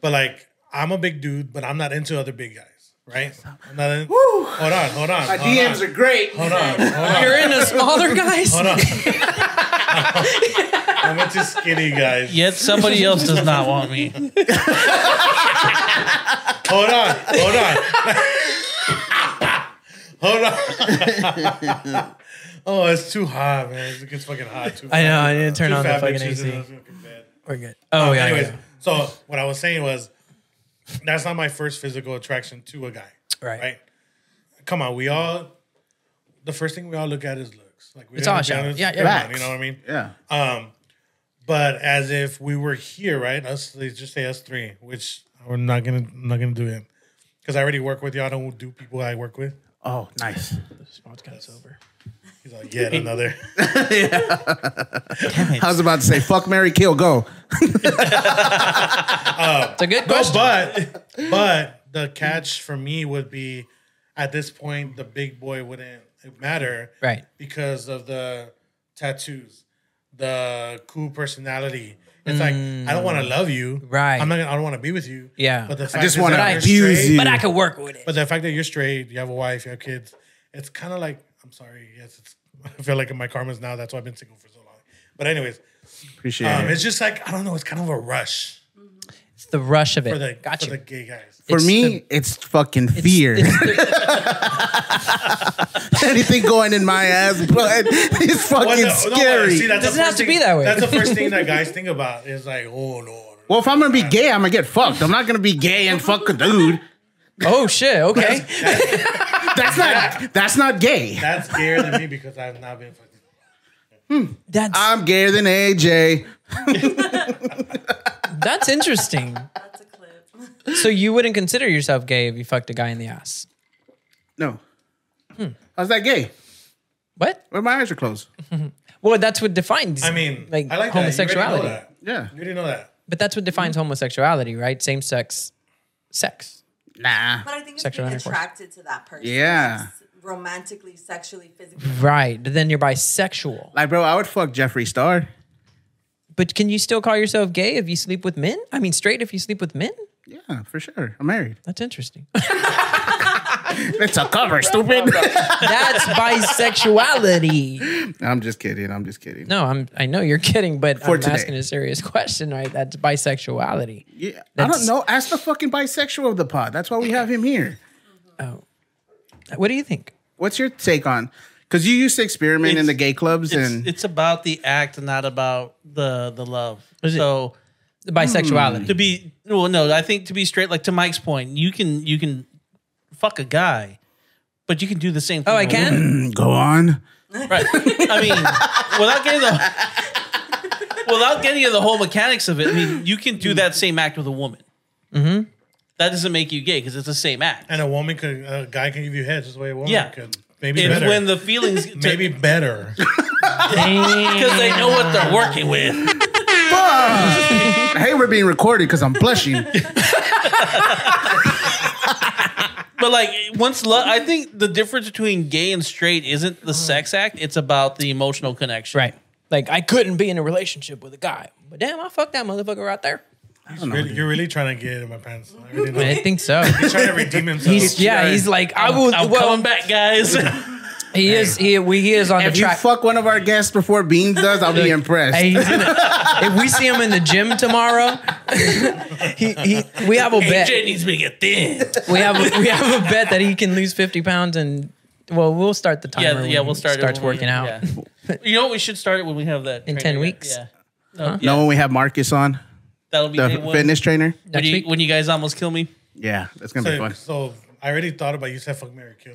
but like I'm a big dude, but I'm not into other big guys, right? I'm not in, Hold on, hold on.
My
hold
DMs
on.
are great.
Hold on, hold on.
You're into smaller guys? [LAUGHS]
hold on. [LAUGHS] I'm into skinny guys.
Yet somebody else does not want me.
Hold on, hold on, hold on. oh, it's too hot, man. It gets fucking hot. Too
I know,
fat.
I need to turn
Too
on the
fat
fucking
bitches
AC.
in the fucking bed.
We're good. Oh
Um,
yeah,
Anyways,
yeah.
so what I was saying was that's not my first physical attraction to a guy.
Right.
Right. Come on, we all. The first thing we all look at is looks. Like we
It's
don't
all
look
shallow.
at it-
Yeah, yeah.
come on,
Facts.
You know what I mean?
Yeah.
Um, but as if we were here, right? Us, they just say us three, which we're not gonna, I'm not gonna do it because I already work with y'all. I don't do people I work with.
Oh, nice.
This podcast's over.
He's like,
[LAUGHS]
yet another.
I was about to say, fuck Mary Kill, go.
It's a good
No,
question.
Uh, but but the catch for me would be at this point the big boy wouldn't matter
Right.
because of the tattoos, the cool personality. It's like I don't want to love you.
Mm. Right.
I'm not. Gonna, I don't want to be with you.
Yeah.
But the fact
just
is
wanna
that you're
abuse
straight-
you.
But I could work with it.
But the fact that you're straight, you have a wife, you have kids, it's kind of like I'm sorry. Yes, it's. [LAUGHS] I feel like in my karma's now. That's why I've been single for so long. But anyways,
Appreciate
um,
it.
it's just like I don't know. It's kind of a rush
It's the rush of it.
for the
gotcha.
for the gay guys.
For
it's
me, it's fucking fear. [LAUGHS] Anything going in my ass, blood, is fucking
Well, no, no,
scary.
see, that's the
Doesn't have
first
to be
thing-
that way.
That's the first thing
[LAUGHS]
that guys think about is like, oh lord.
[LAUGHS] well, if I'm gonna be gay, I'm gonna get fucked. I'm not gonna be gay and fuck a dude.
oh shit. Okay.
That's not. That's not gay.
That's scarier than me because I've not been fucking.
Hmm. That's
I'm gayer than AJ.
[LAUGHS] that's interesting.
That's a clip.
So you wouldn't consider yourself gay if you fucked a guy in the ass. Hmm.
No. How's that gay?
What?
Where my eyes are closed.
[LAUGHS] Well, that's what defines.
I mean,
like,
I like
homosexuality.
That.
Yeah.
You already know that. You already know that.
But that's what defines homosexuality, right? Same sex, sex.
Nah.
But I think it's
Sexual
being
intercourse.
attracted to that person.
Yeah.
s- Romantically, sexually, physically.
Right. Then you're bisexual.
Like, bro, I would fuck Jeffree Star.
But can you still call yourself gay if you sleep with men? I mean, straight if you sleep with men?
Yeah, for sure. I'm married.
That's interesting. [LAUGHS]
It's a cover, stupid. [LAUGHS]
that's bisexuality.
I'm just kidding. I'm just kidding.
No, I'm. I know you're kidding, but
For
I'm
today.
asking a serious [LAUGHS] question, right? That's bisexuality.
Yeah, I
That's-
don't know. Ask the fucking bisexual of the pod. That's why we have him here.
Oh, what do you think?
What's your take on? Because you used to experiment in
It's-
the gay clubs,
It's,
and
it's about the act, not about the the love.
Is it-
So
The bisexuality.
to be well, no, I think to be straight, like to Mike's point, you can you can fuck a guy, but you can do the same. thing
Oh, I
with a woman.
can.
[LAUGHS]
go on.
Right. I mean, without getting the without getting into the whole mechanics of it, I mean, you can do that same act with a woman. Mm-hmm. That doesn't make you gay because it's the same act.
And a woman could, a guy can give you heads. That's the way a woman
Yeah.
could. Maybe
It's
better.
when
[LAUGHS]
the feelings
maybe better.
because they know what they're working with.
hey, we're being recorded because
[LAUGHS]
I'm blushing.
But like once love, I think the difference between gay and straight isn't the sex act; it's about the emotional connection.
Right. Like I couldn't be in a relationship with a guy, but damn, I fucked that motherfucker right there.
Really- you're really trying to get in my pants. I, really know.
I think so.
He's trying to [LAUGHS] redeem himself.
He's yeah. He's like I will.
I'm
well,
coming back, guys.
[LAUGHS] He is. He, we, he is on
If
the
you
track.
fuck one of our guests before Beans does, I'll be impressed.
Hey, he's
[LAUGHS]
in the- if we see him in the gym tomorrow, [LAUGHS] he, he we have a bet.
AJ needs me to get thin.
[LAUGHS] We have a, we have a bet that he can lose fifty pounds and. Well, we'll start the timer.
Yeah,
when
yeah,
he
we'll start. it
Starts
when we-
working out.
yeah. you know what? We should start it when we have that
In
training
10
event.
weeks?
Yeah,
No, when we have Marcus on,
that'll be
the
day one.
fitness trainer.
When you, when you guys almost kill me.
Yeah, that's gonna be
so,
fun.
so I already thought about you said fuck Mary Kill.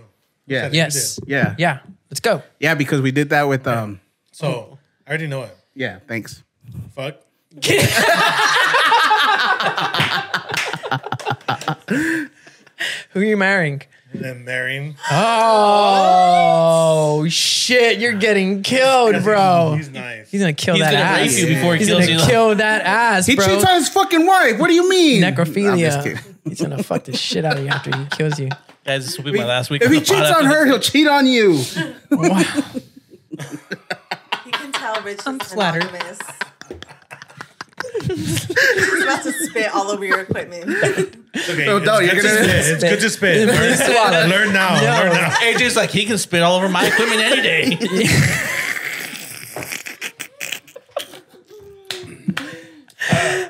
That's
Yeah.
what you Yes. did.
Yeah.
Yeah. Let's go.
Yeah, because we did that with um.
So I already know it.
Yeah. Thanks.
Fuck.
[LAUGHS] Who are you marrying?
And then marrying.
Oh shit! You're getting killed, bro. He's,
nice.
gonna kill
He's
that
gonna
ass.
rape you before he
he's
kills
gonna
you.
kill that ass,
He
bro.
cheats on his fucking wife. What do you mean? I'm just
Necrophilia.
kidding.
He's gonna fuck the shit out of you after he kills you.
Guys, this will be my last week.
If
on
he
the
cheats
pod
on
after
her,
this.
he'll cheat on you. [LAUGHS]
You can tell Rich is I'm
flattered.
monogamous. He's about to spit all over your equipment.
Okay,
No,
it's,
no,
good
you're
to
gonna-
spit. it's good to spit. [LAUGHS] Learn, learn now. Learn now.
AJ's like he can spit all over my equipment any day.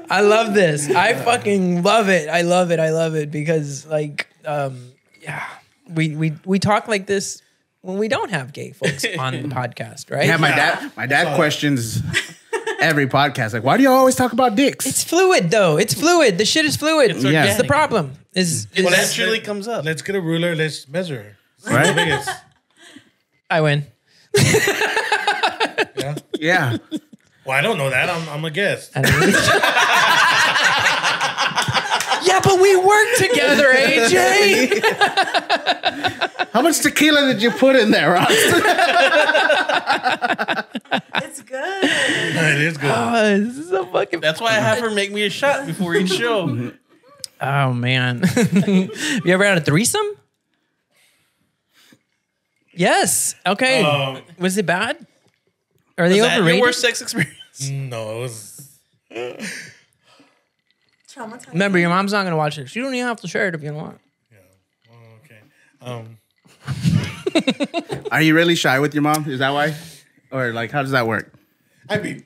I love this. I fucking love it. I love it. I love it because like um yeah. We we we talk like this when we don't have gay
[LAUGHS]
folks on the podcast, right?
Yeah, my dad. My dad questions [LAUGHS] every podcast. Like, why do you always talk about dicks?
it's fluid though. It's fluid. The shit is fluid. It's
Yeah.
the problem. Is, is
Well, that surely comes up.
Let's get a ruler. Let's measure.
Right?
The biggest.
I win.
Yeah.
yeah.
Well, I don't know that. I'm, I'm a guest.
I don't- yeah, but we work together, AJ.
How much tequila did you put in there, Ross?
It's good.
it is good.
oh, this is so fucking
That's why I have her make me a shot before each
[LAUGHS]
show.
Oh man. [LAUGHS] you ever had a threesome? Yes. Okay.
Um,
was it bad? Are they
Is that your
overrated?
worst sex experience?
Mm, no, it was.
Traumatized.
Remember, your mom's not gonna watch this. You don't even have to share it if you don't want.
Okay. Um,
Are you really shy with your mom? Is that why? Or like, how does that work?
I mean,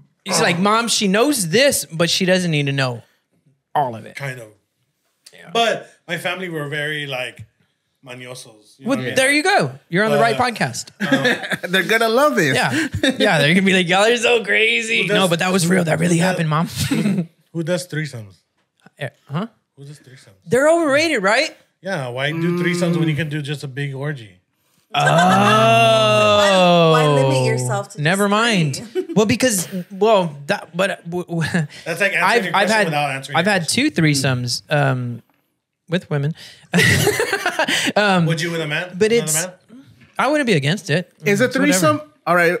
Oh.
It's like, mom, she knows this, but she doesn't need to know all of it.
kind of. But my family were very like maniosos. You
Well,
know what I mean?
there you go. You're on the right
Uh,
podcast.
[LAUGHS]
[LAUGHS]
They're gonna love this.
Yeah. Yeah. They're gonna be like, y'all are so crazy.
does-
no, but that was real. That really happened, mom.
[LAUGHS] Who does threesomes?
Yeah, huh?
Who does threesomes?
They're overrated, right?
Yeah, why do threesomes when you can do just a big orgy?
Oh,
why limit yourself to
never
just
mind.
[LAUGHS]
well, because well, that but uh, w- w-
[LAUGHS] That's like answering
I've
your
I've
question
had
without answering.
I've
your
had two threesomes um, with women. [LAUGHS] Um,
question. Would you with a man?
but
Another
it's-
man?
I wouldn't be against it.
Is a
It's whatever.
threesome? All right.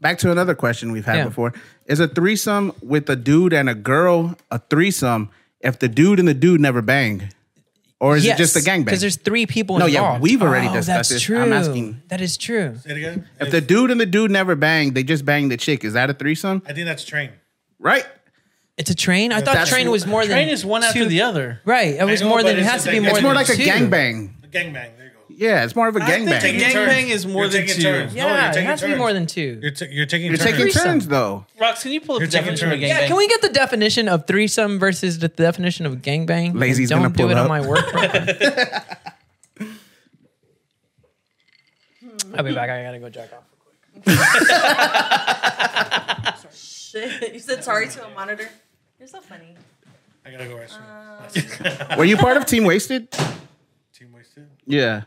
Back to another question we've had
Yeah.
before. Is a threesome with a dude and a girl a threesome if the dude and the dude never bang? Or is
Yes,
it just a gangbang?
Because there's three people
No, yeah,
involved.
we've already
Oh,
discussed
that's
this.
True.
I'm asking-
That is true.
Say it again.
if the dude and the dude never bang, they just bang the chick. Is that a threesome?
I think that's train.
Right?
It's a train. I thought
That's-
train was more than
Train is one after
two-
the other.
Right. It was
know,
more
but
than. It
it's
has
a
to be
gangbang.
more.
It's more
than
like a
two.
gangbang.
A gangbang. There you go.
Yeah, it's more of a
I think
gangbang.
a
Taking
gangbang
turns.
is more
You're
than
taking
two.
turns. No, you're
Yeah, it
taking
has to be
turns.
more than two.
You're, ta- you're taking.
You're
turns.
taking
Threesome.
turns though.
Rox, can you pull up the
You're taking
definition of a
turns.
gangbang?
Yeah,
Can we get the definition of threesome versus the definition of gangbang?
Lazy's
don't
gonna
do
pull
it on
up.
my
[LAUGHS]
work. program.
Hmm.
I'll be back. I gotta go jack off.
Shit. You said sorry to a monitor. You're so funny.
I gotta go
Uh,
[LAUGHS] restroom.
Were you part of Team Wasted?
Team wasted.
Yeah.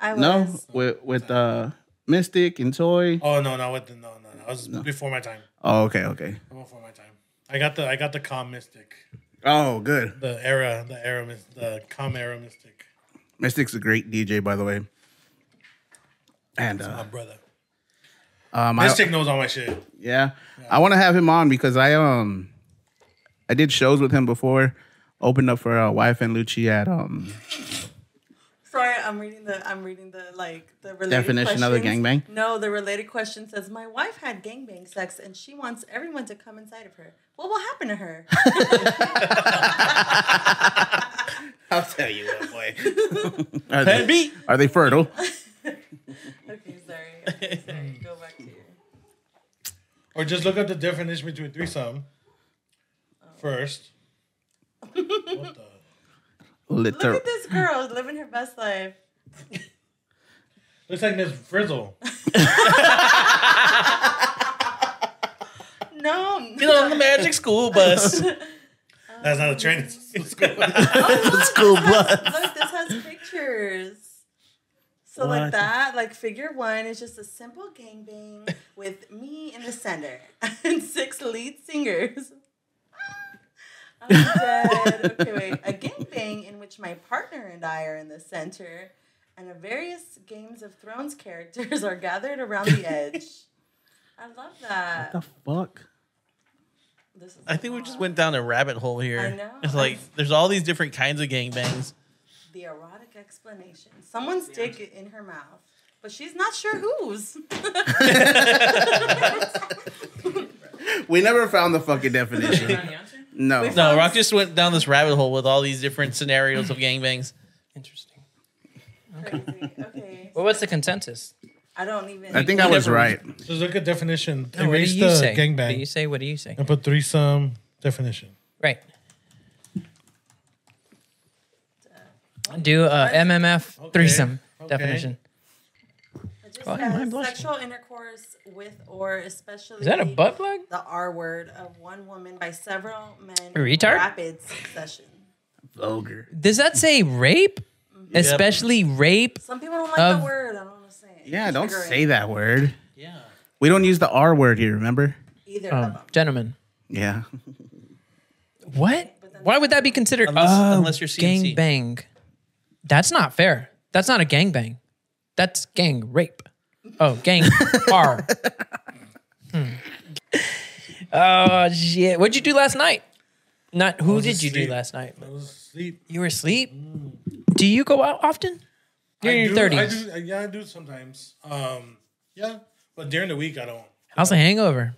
I was.
No? With with uh Mystic and Toy.
Oh no, no, with the, no, no, no. I was before my time.
Oh, okay, okay.
Before my time. I got the I got the calm mystic.
Oh, good.
The era, the era, mys- the com era mystic.
Mystic's a great DJ, by the way. And
That's my
uh,
brother.
um, I-
mystic knows all my shit.
Yeah. I want to have him on because I um I did shows with him before. Opened up for uh, wife and Lucci at um
Sorry, I'm reading the I'm reading the like the related
Definition of a
questions.
gangbang?
No, the related question says my wife had gangbang sex and she wants everyone to come inside of her. What will happen to her?
[LAUGHS]
[LAUGHS]
I'll tell you what, boy. are,
Plan
they,
B.
are they [LAUGHS] fertile?
okay, sorry. Okay, sorry. Go back to your
Or just look up the definition between threesome first.
Liter-
Look at this girl living her best life.
Looks like Miss
[LAUGHS]
Frizzle.
No,
Get on the magic school bus.
[LAUGHS] That's not a train. It's a [LAUGHS] school bus.
[LAUGHS]
school
Look, this has pictures. So
What?
like that, like figure one is just a simple gangbang with me in the center [LAUGHS] and six lead singers. I'm dead. Okay, wait. A gangbang in which my partner and I are in the center, and the various Games of Thrones characters are gathered around the edge. I love that.
the fuck?
This is
I think we just went down a rabbit hole here.
I know.
It's like there's all these different kinds of gangbangs.
the erotic explanation. Someone's dick in her mouth, but she's not sure whose. [LAUGHS]
We never found the fucking definition. no.
No, Rock just went down this rabbit hole with all these different scenarios of gangbangs.
Interesting.
Okay.
Well, what's the consensus?
I don't even.
I think I was right.
Just look at definition.
No, what do
Erase
you
the
say? What do you
gangbang
say? What do you say?
and put threesome definition.
Right. Do uh, a MMF threesome
Okay.
definition.
Just
Oh,
says
am I blushing?
sexual intercourse with or especially.
Is that a butt plug?
The R word of one woman by several men.
Retard?
In rapid succession.
Vulgar.
Does that say rape?
Yep.
Especially rape.
Some people don't like
Of-
the word. I don't want to say it.
Yeah, don't
Triggering.
say that word. Yeah. We don't use the R word here, remember?
Either of
Oh,
them.
gentlemen.
Yeah.
What? Why would that be considered?
Unless-
oh,
unless you're
gang
CMC.
bang. That's not fair. That's not a gang bang. That's gang rape. Oh,
[LAUGHS]
gang R. Hmm. Oh shit! What'd you do last night? Not who did you do last night?
I was asleep. Mm.
You were asleep. Do you go out often? You're
I
in your
do- I
thirties.
do- I- Yeah, I do sometimes. Um, yeah, but during the week I don't.
How's the hangover?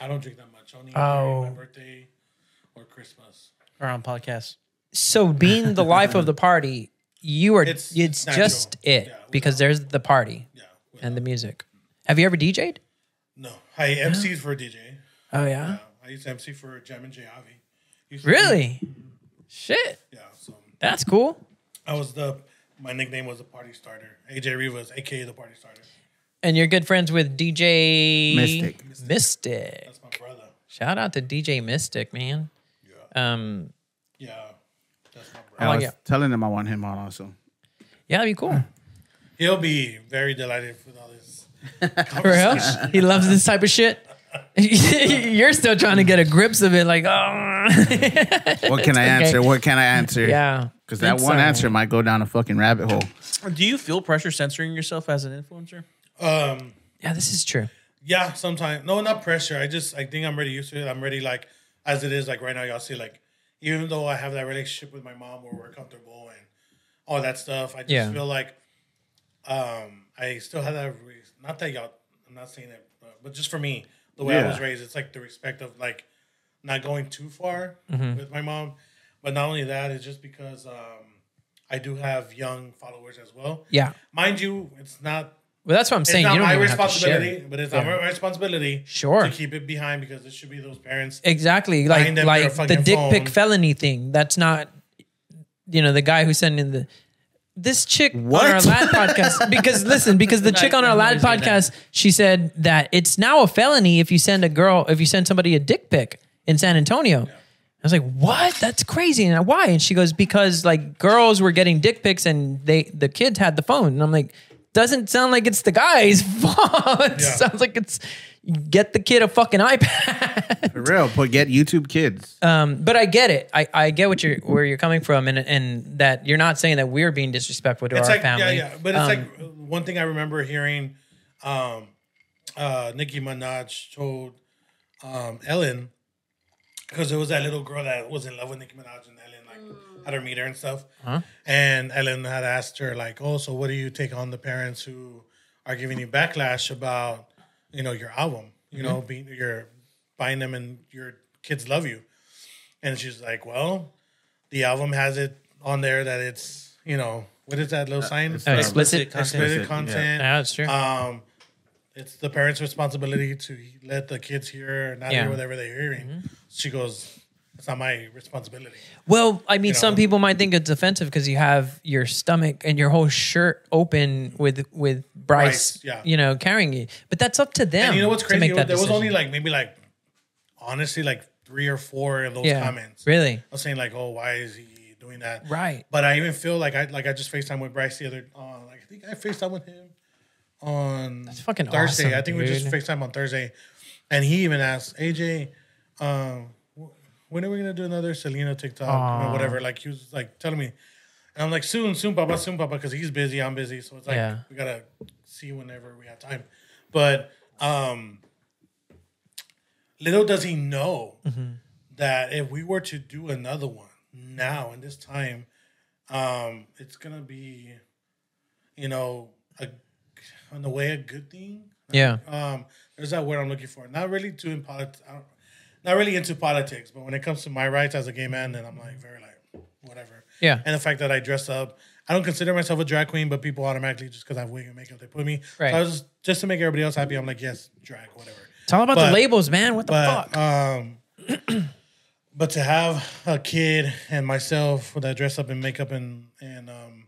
I don't drink that much. Only
Oh.
during my birthday or Christmas.
Or on podcasts.
So being the life of the party, you are. It's,
It's- it's natural.
just it because there's the party and the music. Have you ever DJ'd?
No, I MCs for a DJ.
Oh yeah.
I used to MC for Jam and Javi. Used to-
Really? Shit.
Yeah. So
That's cool.
I was the my nickname was the party starter. AJ Rivas, aka the party starter.
And you're good friends with DJ
Mystic.
Mystic.
That's my brother.
Shout out to DJ Mystic, man. Yeah. Um.
Yeah, that's my brother.
I
Oh,
was
yeah.
telling him I want him on
[LAUGHS]
also.
Yeah, that'd be
[LAUGHS]
cool.
He'll be very delighted with all this.
For real, he loves this type of shit. [LAUGHS] you're still trying to get a grips of it, like oh.
What can I answer? What can I answer?
Yeah.
Because that
It's,
one
uh,
answer might go down a fucking
[LAUGHS]
rabbit hole.
Do you feel pressure censoring yourself as an influencer?
Um,
Yeah, this is true.
yeah, sometimes no, not pressure. I just I think I'm already used to it. I'm already like as it is. Like right now, y'all see like even though I have that relationship with my mom where we're comfortable and all that stuff, I just
Yeah.
feel like um I still have that. Re- not that y'all. I'm not saying that, but- but just for me, the way I
Yeah.
was raised, it's like the respect of like not going too far
Mhm.
with my mom. But not only that, it's just because um I do have young followers as well.
Yeah.
Mind you, it's not
Well, that's what I'm saying.
it's not
you don't
my
even
responsibility,
Have to share. it.
but it's
Yeah.
not my responsibility.
Sure.
to keep it behind because it should be those parents.
Exactly, like
Buying them their
like the
fucking
dick pic
phone.
felony thing. That's not, you know, the guy who sent in the this chick on our
What?
lad podcast. Because listen, because the chick on our lad
Nobody's doing
podcast, she said that it's now a felony if you send a girl, if you send somebody a dick pic in San Antonio. I was like, what? That's crazy. And I, why? And she goes, because like girls were getting dick pics and they the kids had the phone. And I'm like, doesn't sound like it's the guy's [LAUGHS] fault. it sounds like it's get the kid a fucking iPad.
For real, but get YouTube kids.
Um, but I get it. I, I get what you're where you're coming from, and and that you're not saying that we're being disrespectful to
it's
our
like
family.
yeah, yeah. But it's
Um,
like uh, one thing I remember hearing. Um, uh, Nicki Minaj told um, Ellen because it was that little girl that was in love with Nicki Minaj, and Ellen like had her meet her and stuff.
Huh?
And Ellen had asked her like, "Oh, so what do you take on the parents who are giving you backlash about you know your album? You
Mm-hmm.
know,
Mhm.
being you're buying them and your kids love you." And she's like, "Well, the album has it on there that it's you know what is that little sign?
it's, uh, Explicit content. Explicit,
Explicit
yeah.
content.
Yeah, that's true.
Um, it's the parents' responsibility to let the kids hear, or not
Yeah. Mm-hmm.
hear whatever they're hearing. She goes, "It's not my responsibility."
Well, I mean,
You know.
some people might think it's offensive because you have your stomach and your whole shirt open with with Bryce,
Bryce, yeah.
you know, carrying you. But that's up to them.
And you know what's
to
crazy?
make
There
that
was
decision.
only like maybe like honestly like three or four of those
Yeah,
comments.
really?
I was saying like, "Oh, why is he doing that?"
Right.
But I even feel like I like I just Facetime with Bryce the other. Uh, like I think I Facetime with him on
That's fucking
Thursday.
awesome,
I think we just
dude.
Facetime on Thursday, and he even asked AJ, um, wh- "When are we gonna do another Selena TikTok
Aw.
or whatever?" Like he was like telling me, and I'm like, "Soon, soon, Papa, soon, Papa," because he's busy, I'm busy, so it's like
Yeah.
we gotta see whenever we have time. But um, little does he know
Mm-hmm.
that if we were to do another one now in this time, um, it's gonna be, you know, a, in a way a good thing.
Yeah.
Um, there's that word I'm looking for. Not really too in politics. Not really into politics, but when it comes to my rights as a gay man, then I'm like very like whatever.
Yeah.
And the fact that I dress up, I don't consider myself a drag queen, but people automatically just because I have wig and makeup, they put me.
Right.
So I was just, just to make everybody else happy. I'm like, yes, drag, whatever.
It's all about the
But-
labels, man. What the
but,
fuck?
Um, [CLEARS THROAT] but to have a kid and myself that dress up in makeup and and um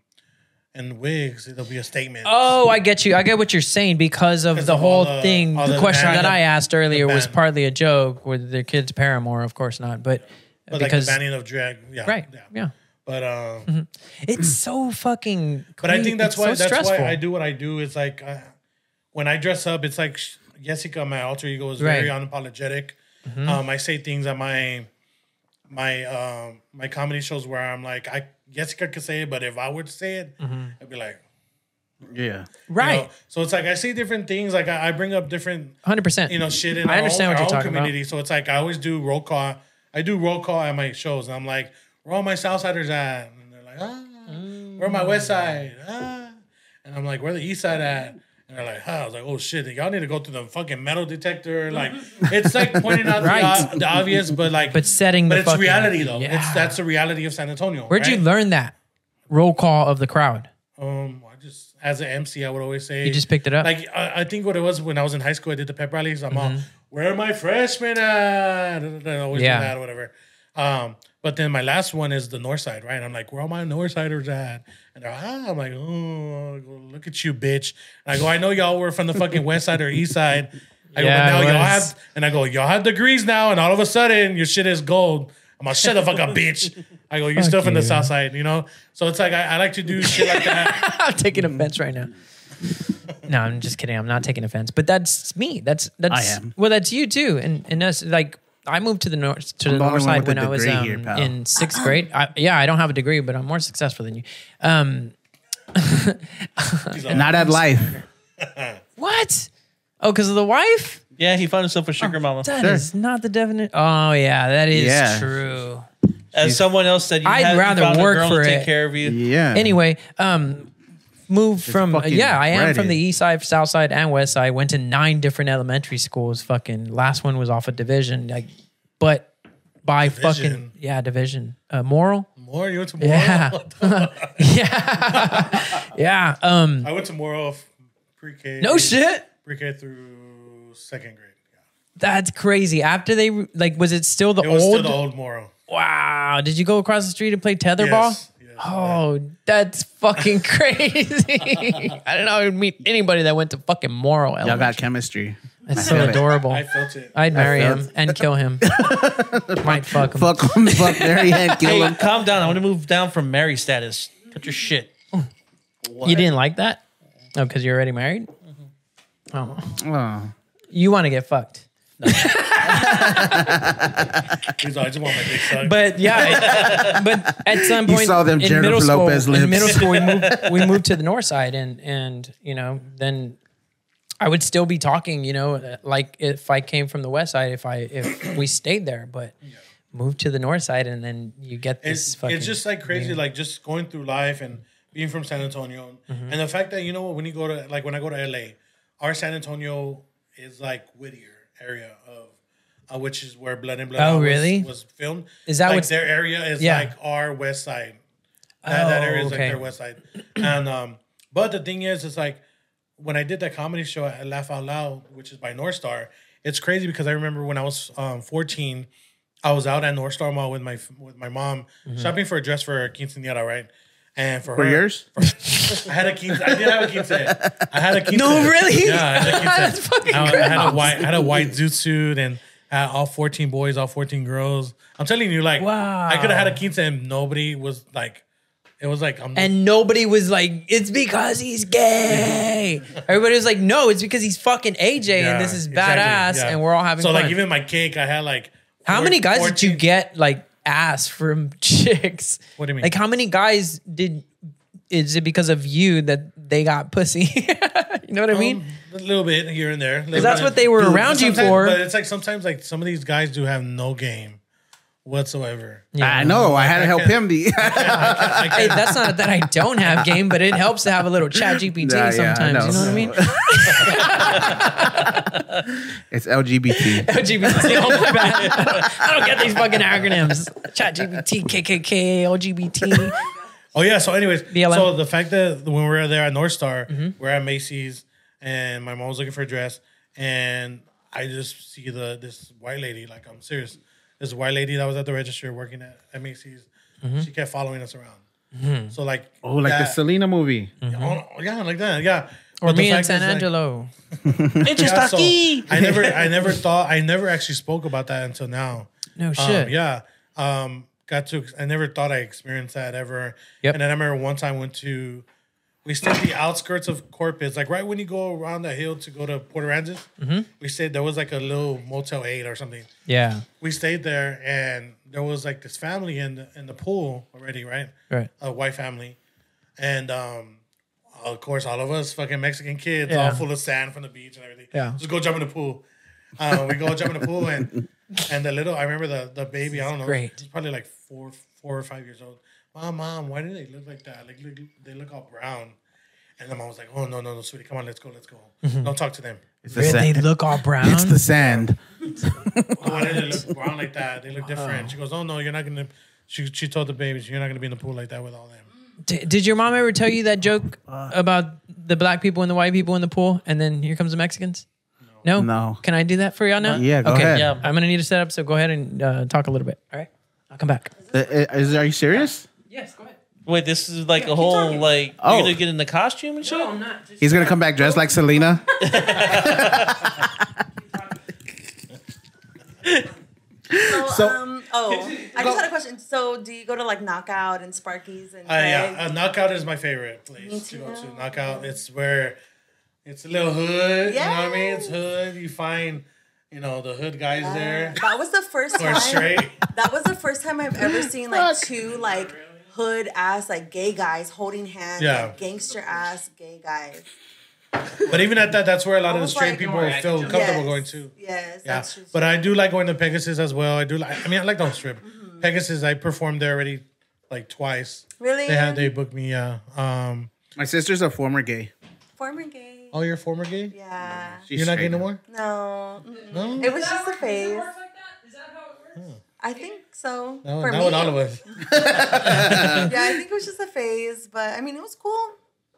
and wigs, it'll be a statement.
Oh, I get you. I get what you're saying because of the
of
whole
all the-
thing.
all
The,
the
question
ban-
that I asked earlier was
ban.
partly a joke with the kid's paramour, of course not, but,
but
because
like the banning of drag, yeah,
right, yeah. Mm-hmm.
But um,
It's so fucking.
but I
cra-
think that's
it's
why
so
that's
stressful.
why I do what I do. It's like uh, when I dress up, it's like sh- Jessica, my alter ego, is very
Right.
unapologetic.
Mhm.
Um, I say things at my my um my comedy shows where I'm like, I Jessica could say it, but if I were to say it,
Mm-hmm.
Mhm.
I'd be like.
Yeah.
you know? so it's like I see different things. Like I, I bring up different,
100%.
you know, shit in
I
our
understand
own,
what
our
you're
own
talking about.
community. So it's like I always do roll call. I do roll call at my shows, and I'm like, where all my Southsiders at? And they're like, ah, where my West Side? Ah, and I'm like, where the East Side at? And they're like, huh. I was like, oh shit, y'all need to go to the fucking metal detector. Like,
[LAUGHS]
it's like pointing out
Right.
the, the obvious, but like,
But setting
but
the
it's
fucking-
reality though.
Yeah.
It's that's the reality of San Antonio.
Where'd you
right?
learn that roll call of the crowd? [LAUGHS]
Um, I just as an MC, I would always say
You just picked it up?
Like I, I think what it was when I was in high school, I did the pep rallies. I'm all,
Mhm.
where are my freshmen at? Da, da, da, Always
Yeah.
do that or whatever. Um, but then my last one is the north side, right? I'm like, where are my north siders at? And they're ah, I'm like, oh, look at you, bitch. And I go, I know y'all were from the fucking west side or east side. I
Yeah,
go, but
it
now y'all
was.
have, and I go, y'all have degrees now, and all of a sudden your shit is gold. I'm like, shut the fuck
[LAUGHS]
up, bitch. I go, you're
Fuck
still from the
you.
south side, you know? So it's like I, I like to do shit like that.
[LAUGHS] I'm taking
Mm-hmm.
offense right now. No, I'm just kidding. I'm not taking offense, but that's me. That's that's
I am.
well, that's you too, and and us. Like I moved to the north to
I'm
the
the only
north
one
side
with a
when I was
degree
um,
here, pal.
in sixth grade. I, yeah, I don't have a degree, but I'm more successful than you. Um,
And [LAUGHS] not at life.
[LAUGHS] what? Oh, because of the wife?
Yeah, he found himself a sugar mama.
Oh, That is not the definite. Oh yeah, that is
Yeah.
true.
As someone else said, you
I'd
had, you
rather
found a
work
girl
for
to
it.
Take care of you.
Yeah.
Anyway, um, moved from
fucking
yeah, I am from
Reddit.
the east side, south side, and west side. Went to nine different elementary schools. Fucking last one was off a division. Like, but by fucking
Division?
yeah, division. Uh, moral.
More? You went to Moro? [LAUGHS]
Yeah. yeah. yeah. [LAUGHS] Um.
I went to Moro of pre-K.
No shit.
Pre-K through second grade.
That's crazy. After they like, was it still the
It was
old?
still the old Moro.
Wow. Did you go across the street and play tetherball?
Yes,
oh, that's fucking
[LAUGHS]
crazy. I don't know how I would meet anybody that went to fucking Morrow
Y'all
Elementary.
got chemistry.
That's
I
so
feel it.
adorable.
[LAUGHS]
I felt it.
I'd
I
marry
felt
him and kill [LAUGHS] him. Might fuck him.
Fuck him. Fuck Mary
[LAUGHS]
Head. Kill
Hey,
him.
calm down. I'm gonna move down from Mary status. Cut your shit.
You didn't like that? Oh, because you're already married?
Mm-hmm.
Oh. You want to get fucked.
[LAUGHS]
He's like, I just want my dick sucked.
But yeah, but at some
He
point
saw them
in
Jennifer
middle school,
Lopez lips.
in middle school, we
[LAUGHS]
moved, we moved to the north side, and and you know, then I would still be talking, you know, like if I came from the west side, if I if we stayed there, but moved to the north side, and then you get this
it's,
fucking.
it's just like crazy, like just going through life and being from San Antonio,
Mhm.
and the fact that you know what when you go to like when I go to LA, our San Antonio is like Whittier area of. Uh, which is where Blood and Blood
Oh,
Out was-
really?
was, filmed.
Is that
like
what's-
their area is
Yeah.
like our West Side. That, that
Oh,
area is like
okay.
their West Side, and um, but the thing is, it's like when I did that comedy show at Laugh Out Loud, which is by North Star, it's crazy because I remember when I was um, 14, I was out at North Star Mall with my with my mom
Mm-hmm.
Mhm.
shopping for a dress for a quinceanera, right? And for,
For
her,
yours?
I had a quince. I did have a quince. I had a quince.
No, really?
Yeah, I had a
[LAUGHS]
quince.
That's fucking
I, I had a
gross.
white, I had a white zoot suit and had all fourteen boys, all fourteen girls. I'm telling you, like,
Wow.
I could have had a quince and nobody was like, it was like, um, I'm
and nobody was like, "It's because he's gay." Everybody was like, "No, it's because he's fucking AJ, and this is badass,
exactly, yeah.
and we're all having
So
fun."
like, even my cake, I had like,
How
four-
many guys did
14
you get like ass from [LAUGHS] chicks?
What do you mean?
Like how many guys did is it because of you that they got pussy? [LAUGHS] you know what I mean?
um, A little bit here and there.
'Cause that's what they were around you
Sometimes-
for.
But it's like sometimes like some of these guys do have no game whatsoever.
I know. I had to help him. The
[LAUGHS] Hey, that's not that I don't have game, but it helps to have a little chat GPT
Yeah, yeah, I
sometimes.
know.
You know what I mean?
it's LGBT.
LGBT. Oh my bad. I don't get these fucking acronyms. Chat GPT, KKK, LGBT.
Oh yeah. So, anyways,
BLM.
so the fact that when we were there at North Star, we're at Macy's, and my mom was looking for a dress, and I just see the this white lady. Like I'm serious, this white lady that was at the register working at, at Macy's.
Mhm.
She kept following us around.
Hmm.
Mhm.
So like,
Oh, like the
that-
Selena movie.
Mm-hmm.
Oh, yeah, like that. Yeah.
Or
But the
me and
fact
San
is, like,
Angelo.
[LAUGHS] It's just
Yeah,
a
so
key.
I never, I never thought, I never actually spoke about that until now.
No
Um,
shit.
yeah. Um, got to. I never thought I experienced that ever.
Yep.
And then I remember one time went to, we stayed at the outskirts of Corpus, like right when you go around the hill to go to Port Aransas.
Mhm.
We stayed. There was like a little Motel Eight or something.
Yeah.
We stayed there, and there was like this family in the, in the pool already, right?
Right.
A white family, and um, of course, all of us fucking Mexican kids,
Yeah.
all full of sand from the beach and everything.
Yeah.
just go jump in the pool. Uh, we go jump in the pool, and [LAUGHS] and the little, I remember the the baby. I don't know,
great.
he's probably like four, four or five years old. Mom, mom, why do they look like that? Like look, they look all brown. And the mom was like, "Oh no, no, no, sweetie, come on, let's go, let's go.
Mhm.
Don't talk to them.
It's the
Really, they
sand.
look all brown.
It's the sand.
Oh, why do they look brown like that? They look different." She goes, "Oh no, you're not gonna." She she told the babies, "You're not gonna be in the pool like that with all them."
D- did your mom ever tell you that joke
Uh,
about the black people and the white people in the pool, and then here comes the Mexicans? No.
No.
Can I do that for y'all now?
Yeah, go
okay.
ahead.
Yeah.
I'm gonna need a setup, so go ahead and uh, talk a little bit. All right. I'll come back.
The- is- are you serious?
Yes. Go ahead.
Wait, this is like a whole like
Oh.
you're gonna get in the costume and shit.
not.
He's gonna come back dressed like Selena.
So,
[LAUGHS] So-
um, oh, I
[LAUGHS]
just had a question. So, do you go to like Knockout and Sparky's and
Uh, yeah,
Craig's?
uh, Knockout is my favorite place
Me
to go
too.
to. Knockout, it's where it's a little hood. You know what I mean? It's
Yes.
hood. You find, you know, the hood guys there.
Um, That was the first
Or
time.
straight.
That was the first time I've ever seen like two like hood ass like gay guys holding hands.
Yeah.
like, gangster ass gay guys.
But even at that, that's where a lot of the
Almost
straight
like-
people
Alright,
feel
jump.
comfortable
Yes.
going to.
Yes,
Yeah,
that's true.
but I do like going to Pegasus as well. I do like. I mean, I like the whole strip.
Mm-hmm.
Pegasus, I performed there already like twice.
Really?
They had they booked me. Yeah. Um.
My sister's a former gay.
Former gay.
Oh, you're a former gay.
Yeah.
You're not gay no more.
No.
No? Hmm.
It was just a phase. I think so.
No,
For
not
me.
with all of us. [LAUGHS]
yeah, I think it was just a phase, but I mean, it was cool.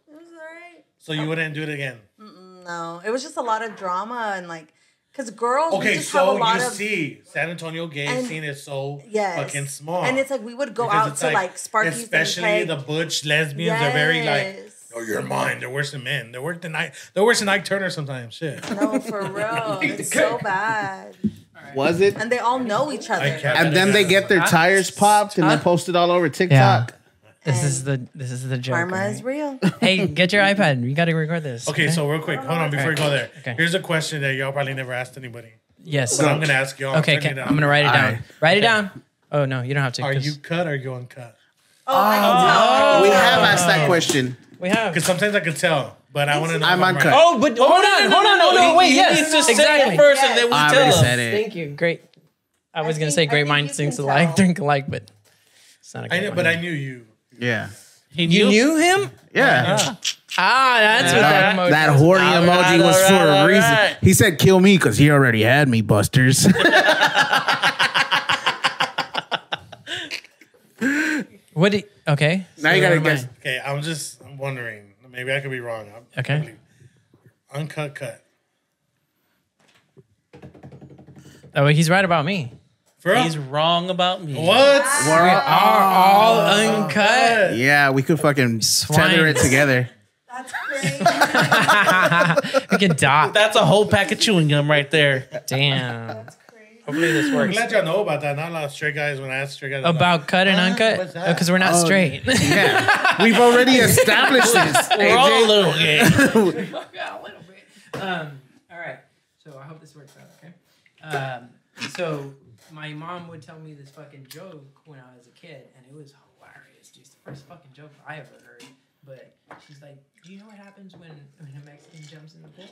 It was all right.
So you wouldn't do it again.
Mm, No, it was just a lot of drama and like, cause girls we
Okay,
just have a
so
lot
you
of
see, San Antonio gay
And-
scene is so
yes,
fucking small.
and it's like we would go
Because
out
it's
to like, Sparky's, and
especially
Craig's.
the butch lesbians are very like,
Yes.
no, you're mine. They're worse than men. They're worse than I. They're worse than Ike Turner sometimes. Shit.
no,
[LAUGHS]
for real, it's so bad,
Was it?
and they all know each other.
I can't-
And then they get their tires popped and then posted all over TikTok.
This is the this is the joke.
Karma
right?
is real.
[LAUGHS] hey, get your iPad. You got to record this.
Okay, so real quick, hold on before you go there.
Okay.
Here's a question that y'all probably never asked anybody.
Yes.
But I'm gonna ask y'all.
Okay,
Turn
can-
it up.
I'm gonna write it down.
Alright.
Write it down. Oh no, you don't have to.
Are
'cause-
you cut? Or are you uncut?
Oh, I can tell.
We have asked that question.
We have.
Oh. Because sometimes I can tell, but I want to know.
I'm
if
uncut.
right.
Oh, but hold on, hold on, hold on. Wait, yes, just say it first, and then we
I
tell
already
them.
said it.
Thank you. Great. I was gonna
think-
say
I
great
think
minds
you
think
can
alike,
tell.
drink alike, but it's not a
I
great
know,
one.
but I knew you.
Yeah.
He
you knew him.
Yeah.
Ah, that's what that emoji.
That
was.
horny
All
emoji
right,
was
all
for
right, all
a reason.
right.
He said, "Kill me," because he already had
[LAUGHS]
me, Busters.
What? Did, okay.
now you gotta
Never
guess.
mind.
Okay, I'm just I'm wondering. Maybe I could be wrong. I'm,
Okay.
I believe- Uncut, cut.
Oh, he's right about me.
For real?
He's wrong about me.
What?
We're all-
Are all uncut.
yeah, we could fucking tether it
Swines.
together.
That's crazy.
[LAUGHS] We could dot.
That's a whole pack of chewing gum right there.
Damn.
Hopefully this
I'm
works.
glad y'all know about that. Not a lot of straight guys when I ask straight guys I'm like,
About cut and
Ah,
uncut
what's that?
because Oh, we're not straight.
Oh, Yeah,
[LAUGHS]
we've already established this.
We're all a
AJ.
little gay.
[LAUGHS]
Yeah, a little bit. Um, all right. So I hope this works out. Okay. Um, so my mom would tell me this fucking joke when I was a kid, and it was hilarious. Just the first fucking joke I ever heard. But she's like, "Do you know what happens when when a Mexican jumps in the pool?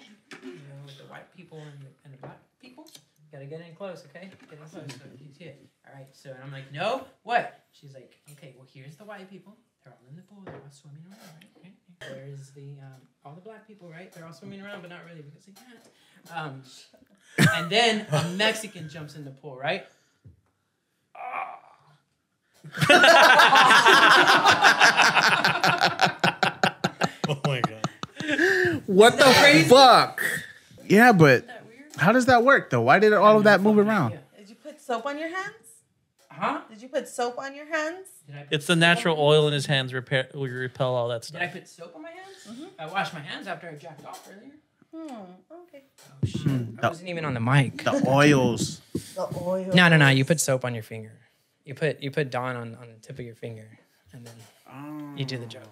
You know, with the white people and the, and the black people." Gotta get in close, okay? Get in close so you can see it. All right, so, and I'm like, no, what? She's like, okay, well, here's the white people. They're all in the pool. They're all swimming around, right? Okay. There's the, um, all the black people, right? They're all swimming around, but not really because they can't. [LAUGHS] Um, and then a Mexican jumps in the pool,
[LAUGHS]
right?
Oh my god.
What the fuck? Yeah, but how does that work though? Why did all of that move around?
Did you put soap on your hands?
Huh?
Did you put soap on your hands?
Did I put,
It's the natural oil in his hands repair will repel all that
did I
stuff.
put soap on my hands? I washed my hands after I jacked off earlier.
Mm-hmm. Hmm. Okay.
Oh, shit. I wasn't even on the mic.
Hmm, The oils.
The oil.
[LAUGHS] No, no, no. You put soap on your finger. You put you put Dawn on, on the tip of your finger, and then you do the joke.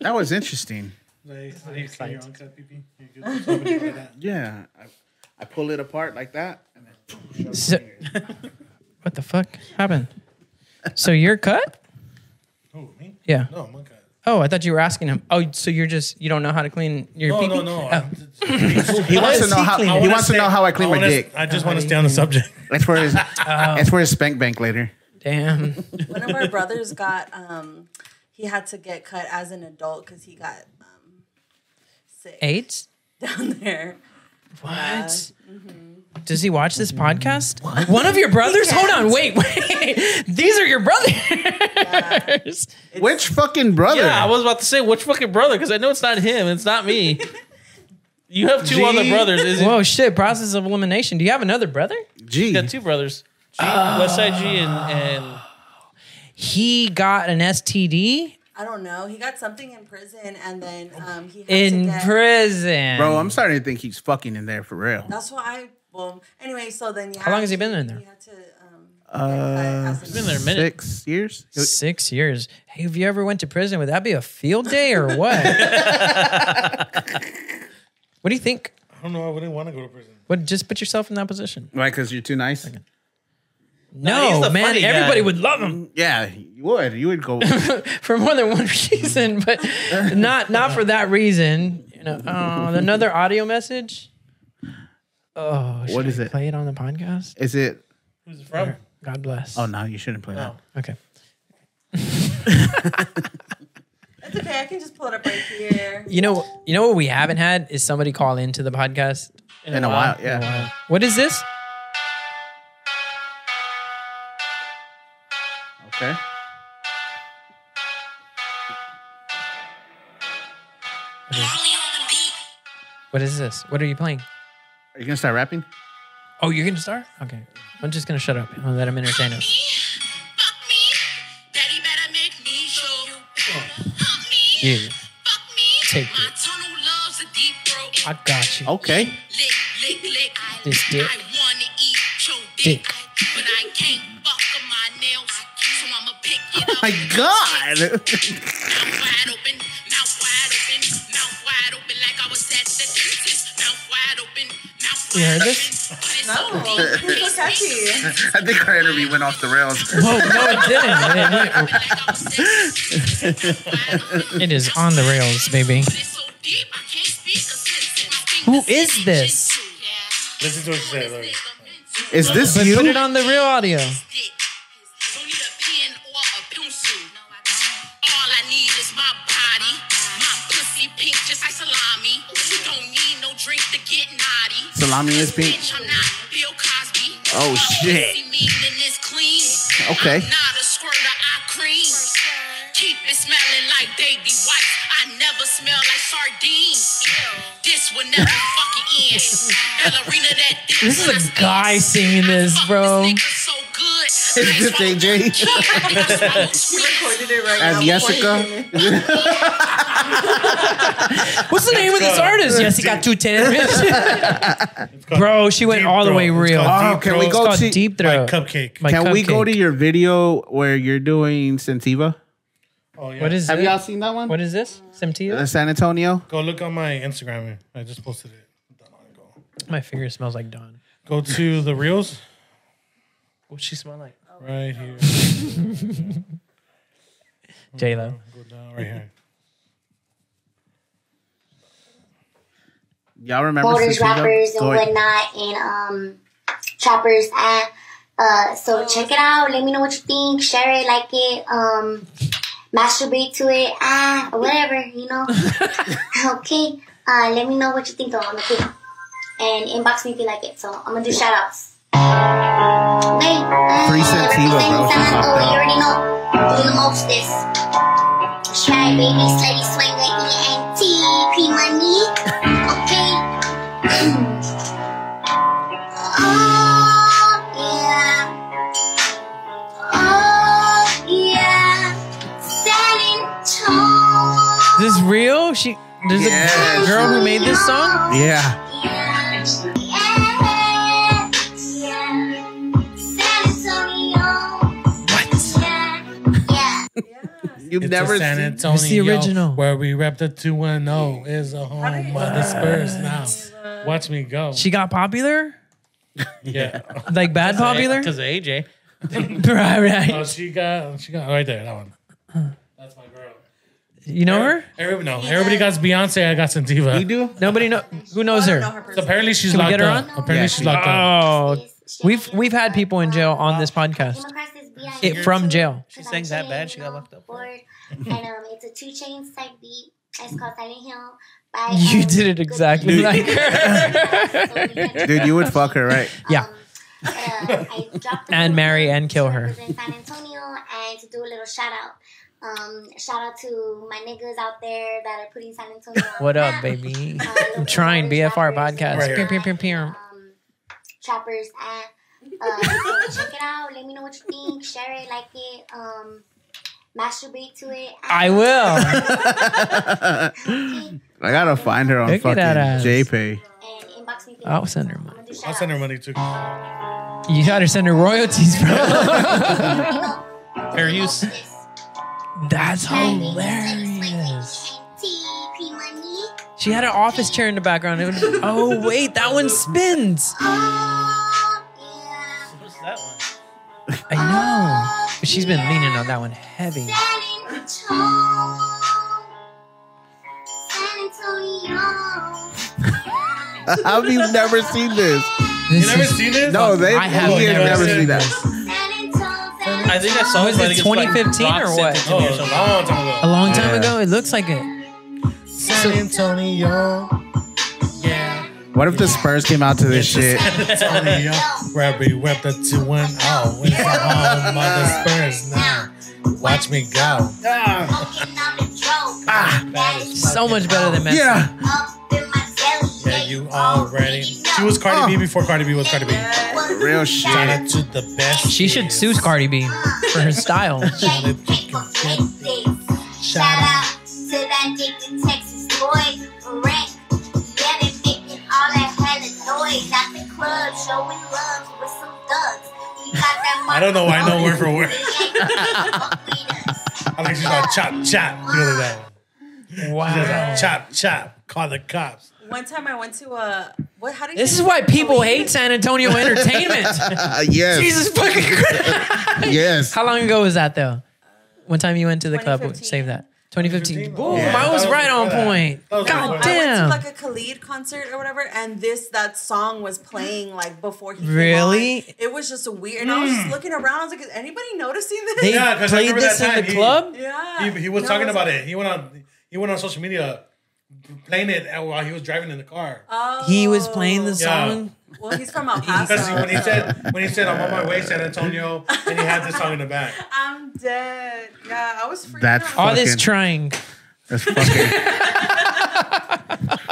That was interesting.
Like, how do you clean your
Sight.
uncut pee pee? You give them somebody like that.
[LAUGHS] Yeah, I, I pull it apart like that. And then
So, [LAUGHS] what the fuck happened? So you're cut?
Who, Oh, me?
Yeah.
No, I'm uncut.
Oh, I thought you were asking him. Oh, so you're just you don't know how to clean your
No,
pee?
no, no.
Oh.
I'm just- I
[LAUGHS] he wants to know how.
cleaner?
He
wanna
wants to
stay-
know how I clean my
wanna-
dick.
I just want to stay on the subject.
[LAUGHS] That's for his. That's for his spank bank later.
Oh.
[LAUGHS]
Damn.
One of our brothers got um, he had to get cut as an adult because he got [LAUGHS] um, sick
AIDS?
down there.
What?
Mm-hmm.
Does he watch this podcast? One of your brothers? Hold on, wait, wait. [LAUGHS] These are your brothers.
Which fucking brother?
Yeah, I was about to say which fucking brother because I know it's not him. It's not me. [LAUGHS] You have two
Gee.
other brothers. Is it? You [SIGHS]
Whoa, shit. Process of elimination. Do you have another brother? Ah.
Gee,
got two brothers. G, Westside G and,
[SIGHS]
and
He got an STD
I don't know. He got something in prison, and then um, he had to
in
get,
prison.
bro, I'm starting to think he's fucking in there for real.
That's why. I, well, anyway, so then yeah.
How long has he been in there?
He had to. Um,
Uh,
get cut as an
been there a minute.
Six years.
Six years. Hey, if you ever went to prison, would that be a field day or
[LAUGHS]
what? what do you think?
I don't know. I wouldn't want to go to prison.
What? Just put yourself in that position.
Why? Because you're too nice.
he's
No,
the
man.
funny guy.
Everybody would love him
Mm, Yeah, you would. You would go.
for more than one [LAUGHS] reason, but not not for that reason. You know, uh, another audio message. [LAUGHS] Oh, should
What is
I
it?
Play it on the podcast.
Is it? [LAUGHS]
who's it from?
God bless.
Oh no, you shouldn't play that.
Okay.
It's okay. I can just pull it up right here.
You know, you know what we haven't had is somebody call into the podcast.
In, a while. Yeah.
What is this?
Okay.
What is this? What are you playing?
Are you gonna start rapping?
Oh, you're gonna start? Okay. I'm just gonna shut up and let him entertain us.
Daddy better make me show you better. Help me,
You
fuck me.
take
My
it.
tunnel loves a deep throat.
I got you.
Okay.
Lick, lick, lick. I,
This dick.
I wanna eat your
Dick.
dick, but I can't fuck up my nails, so I'ma pick it up
my god.
You heard
[LAUGHS]
this?
No, who's so catchy?
I think our interview went off the rails.
Whoa, [LAUGHS] no, it [LAUGHS] didn't. It, went- it is on the rails, baby. Who is this?
Listen to what she said. Look.
Is this
But
you?
Put it on the real audio.
All I need is my body, my pussy pink just like salami. You don't need no drink to get naughty.
Salami is pink.
Bitch, I'm not Bill Cosby.
Oh, shit.
Pussy meaning it's clean.
Okay.
I'm not a squirter, I cream. Keep it smelling like baby wipes. I never smell like sardines. This will never fucking
[LAUGHS]
end. Ballerina that dick
This is
when I
a guy singing this, bro.
so good.
Is this AJ?
She recorded it right
As
now. before she
Jessica?
came in.
[LAUGHS] What's the name of
[LAUGHS]
this artist? Yes, he got two tens. Bro, she went
Deep
all the
Throat.
way
It's
real.
called Deep
Oh, can
Throat.
we
It's
go
called
It's called
see-
Deep
My
Throat.
cupcake.
My
Can we go to
cupcake.
your video where you're doing Sentiva?
Oh yeah.
What is
Have
it?
y'all seen that one?
What is this?
Uh,
Semtia?
San Antonio?
Go look on my Instagram. I just posted it.
My finger smells like Dawn.
[LAUGHS] Go to the reels
What's she smell [LAUGHS] like?
right here.
J Lo.
Go down right here.
Y'all remember
boulders, rappers, and
Sentiva? Go ahead.
whatnot, and um, choppers. Uh, uh, so check it out. Let me know what you think. Share it, like it, um, masturbate to it, ah, whatever, you
[LAUGHS]
know. okay. Uh, let me know what you think though on the thing, and inbox me if you like it. So I'm gonna do shout outs. Okay. Uh,
Free Sentiva,
representing
bro. She
San
fucked
Antonio, you
up.
already know. Do the most this. Try baby, slutty, swanger, ENT, E P money. Okay. [CLEARS THROAT] Oh, yeah. Oh, yeah. San Antonio.
Is this real? She there's
Yes.
a girl who made this song?
Yeah.
Yeah.
Yeah. Yeah. San Antonio. Yeah. Yeah.
You've
It's
never
a San
seen
Antonio.
It's the original.
Where we rep the 2 1 0 is a home of the Spurs now. Watch me go.
She got popular?
yeah.
[LAUGHS] Like bad popular?
Because AJ.
[LAUGHS] [LAUGHS] right,
oh,
right.
she got, she got right there. That one. That's my girl.
You know her?
Everybody, no, everybody got Beyonce. I got Santiva.
You do?
Nobody know who knows
I
her.
don't know her person.
Apparently, she's
Can we
locked
get her
up.
on?
Apparently,
Yeah,
she's
she-
locked up.
Oh, we've we've had people in jail on this podcast. It- from jail.
She sang that bad, she got locked up.
Board. and um, it's a two chains type beat. It's called Silent Hill. By,
You
um,
did it
Good
exactly
Beat.
like her.
So we had-
Dude, you would fuck her, right?
Yeah.
Um, uh,
[LAUGHS]
I dropped the
And
book
marry and
to
kill her.
represent San Antonio and to do a little shout out. Um, shout out to my niggas out there that are putting San
[LAUGHS]
Antonio. on
What up,
the map.
baby?
Uh,
I'm
local
trying
rappers,
BFR
rappers,
podcast.
Right here.
Pew, pew, pew, pew.
um, trappers at. Uh, so check it out. Let me know what you think. Share it, like it, um, masturbate to it.
I will.
[LAUGHS] I
Okay.
gotta find her on
Look at
fucking
that ass.
JPay.
And inbox me. if you
I'll
like.
send her
I'm
[LAUGHS]
money.
gonna do
I'll
shout-outs.
send her money
[LAUGHS]
too.
You gotta send her royalties, bro.
[LAUGHS]
Let me know.
Fair use.
That's hilarious.
Hilarious. TP money.
She had an office chair in the background. It would- oh wait, that one spins.
Oh, yeah.
What's that one?
I know. But She's been leaning on that one heavy.
San Antonio. San Antonio.
I've never seen this.
This
You never
is-
seen this?
No, they.
I have
he has
never
never
seen
seen that.
San Antonio. San
I think I saw
Was
but
it
think it's like
2015 or
Rock
what?
sent it
Oh,
to me
a
or something.
long time ago.
a long time
Yeah.
ago. It looks like it.
San Antonio. Yeah.
What if the Spurs came out to this
[LAUGHS]
shit?
Antonio. Where we wept the 2 1 0. It's a Oh, home of the Spurs now. Watch me go.
Ah,
So much better than Messi.
Yeah.
Yeah, you already. She was Cardi B before Cardi B was Cardi B. Shout
Real shit.
out to the best.
She should sue Cardi B for her
[LAUGHS]
style.
Shout out to that dick in Texas boy, Rick. Yeah, they making all that hella noise at the club, showing love with some thugs. We got that
I don't know why I know word [LAUGHS] for word.
Fuck with us.
she's all chop chop doing that.
Wow.
She's all chop chop. Call the cops.
One time I went to a what? How do you?
This
say
is
it?
why people hate San Antonio
[LAUGHS]
entertainment.
Uh, yes.
Jesus fucking Christ.
Yes.
How long ago was that though? One time you went to the club. Save that. 2015. Boom.
Yeah.
I was right on point.
I
God
went to
damn.
like a Khalid concert or whatever, and this that song was playing like before he came
Really? Hmm.
on. It was just weird, and I was just looking around. I was like, "Is anybody noticing this?"
They
Yeah, 'cause I played remember that this in time the he- club?
Yeah,
He, he was
No,
talking
it
about it. He went on he went on social media playing it while he was driving in the car.
Oh,
He was playing the
Yeah.
song.
well, he's
[LAUGHS]
from El
Because
Paso.
when he said when he said I'm on my way San Antonio and he had this song in the back.
I'm dead. Yeah, I was freaking
That's
out.
All this
Fucking-
trying.
That's fucking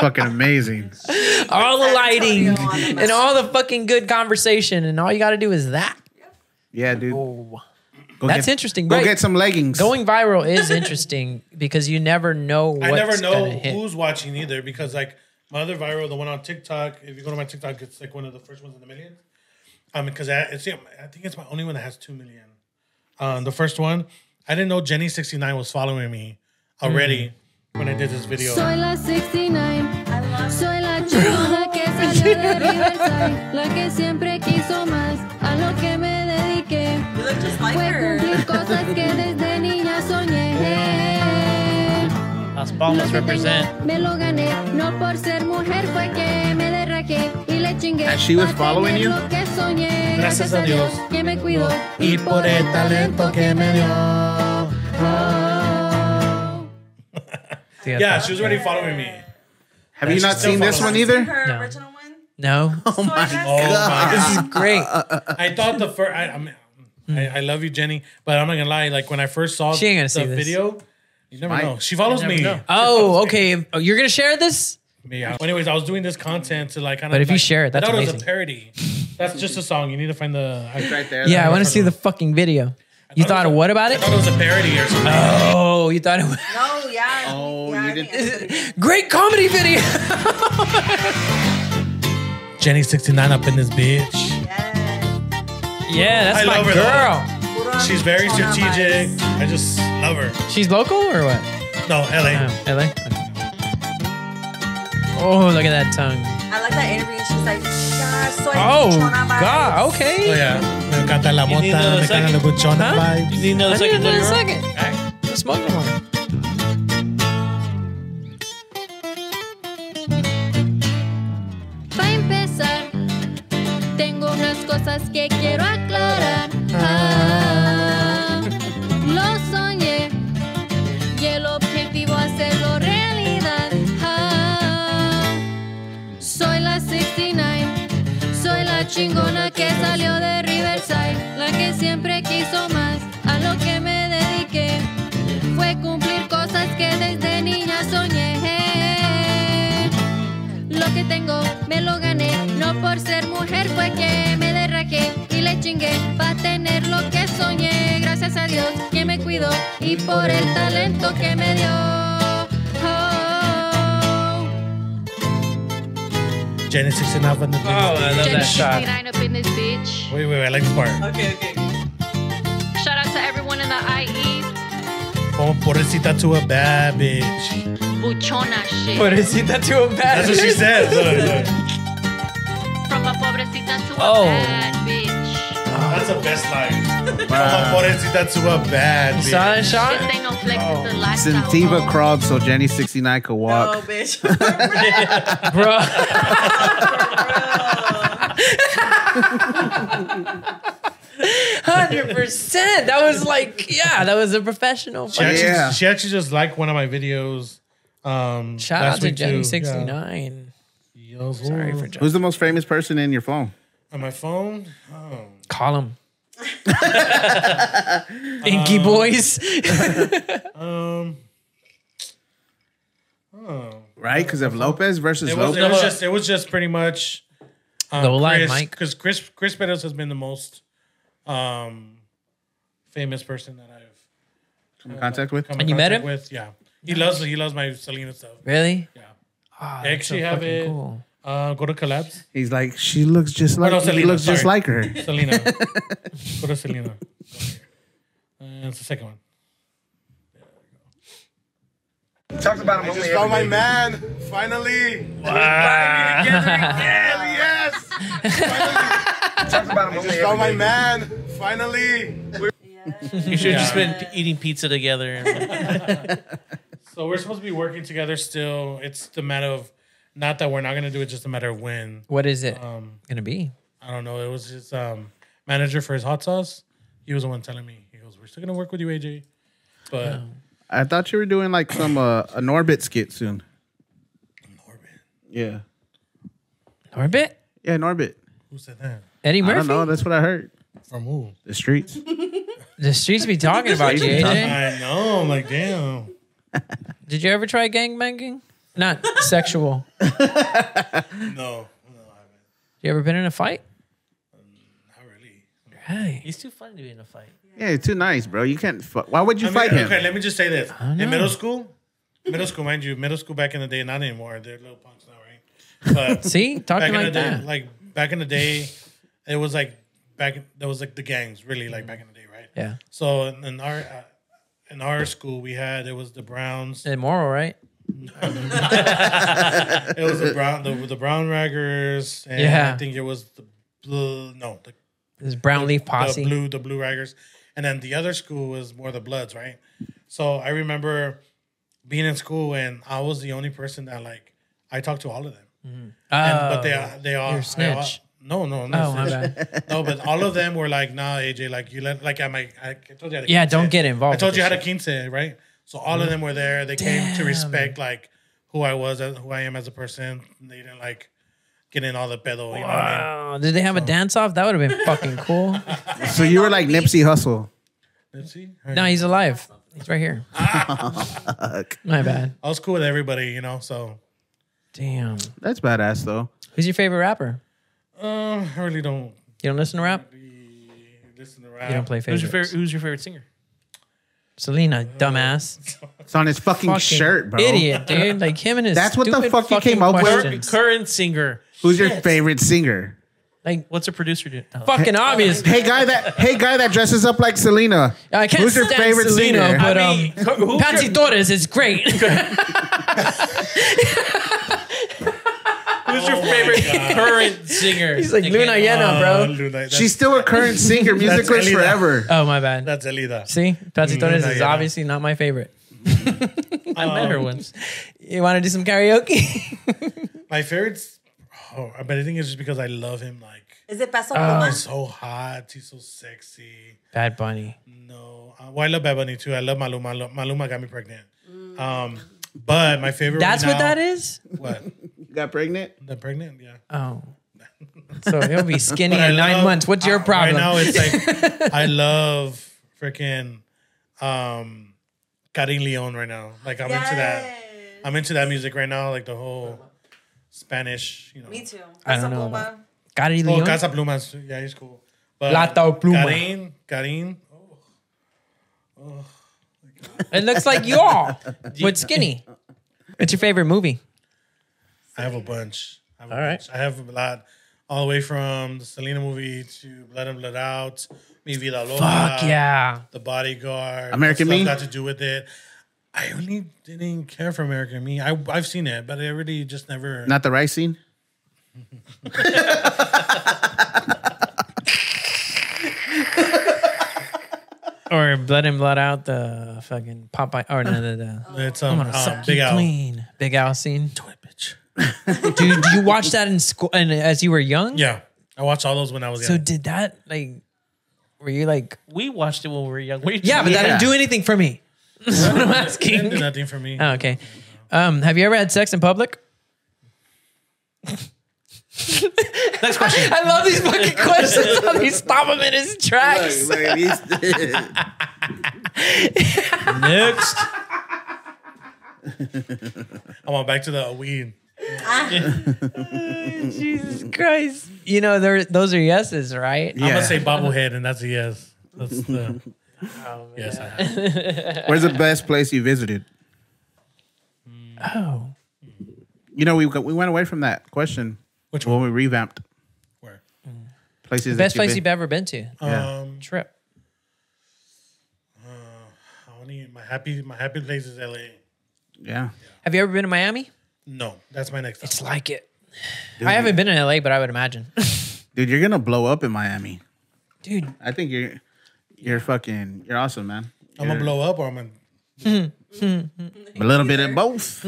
fucking amazing.
all the lighting
Antonio on the
and
map.
all the fucking good conversation and all you got to do is that
Yeah, dude. Go
That's
get-
interesting,
Go
right.
get some leggings.
going viral is [LAUGHS] interesting because you never know what's
I never know
gonna hit.
who's watching either because like my other viral, the one on TikTok. If you go to my TikTok, it's like one of the first ones in the millions. Um, because I, it's, I think it's my only one that has two million. Um, the first one, I didn't know Jenny sixty nine was following me already
Mm.
when I did this video.
Soy la 69. Soy la chula que salió de Riverside. La que siempre quiso más. A lo que me dediqué. Fue cumplir cosas que desde niña soñé.
Las
[LAUGHS]
Palmas represent.
Me lo gané. No por ser mujer fue que me derraqué. Y le chingué.
And she was
pa' tener
following you?
Lo que soñé.
Gracias a Dios.
Que me cuidó.
Y por el talento que me dio.
Yeah,
Yeah, she was already following me.
Have you
She's
not
still
seen this
following
one
me.
either?
Her original one.
no
Oh my
Oh my
god.
God.
great
I thought the first. I, I, mean, I, I love you, Jenny, but I'm not gonna lie. Like when I first saw
She ain't gonna
the
see this.
video, you never
Might.
know. She follows
You never
me.
know. oh okay Oh, you're gonna share this
Yeah. Anyways, I was doing this content to like kind
But
of.
if you
like-
share it, that's
I thought it was a
amazing.
parody. That's just a song. You need to find the. It's right there.
yeah i want to see the fucking video you thought what about it
I thought it was a parody or something.
oh you thought it was [LAUGHS]
No, yeah. Oh, yeah, you
great comedy video [LAUGHS]
Jenny sixty nine up in this bitch.
yeah that's
I
my
love her,
girl
though. She's very strategic. I just love her.
she's local or what
No, LA.
oh, la oh look at that tongue
I like that interview. She's like, "Yeah, soy
Oh,
buchona vibes."
God. Okay.
Oh yeah. Me encanta la
You need another
mota. Me encanta la
second?
buchona vibes.
You need another
I
second?
need another
Little Girl?
second. Smoking one. [LAUGHS]
Para empezar, tengo unas cosas que quiero aclarar. Ah, lo soñé y el objetivo hacerlo realidad. Ah, soy la 69, soy la chingona que salió de Riverside, la que siempre quiso más, a lo que me dediqué fue cumplir cosas que desde niña soñé. Lo que tengo me lo gané, no por ser mujer fue que me derraqué y le chingué para tener lo que soñé. Gracias a Dios que me cuidó y por el talento que me dio. Oh.
Jenny sixty nine up in the bitch. Oh,
I love
Jenny 69 up in this bitch.
Wait, wait, wait. I like this part.
Okay, okay.
Shout out to everyone in the E. IE.
Como pobrecita to a bad bitch.
Buchona shit.
Pobrecita to a bad
That's what she says. Look, look.
From a pobrecita to a
Oh.
bad bitch.
That's the best line. Como pobrecita to a bad
You
bitch.
saw that shot?
This ain't no flex, it's
Oh.
a lifestyle.
Santiva crawled so Jenny 69 could [LAUGHS] walk.
Oh, bitch.
[LAUGHS] Bro. Hundred percent. That was like, yeah, that was a professional.
She actually,
fucking-
Yeah.
she actually just liked one of my videos. Um,
Shout
last
out to
week, too.
Jenny sixty nine.
Yeah. Yo,
Sorry
woo.
for Jenny.
Who's the most famous person in your phone?
on my phone. Oh.
Call him. [LAUGHS] Inky boys.
[LAUGHS] Um, oh.
Right? Because of Lopez versus
It was,
Lopez.
it was just it was just pretty much um,
Go live,
Chris,
Mike.
because Chris Chris Beddoes has been the most um, famous person that I've
Come in contact with.
come in
And you met
contact
him?
with. Yeah, he loves he loves my Selena stuff.
really?
Yeah,
Oh,
I actually have
fucking
it.
cool.
Uh, go to collabs,
He's like, she looks just like
no,
he
Selena,
looks just
sorry.
like her. [LAUGHS]
Selena. go to Selena. Go here. Uh, it's the second one.
Talked about him. I just found my man. Finally. Wow. yes. Talked about him. I just found my man. Finally.
You should have just been p- eating
[LAUGHS]
[LAUGHS]
pizza together.
So we're supposed to be working together still. It's the matter of not that we're not gonna do it, just a matter of when.
What is it
Um,
gonna be?
I don't know. It was his um, manager for his hot sauce. He was the one telling me. He goes, "We're still gonna work with you, AJ." But
I thought you were doing like some uh, a Norbit skit soon. Norbit. Yeah.
Norbit.
Yeah, Norbit.
who said that?
Eddie
I
Murphy.
don't know. That's what I heard.
From who?
The streets.
[LAUGHS] The streets be talking about you. AJ.
I know. I'm like, damn.
Did you ever try gangbanging? Not sexual.
No.
You ever been in a fight?
He's too funny to be in a fight.
Yeah, you're too nice, bro. You can't. Fu- Why would you
I mean,
fight him?
Okay, let me just say this.
don't
In
know.
middle school, middle school, mind you, middle school back in the day, not anymore. They're little punks now, right?
[LAUGHS]
But
See? Talking
back in
like
the day-
that.
like back in the day, it was like back. That was like the gangs, really, like back in the day, right?
Yeah.
So in, in our uh, in our school, we had it was the Browns.
Immoral, right?
[LAUGHS] it was the brown the, the brown raggers and
Yeah.
I think it was the blue no the
This brown leaf posse.
the blue the blue raggers and then the other school was more the bloods right so I remember being in school and I was the only person that like I talked to all of them and, but
Oh,
they they all
you're a
they all-
snitch.
no no I'm not
Oh, my
snitch. [LAUGHS] no but all of them were like nah AJ like you let like I'm like I told you I had a
Yeah, don't
quince.
get involved
I told
with
you
this
how to quince right so all of them were there they came to respect like who I was and who I am as a person they didn't like get in all the pedo you know what I mean?
Wow. Oh, Did they have a dance off? That would have been fucking cool.
[LAUGHS] So you were like Nipsey Hustle.
Nipsey?
No, he's alive. He's right
[LAUGHS]
here. My bad.
I was cool with everybody you know so
Damn.
That's badass though.
Who's your favorite rapper?
um I really don't
You don't listen to rap?
listen to rap
You don't play
Who's your favorite?
favorites.
Who's your favorite singer?
Selena, dumbass.
It's on his fucking,
Fucking
shirt, bro.
Idiot,
[LAUGHS]
dude. Like him and his.
That's what the
stupid
fuck you
fucking
came up with?
questions.
Current singer.
Who's your
Shit.
favorite singer?
Like,
what's a producer do? Oh.
Fucking obvious.
Hey guy that hey guy that dresses up like Selena.
I can't
Who's your
stand
favorite
Selena,
singer?
but um,
who-
Patsy Torres is great.
[LAUGHS]
Who's your favorite current singer?
Oh He's like
oh,
Luna Yena, bro.
She's still
[LAUGHS]
a current singer. Music lives forever.
Oh my bad.
That's Elida.
See, Patsy
Mm,
Torres
Luna
is
Yena.
obviously not my favorite.
I met
Um,
her once.
You want to do some karaoke?
[LAUGHS]
[LAUGHS]
my favorites oh I bet I think it's just because I love him like
Is it Peso
Oh.
Pluma?
he's so hot he's so sexy
Bad Bunny.
Uh, Well, I love Bad Bunny too. I love Maluma. Lo- Maluma got me pregnant. Um, but my favorite.
That's
right
what
now-
that is.
What?
Got pregnant?
The pregnant? Yeah.
Oh, so he'll
[LAUGHS]
be skinny
But I
in nine
love-
months. What's your
uh,
problem?
Right now it's
[LAUGHS]
like I love freaking um, Karim Leon right now. Like I'm into that. I'm into that music right now. Like the whole Spanish, you know.
Me too.
I don't
Peso
know.
Pluma.
About Gary
Oh,
Leon.
Casa Plumas. Yeah, he's cool.
Plata o Pluma.
Karim, Karim. oh.
It looks like you
[LAUGHS]
all, but skinny. What's your favorite movie?
I have a bunch. I have a
All right.
bunch. I have a lot, all the way from the Selena movie to Blood and Blood Out, Mi Vida Loca.
Fuck yeah.
The Bodyguard.
American
Stuff
Me?
Got to do with it. I really didn't care for American Me. I, I've seen it, but I really just never.
Not the rice scene?
Or Blood and Blood Out, the fucking Popeye. Or no, the, the
[LAUGHS] It's um,
I'm gonna
um,
suck
Big
you
Al.
clean. Big Al scene. Do it, bitch. [LAUGHS] Dude, you watch that in school and as you were young?
Yeah, I watched all those when I was
So
young.
did that like? Were you like?
We watched it when we were young. We-
Yeah, but that didn't do
[LAUGHS]
anything for me. That's what
[LAUGHS]
I'm
It didn't
asking.
do nothing for
[LAUGHS]
me.
Oh, okay. Um, have you ever had sex in public?
Next
[LAUGHS]
question.
I love these fucking questions. How they stop him in his tracks.
Next.
I went back to the
[LAUGHS]
weed.
[LAUGHS] Jesus Christ. You know, there- those are yeses, right?
I'm gonna say bobblehead, and that's a yes. That's the yes. I have.
[LAUGHS]
Where's the best place you visited?
Oh.
You know, we we went away from that question.
Which
one? When we revamped.
Where?
[LAUGHS] Places.
Best
that
place
been-
you've ever been to?
Yeah.
Um,
Trip.
I only my happy my happy place is LA.
Yeah.
Have you ever been to Miami?
No, that's my next.
It's like it.
Dude,
I haven't been in LA, but I would imagine.
Dude, you're gonna blow up in Miami. [LAUGHS]
Dude.
I think you're you're fucking you're awesome, man.
I'm gonna blow up or I'm gonna
A little bit
[LAUGHS]
of both.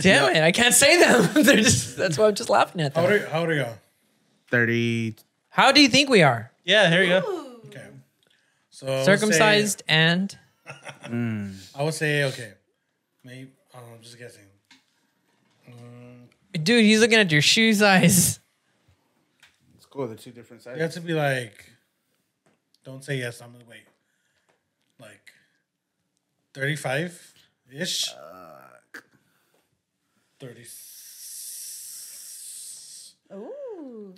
Damn it, I can't say them. [LAUGHS] They're just that's why I'm just laughing at them.
How old are, how old are y'all?
Thirty
How do you think we are? Oh,
Yeah, here you go.
So
Circumcised and
[LAUGHS] I would say okay, maybe I don't know, just guessing. Mm,
dude, he's looking at your shoe size.
It's cool, the two different
you have to be like, don't say yes. I'm gonna wait. Like, thirty-five ish. Thirty.
Ooh.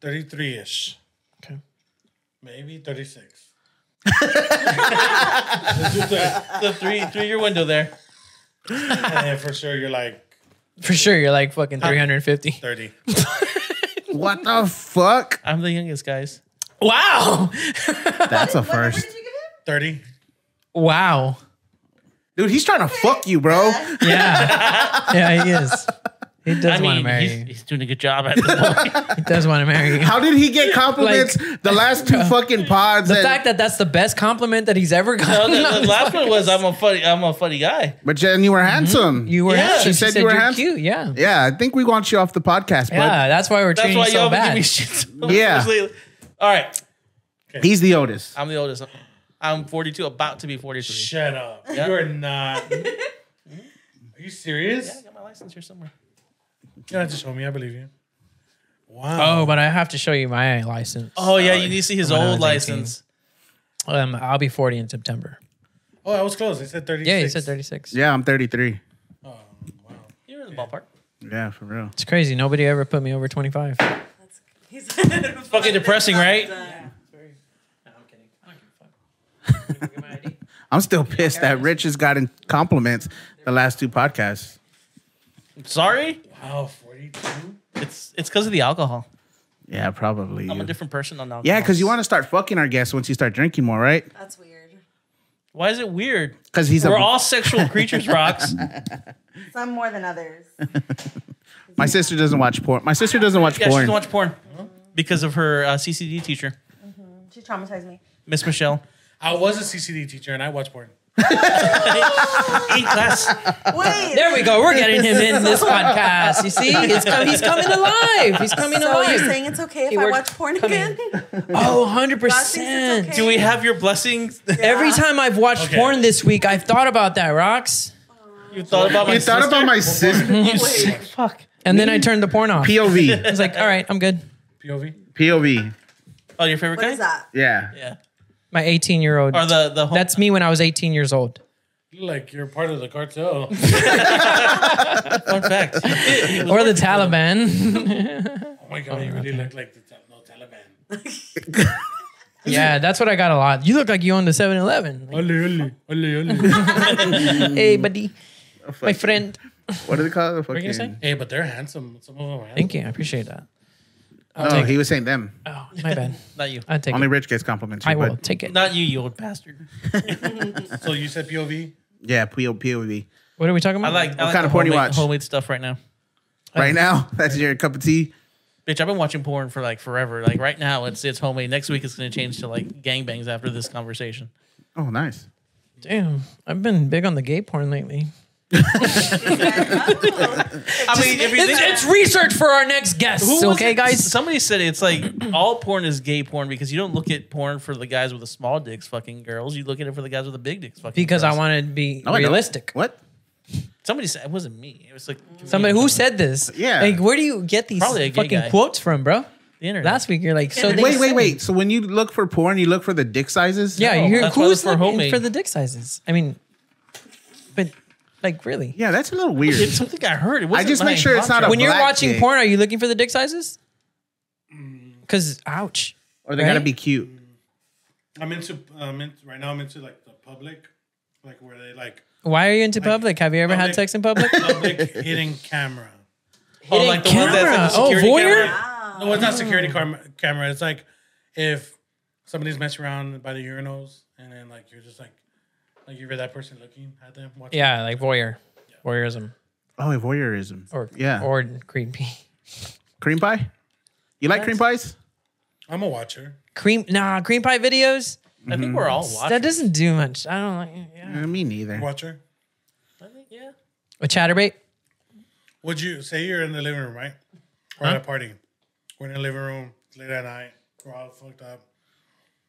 33 ish.
Okay.
Maybe 36.
The three three year window there.
and for sure, you're like
For sure, you're like fucking 350.
30.
What the fuck?
I'm the youngest, guys.
Wow. [LAUGHS]
That's a first.
30.
Wow.
Dude, he's trying to fuck you, bro.
Yeah. yeah, he is. He does
I
want to
mean,
marry
he's,
you.
he's doing a good job
[LAUGHS]
at this point.
He does want to marry you.
How did he get compliments the last two fucking pods?
The
and-
fact that that's the best compliment that he's ever
No,
gotten.
the,
on
the
this [LAUGHS]
last one
podcast.
was um, I'm a funny I'm a funny guy.
[LAUGHS] but Jen, you were handsome.
Mm-hmm. You were.
Yeah.
handsome.
She said you were
you're
handsome.
cute. Yeah.
Yeah, I think we want you off the podcast,
Yeah. That's why we're
That's
treating
why
you
y'all
so
been giving me
bad.
[LAUGHS]
shit. so much [LAUGHS]
Yeah.
lately. All right.
but he's the oldest.
I'm the oldest. I'm 42, about to be 43.
Shut up.
Yeah. Hmm?
You're
[LAUGHS]
not. Are you
Yeah,
serious?
I got my license here somewhere.
You don't have to show me. I believe you. Wow.
Oh, but I have to show you my license.
Oh yeah, you need to see his
When I was
old
18.
license.
Um, I'll be 40 in September.
Oh, I was close. I said 36.
Yeah, you said 36.
Yeah, I'm 33.
Oh, wow.
You're in the ballpark.
Yeah, for real.
It's crazy. Nobody ever put me over 25.
He's
[LAUGHS] Fucking depressing, right?
I'm still pissed that Rich has gotten compliments the last two podcasts.
Sorry,
Wow, 42?
it's it's because of the alcohol.
Yeah, probably.
I'm a
you.
different person on alcohol.
Yeah, because you want to start fucking our guests once you start drinking more, right?
That's weird.
Why is it weird?
Because he's
We're
a.
all sexual creatures,
[LAUGHS]
rocks.
[LAUGHS] Some more than others.
my sister doesn't watch porn. My sister doesn't watch
Yeah, she
porn.
doesn't watch porn because of her uh, CCD teacher,
She traumatized me.
Miss Michelle.
I was a CCD teacher and I watched porn.
Eight class.
Wait.
There we go. We're getting him in this podcast. You see, it's com- he's coming alive. He's coming
so you're
alive.
saying it's okay if
It
I
worked.
watch porn
Come
again? [LAUGHS]
in. Oh, 100%.
God thinks it's okay.
Do we have your blessings?
Every time I've watched
Okay.
porn this week, I've thought about that, Rox.
You thought about my
you thought
sister?
about my
[LAUGHS]
sister?
You sick fuck.
And then I turned the porn off. I [LAUGHS]
POV.
was like, all right, I'm good.
POV?
POV.
Oh, your favorite
What
guy?
is that?
Yeah.
Yeah.
My 18 year old.
Or the the home-
That's me when I was 18 years old.
You look like you're part of the cartel.
fun fact.
[LAUGHS] Or the Taliban.
[LAUGHS]
oh my god, you really look like the ta- no Taliban.
yeah, that's what I got a lot. You look like you own the 7 Eleven.
Ole, ole, ole, ole.
[LAUGHS] Hey, buddy. My friend.
What do they call it? The
you gonna
fucking-
hey, but they're handsome. Some of them are handsome.
Thank you. I appreciate that.
Oh, he was saying them.
Oh, my bad.
[LAUGHS] Not you.
I take
Only
it.
Rich gets compliments.
I
but-
will take it.
Not you, you
[LAUGHS]
old bastard.
So you said POV?
Yeah, PO POV.
What are we talking
I
about?
like. I like
kind of
the
porn you
homemade-
watch?
Homemade stuff right now.
Right now, [LAUGHS] that's your cup of tea.
Bitch, I've been watching porn for like forever. Like right now, it's it's homemade. Next week, it's gonna change to like gangbangs after this conversation.
Oh, nice.
Damn, I've been big on the gay porn lately.
I mean, if you
It's,
think
it's research for our next guest.
Who was
okay,
it?
guys.
Somebody said it's like all porn is gay porn because you don't look at porn for the guys with the small dicks fucking girls. You look at it for the guys with the big dicks fucking.
Because I
girls.
want to be
No, I don't.
realistic.
What?
Somebody said it wasn't me. It was like
Somebody who said this?
Yeah.
Like, where do you get these
Probably a gay
fucking
guy.
quotes from, bro?
the internet.
Last week you're like, so they
Wait, wait,
said-
wait. So when you look for porn, you look for the dick sizes?
Yeah,
No,
you're
that's why
who's
it's for
looking
homemade.
for the dick sizes? I mean, but like really,
Yeah, that's a little weird.
It's something I heard. It
I
wasn't
just
my
make sure it's not a
when you're
black
watching
dick,
porn, are you looking for the dick sizes? Because ouch.
or they gotta
right?
be cute.
I'm into, um, in, right now I'm into like the public, like where they like
Why are you into public? Have you ever had
public-
sex in
[LAUGHS]
public?
public hidden camera.
Oh, like the one that's
camera.
like the
Oh,
security
voyeur?
camera.
No, it's not security cam- camera. It's like if somebody's messing around by the urinals and then like you're just like like you're that person looking at them watching
Yeah, like voyeur, voyeurism,
Oh, voyeurism.
or
yeah,
or creepy
cream pie. You like cream pies?
I'm a watcher.
cream. Nah, cream pie videos.
I think we're all watching.
That doesn't do much. I don't like. Yeah.
Uh, me neither.
Watcher.
A chatterbait.
Would you say you're in the living room, right? We're at a party. We're in the living room it's late at night. We're all fucked up.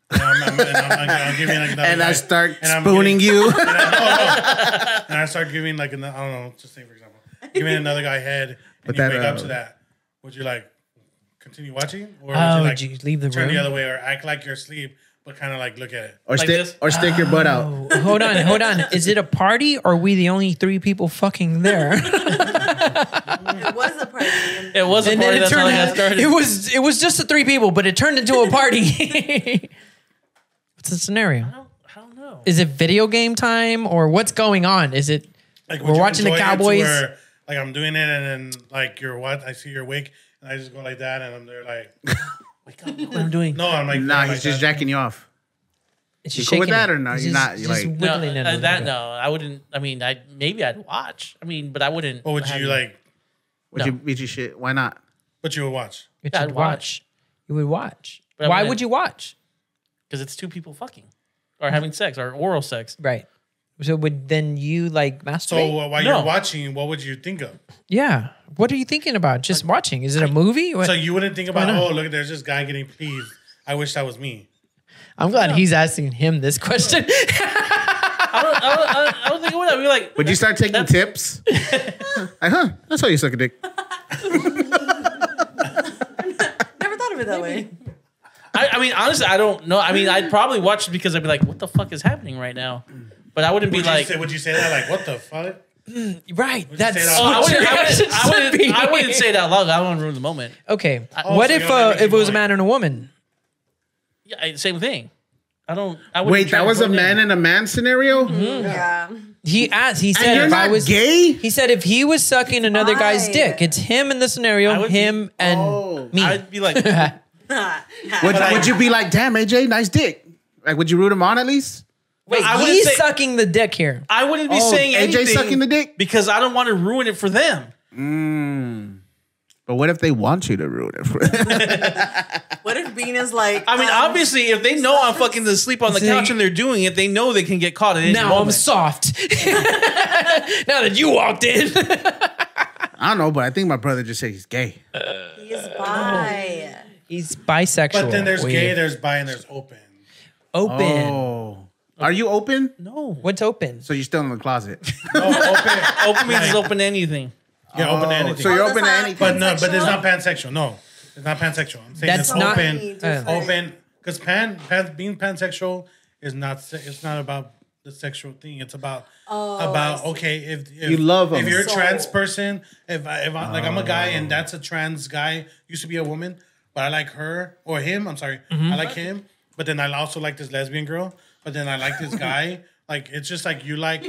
And I'm, I'm- and I'm like, I'm giving like another
And I
night.
start
And I'm
spooning
giving- [LAUGHS]
you.
and, I, no, no. And I start giving like an, I don't know, just say for example, giving another guy head. And
But
you
that,
wake up
uh,
to that. Would you like continue watching, or
Oh,
would you like
would you leave the
turn
room?
the other way, or act like you're asleep, but kind of like look at it,
Or
like
stick or stick your butt out.
Oh, hold on, hold on. Is it a party or are we the only three people fucking
[LAUGHS]
there? [LAUGHS]
It was a
And
party.
then it
That's how
turned
I got started.
it was it was just the three people, but it turned into a
[LAUGHS]
party. what's the scenario? I don't, know. Is it video game time or what's going on? Is it
Like, would
we're
you
watching the
enjoy it to
Cowboys?
where, like I'm doing it, and then like you're what? I see you're awake, and I just go like that, and I'm there like,
what I'm doing?
No, I'm like,
Nah,
I'm
he's
like
just jacking you off. You cool with that or no? You're not. You're like
no, uh, that no. I wouldn't. I mean, I maybe I'd watch. I mean, but I wouldn't.
What would
have
you
it.
like?
Would you beat your shit? Why not?
But you would watch.
But
Yeah,
you'd
I'd
watch. You would watch.
But I
Why
wouldn't.
would you watch?
Because it's [LAUGHS] two people fucking or having sex or oral sex.
Right. So would then you like masturbate?
So uh, while you're watching, what would you think of?
yeah. What are you thinking about? Just watching? Is it a movie? What-
So you wouldn't think about,
Why
oh
not?
look, there's this guy getting pleased. I wish that was me.
I'm glad he's asking him this question. [LAUGHS]
[LAUGHS] I don't, I don't, I don't, I don't think it would. I'd be [LAUGHS] like,
Would you start taking
[LAUGHS]
tips? like, huh? That's how you suck a dick.
Never thought of it that way.
I, I mean, honestly, I don't know. I mean, I'd probably watch it because I'd be like, what the fuck is happening right now? But I wouldn't
Would
be
you
like,
say, would you say that? Like, what the fuck?
right.
say
That's
that?
Oh, I
what
wouldn't,
your
I
reaction
wouldn't, I
should be.
wouldn't, I wouldn't say that loud. I don't want to ruin the moment.
Okay.
Oh,
what
so
if
you're not
uh,
making
if it was a man and a woman?
Yeah, I- same thing. I don't. I wouldn't
Wait,
try
that
to
was
put
a
it in.
man and a man scenario.
Mm-hmm. Yeah.
He asked. He said,
you're
"If I
not
was
gay?"
he said if he was sucking another guy's dick, it's him in the scenario, him and
Oh.
me.
I'd be
[LAUGHS]
like,
Would,
But I-
would you be like, damn, AJ, nice dick? Like, would you root him on at least?
wait,
I wouldn't
he's
say-
sucking the dick here.
I wouldn't be
Oh,
saying
AJ
anything.
sucking the dick?
because I don't want to ruin it for them.
Mm. But what if they want you to root it [LAUGHS] for them?
What if Bean is like?
I mean, obviously, if they know I'm fucking asleep on the
See-
couch and they're doing it, they know they can get caught at any
Now I'm
moment.
soft. now that you walked in,
I don't know, but I think my brother just said he's gay.
He's bi.
he's bisexual.
But then there's
Weird.
gay, there's bi, and there's open.
open.
Oh. Are you open?
no,
What's open?
So you're still in the closet.
[LAUGHS]
No, open.
open means it's open to anything.
Yeah, open to
Oh,
anything.
So you're open to anything.
But no, but it's not pansexual. No, it's not pansexual. I'm saying
That's
it's
not-
open,
Uh.
open. Because pan, pan, being pansexual is not. se- It's not about the sexual thing. It's about about okay. If, if
You love Oh. 'em.
if you're a
So-
trans person, if I, if I, like I'm a guy and that's a trans guy, used to be a woman, but I like her or him. I'm sorry,
Mm-hmm.
I like him, but then I also like this lesbian girl. But then I like
[LAUGHS]
this guy. Like it's just like you like.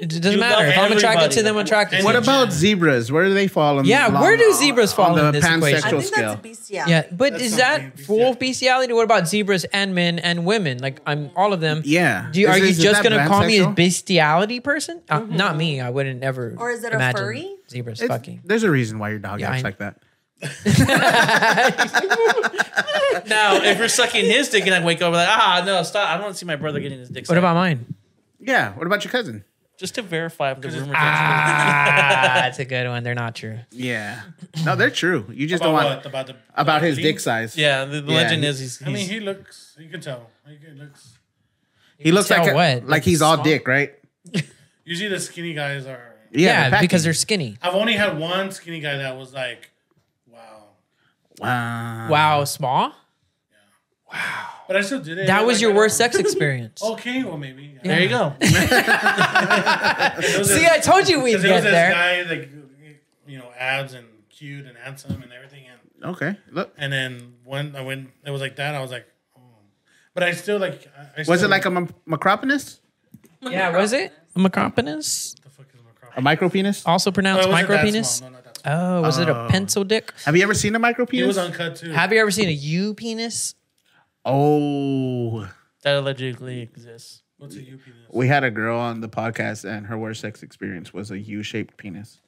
It doesn't
You
matter.
love
If I'm attracted
everybody.
to them, I'm attracted to
What
them.
about zebras? Where do they fall in
Yeah,
along-
where do zebras fall
on
in
the
this
pansexual
equation?
I think
scale?
that's bestiality.
Yeah, but
That's
is
something
that full
bestiality.
bestiality? What about zebras and men and women? Like I'm all of them.
Yeah.
Do you,
Is-
are you
is- is
just
that
gonna call me a
pansexual?
bestiality [LAUGHS] [LAUGHS] person? Uh, Not me. I wouldn't ever.
Mm-hmm. Or is it a
imagine
furry?
Zebras
It's- Oh,
fucking.
There's a reason why your dog
Yeah,
acts
I-
like that.
[LAUGHS] Now, if you're sucking his dick and I wake up, I'm like, ah, no, stop. I don't want to see my brother getting his dick.
Mm. What
sucked."
about mine?
Yeah. What about your cousin?
Just to verify if the rumor.
Ah, that's a good one. They're not true.
Yeah. No, they're true. You just
about
don't want
what? About the
about his
the-
dick size.
yeah, the, the
Yeah,
legend
he-
is he's. he's
I mean, he looks. You can tell. Like, it looks.
He looks
Tell
like a,
what?
like he's all
Small?
dick, right?
Usually the skinny guys are.
Yeah,
the
because
packing.
they're skinny.
I've only had one skinny guy that was like, wow.
wow.
Wow, small.
But I still did it.
That was
Like,
your
I don't-
worst sex
[LAUGHS]
experience.
Okay, well maybe.
there you
[LAUGHS]
go.
See, I told you we'd
Because there
get
was this
there.
guy like, you know, abs and cute and handsome and everything, and
Okay. Look,
and then when I went, it was like that. I was like, oh. but I still like. I, I
was
still-
it like a m- macropenis?
Yeah, was it? A micropenis,
What the fuck is a macro-
A micropenis?
also
No, it
pronounced
wasn't that
micropenis.
small. No, not that small.
Oh, was it a pencil dick?
Have you ever seen a
He was
micropenis?
uncut too.
Have you ever seen a U penis?
Oh,
that allegedly exists. What's a UP?
we had a girl on the podcast, and her worst sex experience was a U-shaped penis.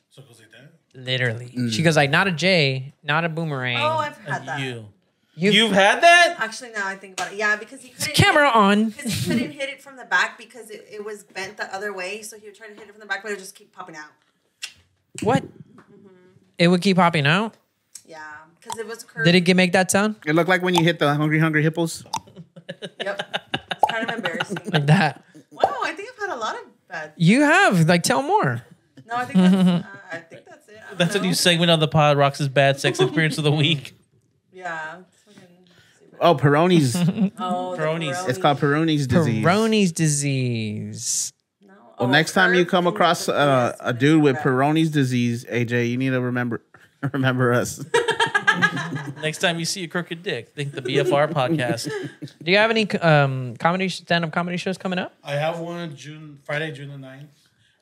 Literally,
Mm.
she goes like, "Not a J, not a boomerang."
Oh, I've had that.
You.
You've,
had that?
Actually, now I think about it. Yeah, because he couldn't.
camera on.
Because he couldn't hit it from the back because it, it was bent the other way. So he would try to hit it from the back, but it would just keep popping out.
What?
Mm-hmm.
It would keep popping out.
Yeah, because it was curved.
Did it get, make that sound?
It looked like when you hit the Hungry Hungry Hippos.
It's kind of
[LAUGHS]
embarrassing.
Like that.
Wow, I think I've had a lot of bad.
You have like tell more.
No, I think that's, uh, I think that's it. I don't
That's a
know.
new segment on the pod. Rox's bad sex experience of the week.
Yeah.
Oh,
[LAUGHS]
Peroni's.
Oh, the Peroni's.
It's called Peroni's disease.
Peroni's disease.
Oh,
Well, next time you come across uh, a dude with Peroni's disease, AJ, you need to remember [LAUGHS] remember us.
Next time you see a crooked dick, think the BFR podcast.
[LAUGHS] Do you have any um, comedy stand up comedy shows coming up?
I have one June Friday, June the 9th.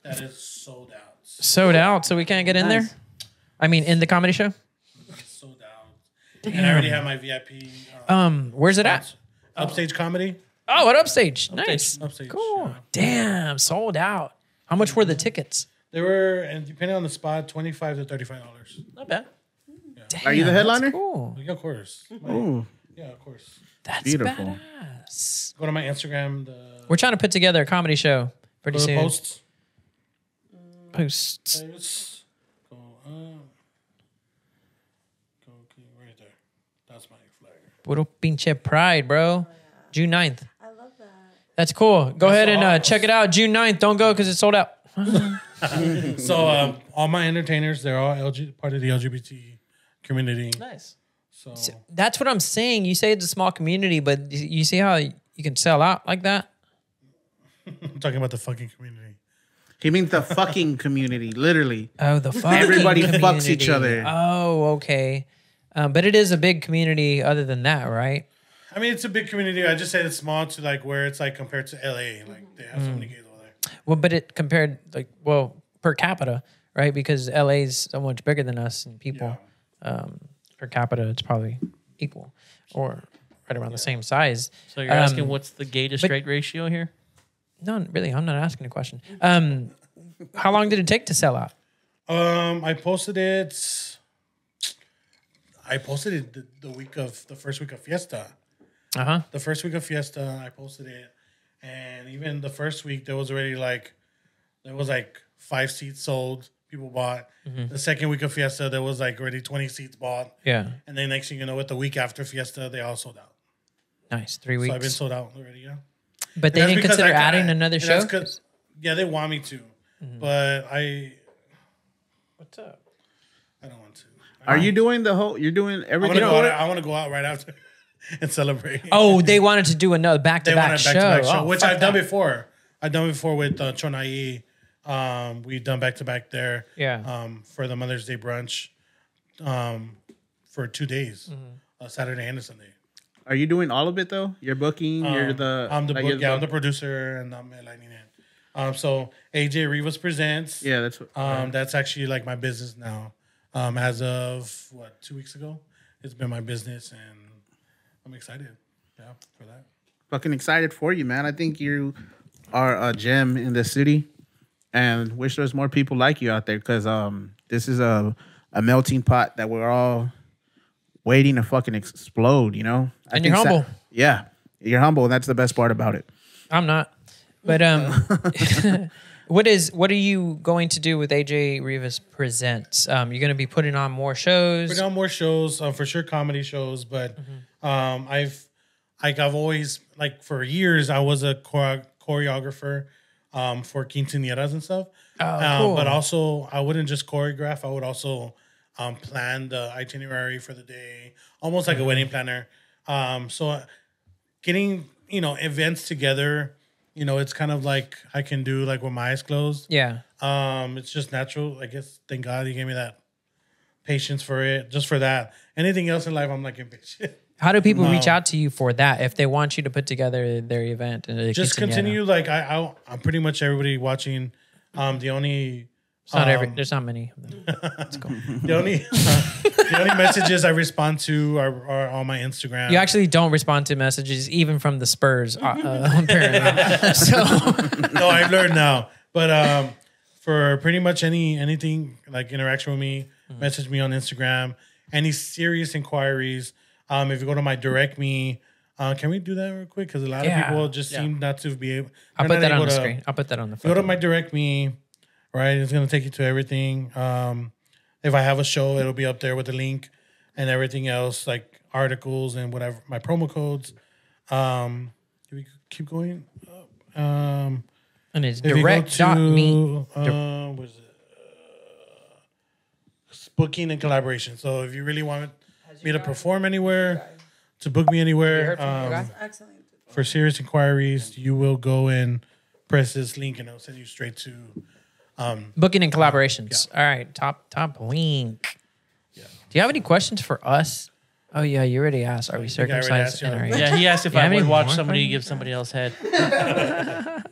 That is sold out.
Sold out, so we can't get in
Nice.
there. I mean, in the comedy show.
And I already have my VIP.
Um, where's it at?
Upstage comedy.
Oh, at Upstage.
Upstage-
Nice.
Upstage,
cool. Damn, sold out. How much were the tickets?
They were, and depending on the spot, twenty five to thirty five dollars.
Not bad.
Are you the
Damn, that's
headliner?
Oh.
Cool.
Yeah, of course.
Ooh.
Yeah, of course.
That's
Beautiful.
badass.
Go to my Instagram. The
We're trying to put together a comedy show pretty
Go to
soon.
posts.
Posts.
[LAUGHS]
Posts. Go up. Go okay, right there. That's my flag.
Puro pinche pride,
Oh,
bro. June 9th. I love that. That's cool. Go ahead and uh, check it out. June 9th. Don't go because it's sold
[LAUGHS]
out. [LAUGHS]
so um, all my entertainers, they're all LG, part of the LGBT community.
Nice.
So
That's what I'm saying. You say it's a small community, but you- you see how you can sell out like that?
I'm talking about the fucking community.
He means the fucking community, literally.
Oh,
[LAUGHS]
the fucking
Everybody fucks each
community.
other.
Oh, okay. Um, but it is a big community other than that, right?
I mean, it's a big community. I just said it's small to like where it's like compared to LA. Like they have so
Mm.
many gays.
Well, but it compared like well per capita, right? Because LA's so much bigger than us and people um, per capita, it's probably equal or right around the same size.
So you're asking what's the gay to
but-
straight ratio here?
No, really, I'm not asking a question. Um, how long did it take to sell out?
Um, I posted it. I posted it the, the week of the first week of Fiesta.
Uh huh.
The first week of Fiesta, I posted it, and even the first week there was already like, there was like five seats sold. People bought.
Mhm.
The second week of Fiesta, there was like already twenty seats bought.
Yeah.
And then next thing you know, with the week after Fiesta, they all sold out.
Nice, three
So
weeks.
I've been sold out already. Yeah.
But
And
they
that's
didn't
because
consider
I ca-
adding another
and that's
show? Mm-hmm.
'cause- Yeah, they want me to, but I.
What's up?
I don't want to.
Are you doing the whole? You're doing
I want
everything.
to go out. I want to go out right after [LAUGHS] and celebrate.
Oh, they wanted to do another back
they
to
want
back
a
show,
back-to-back show,
Oh,
which
fuck
I've done
that.
before. I've done before with uh, Chonai. Um, we've done back to back there.
Yeah.
Um, for the Mother's Day brunch, um, for two days,
Mm-hmm.
uh, Saturday and a Sunday.
Are you doing all of it though? You're booking. you're
Um,
the.
I'm the
like,
book,
you're
yeah, I'm the producer, and I'm aligning it. Um, so AJ Rivas presents.
Yeah, that's what-
Um, that's actually like my business now. Um, as of what two weeks ago, it's been my business, and I'm excited. Yeah, for that.
fucking excited for you, man. I think you are a gem in this city, and wish there's more people like you out there because um this is a a melting pot that we're all waiting to fucking explode. You know,
And you're
think Sa-
humble.
yeah, you're humble, and that's the best part about it.
I'm not. But um, [LAUGHS] what is what are you going to do with AJ Rivas presents? Um, you're going to be putting on more shows.
Put on more shows, uh, for sure, comedy shows. But
Mm-hmm.
um, I've like I've always like for years I was a chore- choreographer um, for quinceañeras and stuff.
Oh,
Um,
cool.
But also, I wouldn't just choreograph. I would also um, plan the itinerary for the day, almost
Mm-hmm.
like a wedding planner. Um, so, getting you know events together, you know, it's kind of like I can do like with my eyes closed.
Yeah.
Um, it's just natural. I guess thank God he gave me that patience for it, just for that. Anything else in life, I'm like [LAUGHS] impatient.
How do people reach
No.
out to you for that if they want you to put together their event? And the
just
quinceañera?
continue. Like I, I, I'm pretty much everybody watching. Um, the only
It's not every.
um, [LAUGHS]
There's not many. Of them.
the only [LAUGHS] The only messages I respond to are, are on my Instagram.
You actually don't respond to messages even from the Spurs, uh, uh, [LAUGHS]
[LAUGHS]
apparently. so
[LAUGHS] no, I've learned now. But um, for pretty much any anything like interaction with me,
Mm-hmm.
message me on Instagram. Any serious inquiries, um, if you go to my direct me, uh, can we do that real quick? Because a lot
Yeah.
of people just
Yeah.
seem not to be able.
I'll
they're
put
not
that on
able
the
to-
screen. I'll put that on the.
Go to
fucking-
my direct me, right? It's gonna take you to everything. Um, if I have a show, it'll be up there with the link and everything else, like articles and whatever. My promo codes. Um, can we keep going? up? Um,
And it's
if you go
direct.me.
to, Uh, what is it? Uh, booking and collaboration. So if you really want me to perform anywhere, to book me anywhere, um,
Excellent.
for serious inquiries, you will go and press this link, and it'll send you straight to. Um,
Booking and collaborations. All right, top top link. Do you have any questions for us? Oh yeah, you already asked. Are we
think I already
circumcised?
asked you.
and are you-
[LAUGHS] Yeah, he asked if
You
I
have any
would watch
more
somebody
questions?
give somebody else head.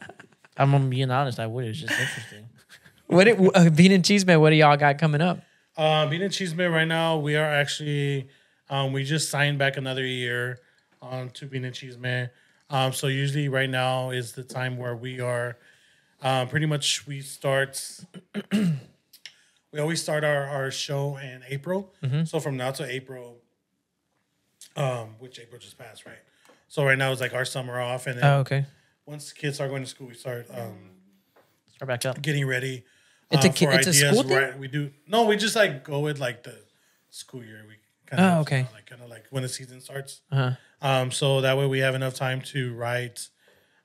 I'm being honest, I would. It's just interesting.
What it, uh, bean and cheese man? What do y'all got coming up?
uh, being in Cheese Mill right now, we are actually um, we just signed back another year um, to being in Cheese Mill. Um, so usually right now is the time where we are um, pretty much we start [CLEARS THROAT] we always start our, our show in April.
Mm-hmm.
Mhm.
So from now to April, um, which April just passed, right? So right now is like our summer off, and then
Oh, okay.
Once kids start going to school, we start um,
start back up,
getting ready.
It's a
uh,
ki-
for
it's a school thing?
right? We do no, we just like go with like the school year. We
Oh,
kind of
okay.
like kind of like when the season starts.
Uh-huh.
Um, so that way we have enough time to write.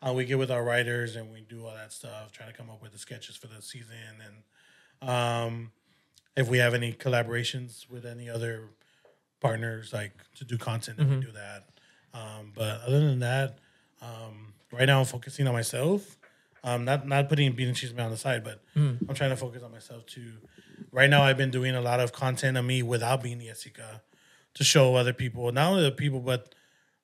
Uh, we get with our writers and we do all that stuff, try to come up with the sketches for the season and um, if we have any collaborations with any other partners, like to do content, then
Mhm.
Mm-hmm.
we do that. Um, but other than that, um, right now I'm focusing on myself. Um, not not putting bean and cheese man on the side, but
Hmm.
Mm.
I'm trying to focus on myself too. Right now, I've been doing a lot of content of me without being Jessica to show other people, not only the people, but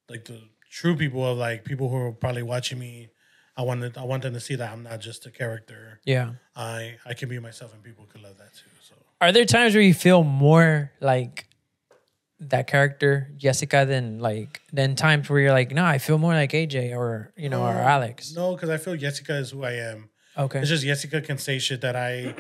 like the true people of like people who are probably watching me. I wanted I want them to see that I'm not just a character.
Yeah.
I I can be myself, and people could love that too. So
Are there times where you feel more like that character Jessica than like than times where you're like, no, I feel more like AJ or you know or
Mm.
Um,
Alex?
No, because I feel Jessica is who I am.
Okay.
It's just Jessica can say shit that I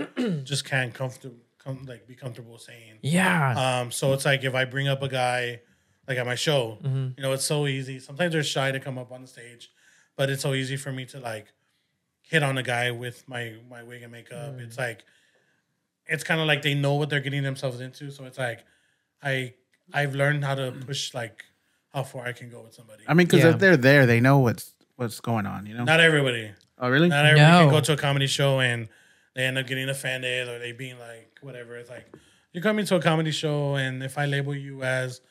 just can't comfortable com- like be comfortable saying.
Yeah.
Um. So it's like if I bring up a guy like at my show,
Mhm.
you know, it's so easy. Sometimes they're shy to come up on the stage, but it's so easy for me to like hit on a guy with my my wig and makeup. It's like it's kind of like they know what they're getting themselves into. So it's like I I've learned how to push like how far I can go with somebody.
I mean, because if they're there, they know what's what's going on. You know,
Not everybody.
Oh, really?
Not everybody can
No.
go to a comedy show and they end up getting offended or they being like whatever. It's like you're coming to a comedy show and if I label you as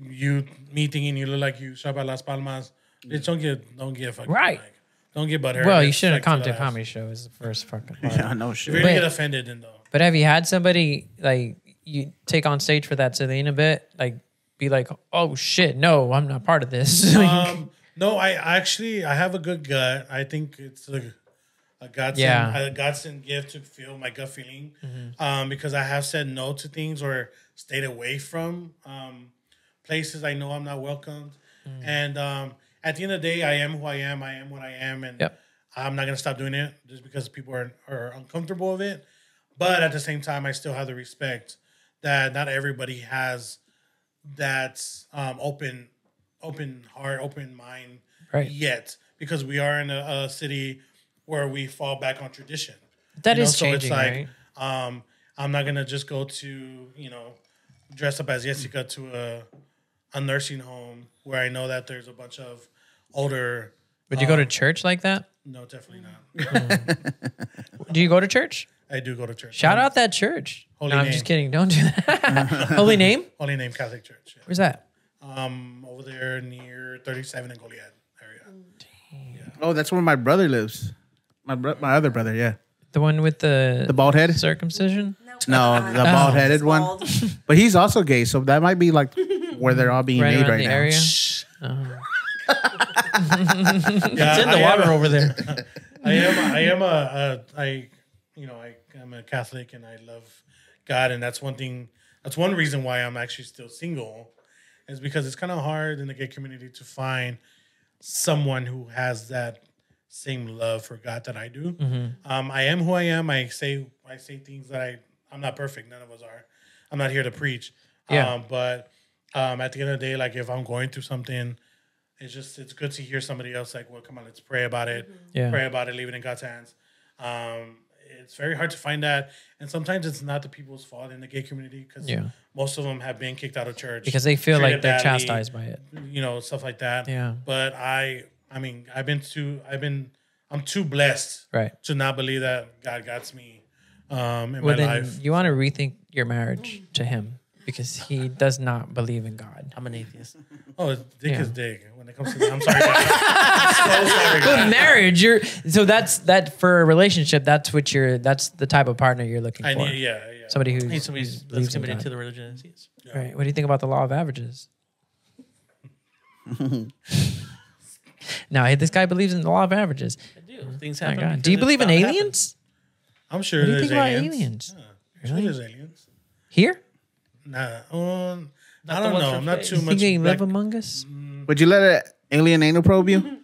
you me thinking you look like you shop at Las Palmas, bitch, don't get don't get fucking
Right.
like, don't get butthurt.
Well, you
It's
shouldn't have
like
come
the
to a
last-
comedy show. Is the first fucking. Part.
[LAUGHS] Yeah, no
If
shit.
you're gonna get offended, then though.
But have you had somebody like you take on stage for that Selena bit, like be like, "Oh shit, no, I'm not part of this." [LAUGHS] Like,
um, no, I actually I have a good gut. I think it's a, a godsend
Yeah. Mm-hmm.
a godsend gift to feel my gut feeling,
Mhm.
um, because I have said no to things or stayed away from um, places I know I'm not welcomed.
Mm.
And um, at the end of the day, I am who I am. I am what I am, and
Yep.
I'm not gonna stop doing it just because people are are uncomfortable with it. But at the same time, I still have the respect that not everybody has that um, open open heart, open mind
Right.
yet, because we are in a, a city where we fall back on tradition.
That
That is
is changing,
um, I'm not gonna just go to you know dress up as Jessica to a a nursing home where I know that there's a bunch of older.
Would you go to
um,
church like that?
No, definitely
[LAUGHS]
not.
Do you go to church?
I do go to church.
Shout out that church.
Holy
no, I'm
name.
just kidding. Don't do that. [LAUGHS] Holy name?
Holy Name Catholic Church. yeah.
Where's that?
Um, over there near 37 and Goliad area.
Oh, that's where my brother lives. My bro- my other brother, yeah.
The one with the
the bald head
circumcision.
No,
Oh.
the bald headed one. [LAUGHS] But he's also gay, so that might be like where they're all being
Right
made
around the
right now.
area?
Yeah,
it's in the
I
water
am-
over there.
[LAUGHS] I am. I am a. a I. You know, I. I'm a Catholic, and I love God, and that's one thing that's one reason why I'm actually still single, is because it's kind of hard in the gay community to find someone who has that same love for God that I do.
Mm-hmm.
Mhm.
Um, I am who I am. I say I say things that I I'm not perfect. None of us are. I'm not here to preach.
Yeah.
Um, but um, at the end of the day, like if I'm going through something, it's just it's good to hear somebody else like, well, come on, let's pray about it.
Mm-hmm.
Yeah.
Pray about it. Leave it in God's hands. Um, it's very hard to find that, and sometimes it's not the people's fault in the gay community because
Yeah.
most of them have been kicked out of church
Because they feel like
treated
they're chastised by it.
you know, stuff like that.
Yeah.
But I, I mean, I've been too, I've been, I'm too blessed,
Right.
to not believe that God got me, um, in
well,
my
then
life.
you want to rethink your marriage to him because he does not believe in God.
I'm an atheist.
Oh, it's dick
Yeah.
is dick when it comes to. I'm sorry. God. I'm
[LAUGHS]
so sorry.
But
God.
marriage, you're so that's that for a relationship. That's what you're. That's the type of partner you're looking
[LAUGHS] I
for.
need- yeah, yeah.
Somebody who
I need somebody that's
believes in
committed
God.
to the religion and sees.
Right. What do you think about the law of averages? now, hey, this guy believes in the law of averages. I
do. Things
My
happen
God.
because
Do you
it's
believe in
bound to happen.
aliens?
I'm sure
What do you
there's
think about
aliens.
aliens?
I'm sure
Really?
there's aliens.
Here?
Nah, um,
Not
I
the
don't
ones
know.
from
I'm not
space.
too
You
much.
think they live
like-
among us?
Would you let an alien anal probe you?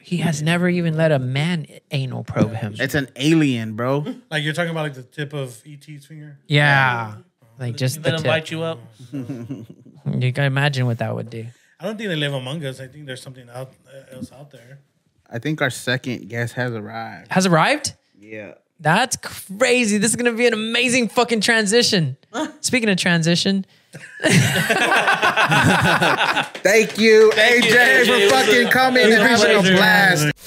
He has never even let a man anal
[LAUGHS]
probe him.
It's an alien, bro.
[LAUGHS] Like you're talking about like the tip of ET's finger.
Yeah. Like just
Let
the
him
tip.
bite
you up.
[LAUGHS]
You can imagine what that would do.
I don't think they live among us. I think there's something out, uh, else out there.
I think our second guest has arrived.
Has arrived?
Yeah.
That's crazy. This is going to be an amazing fucking transition. Speaking of transition,
Thank you,
Thank
AJ,
you, AJ. It
for
was a-
fucking coming
it was
and
a
having a
pleasure.
blast.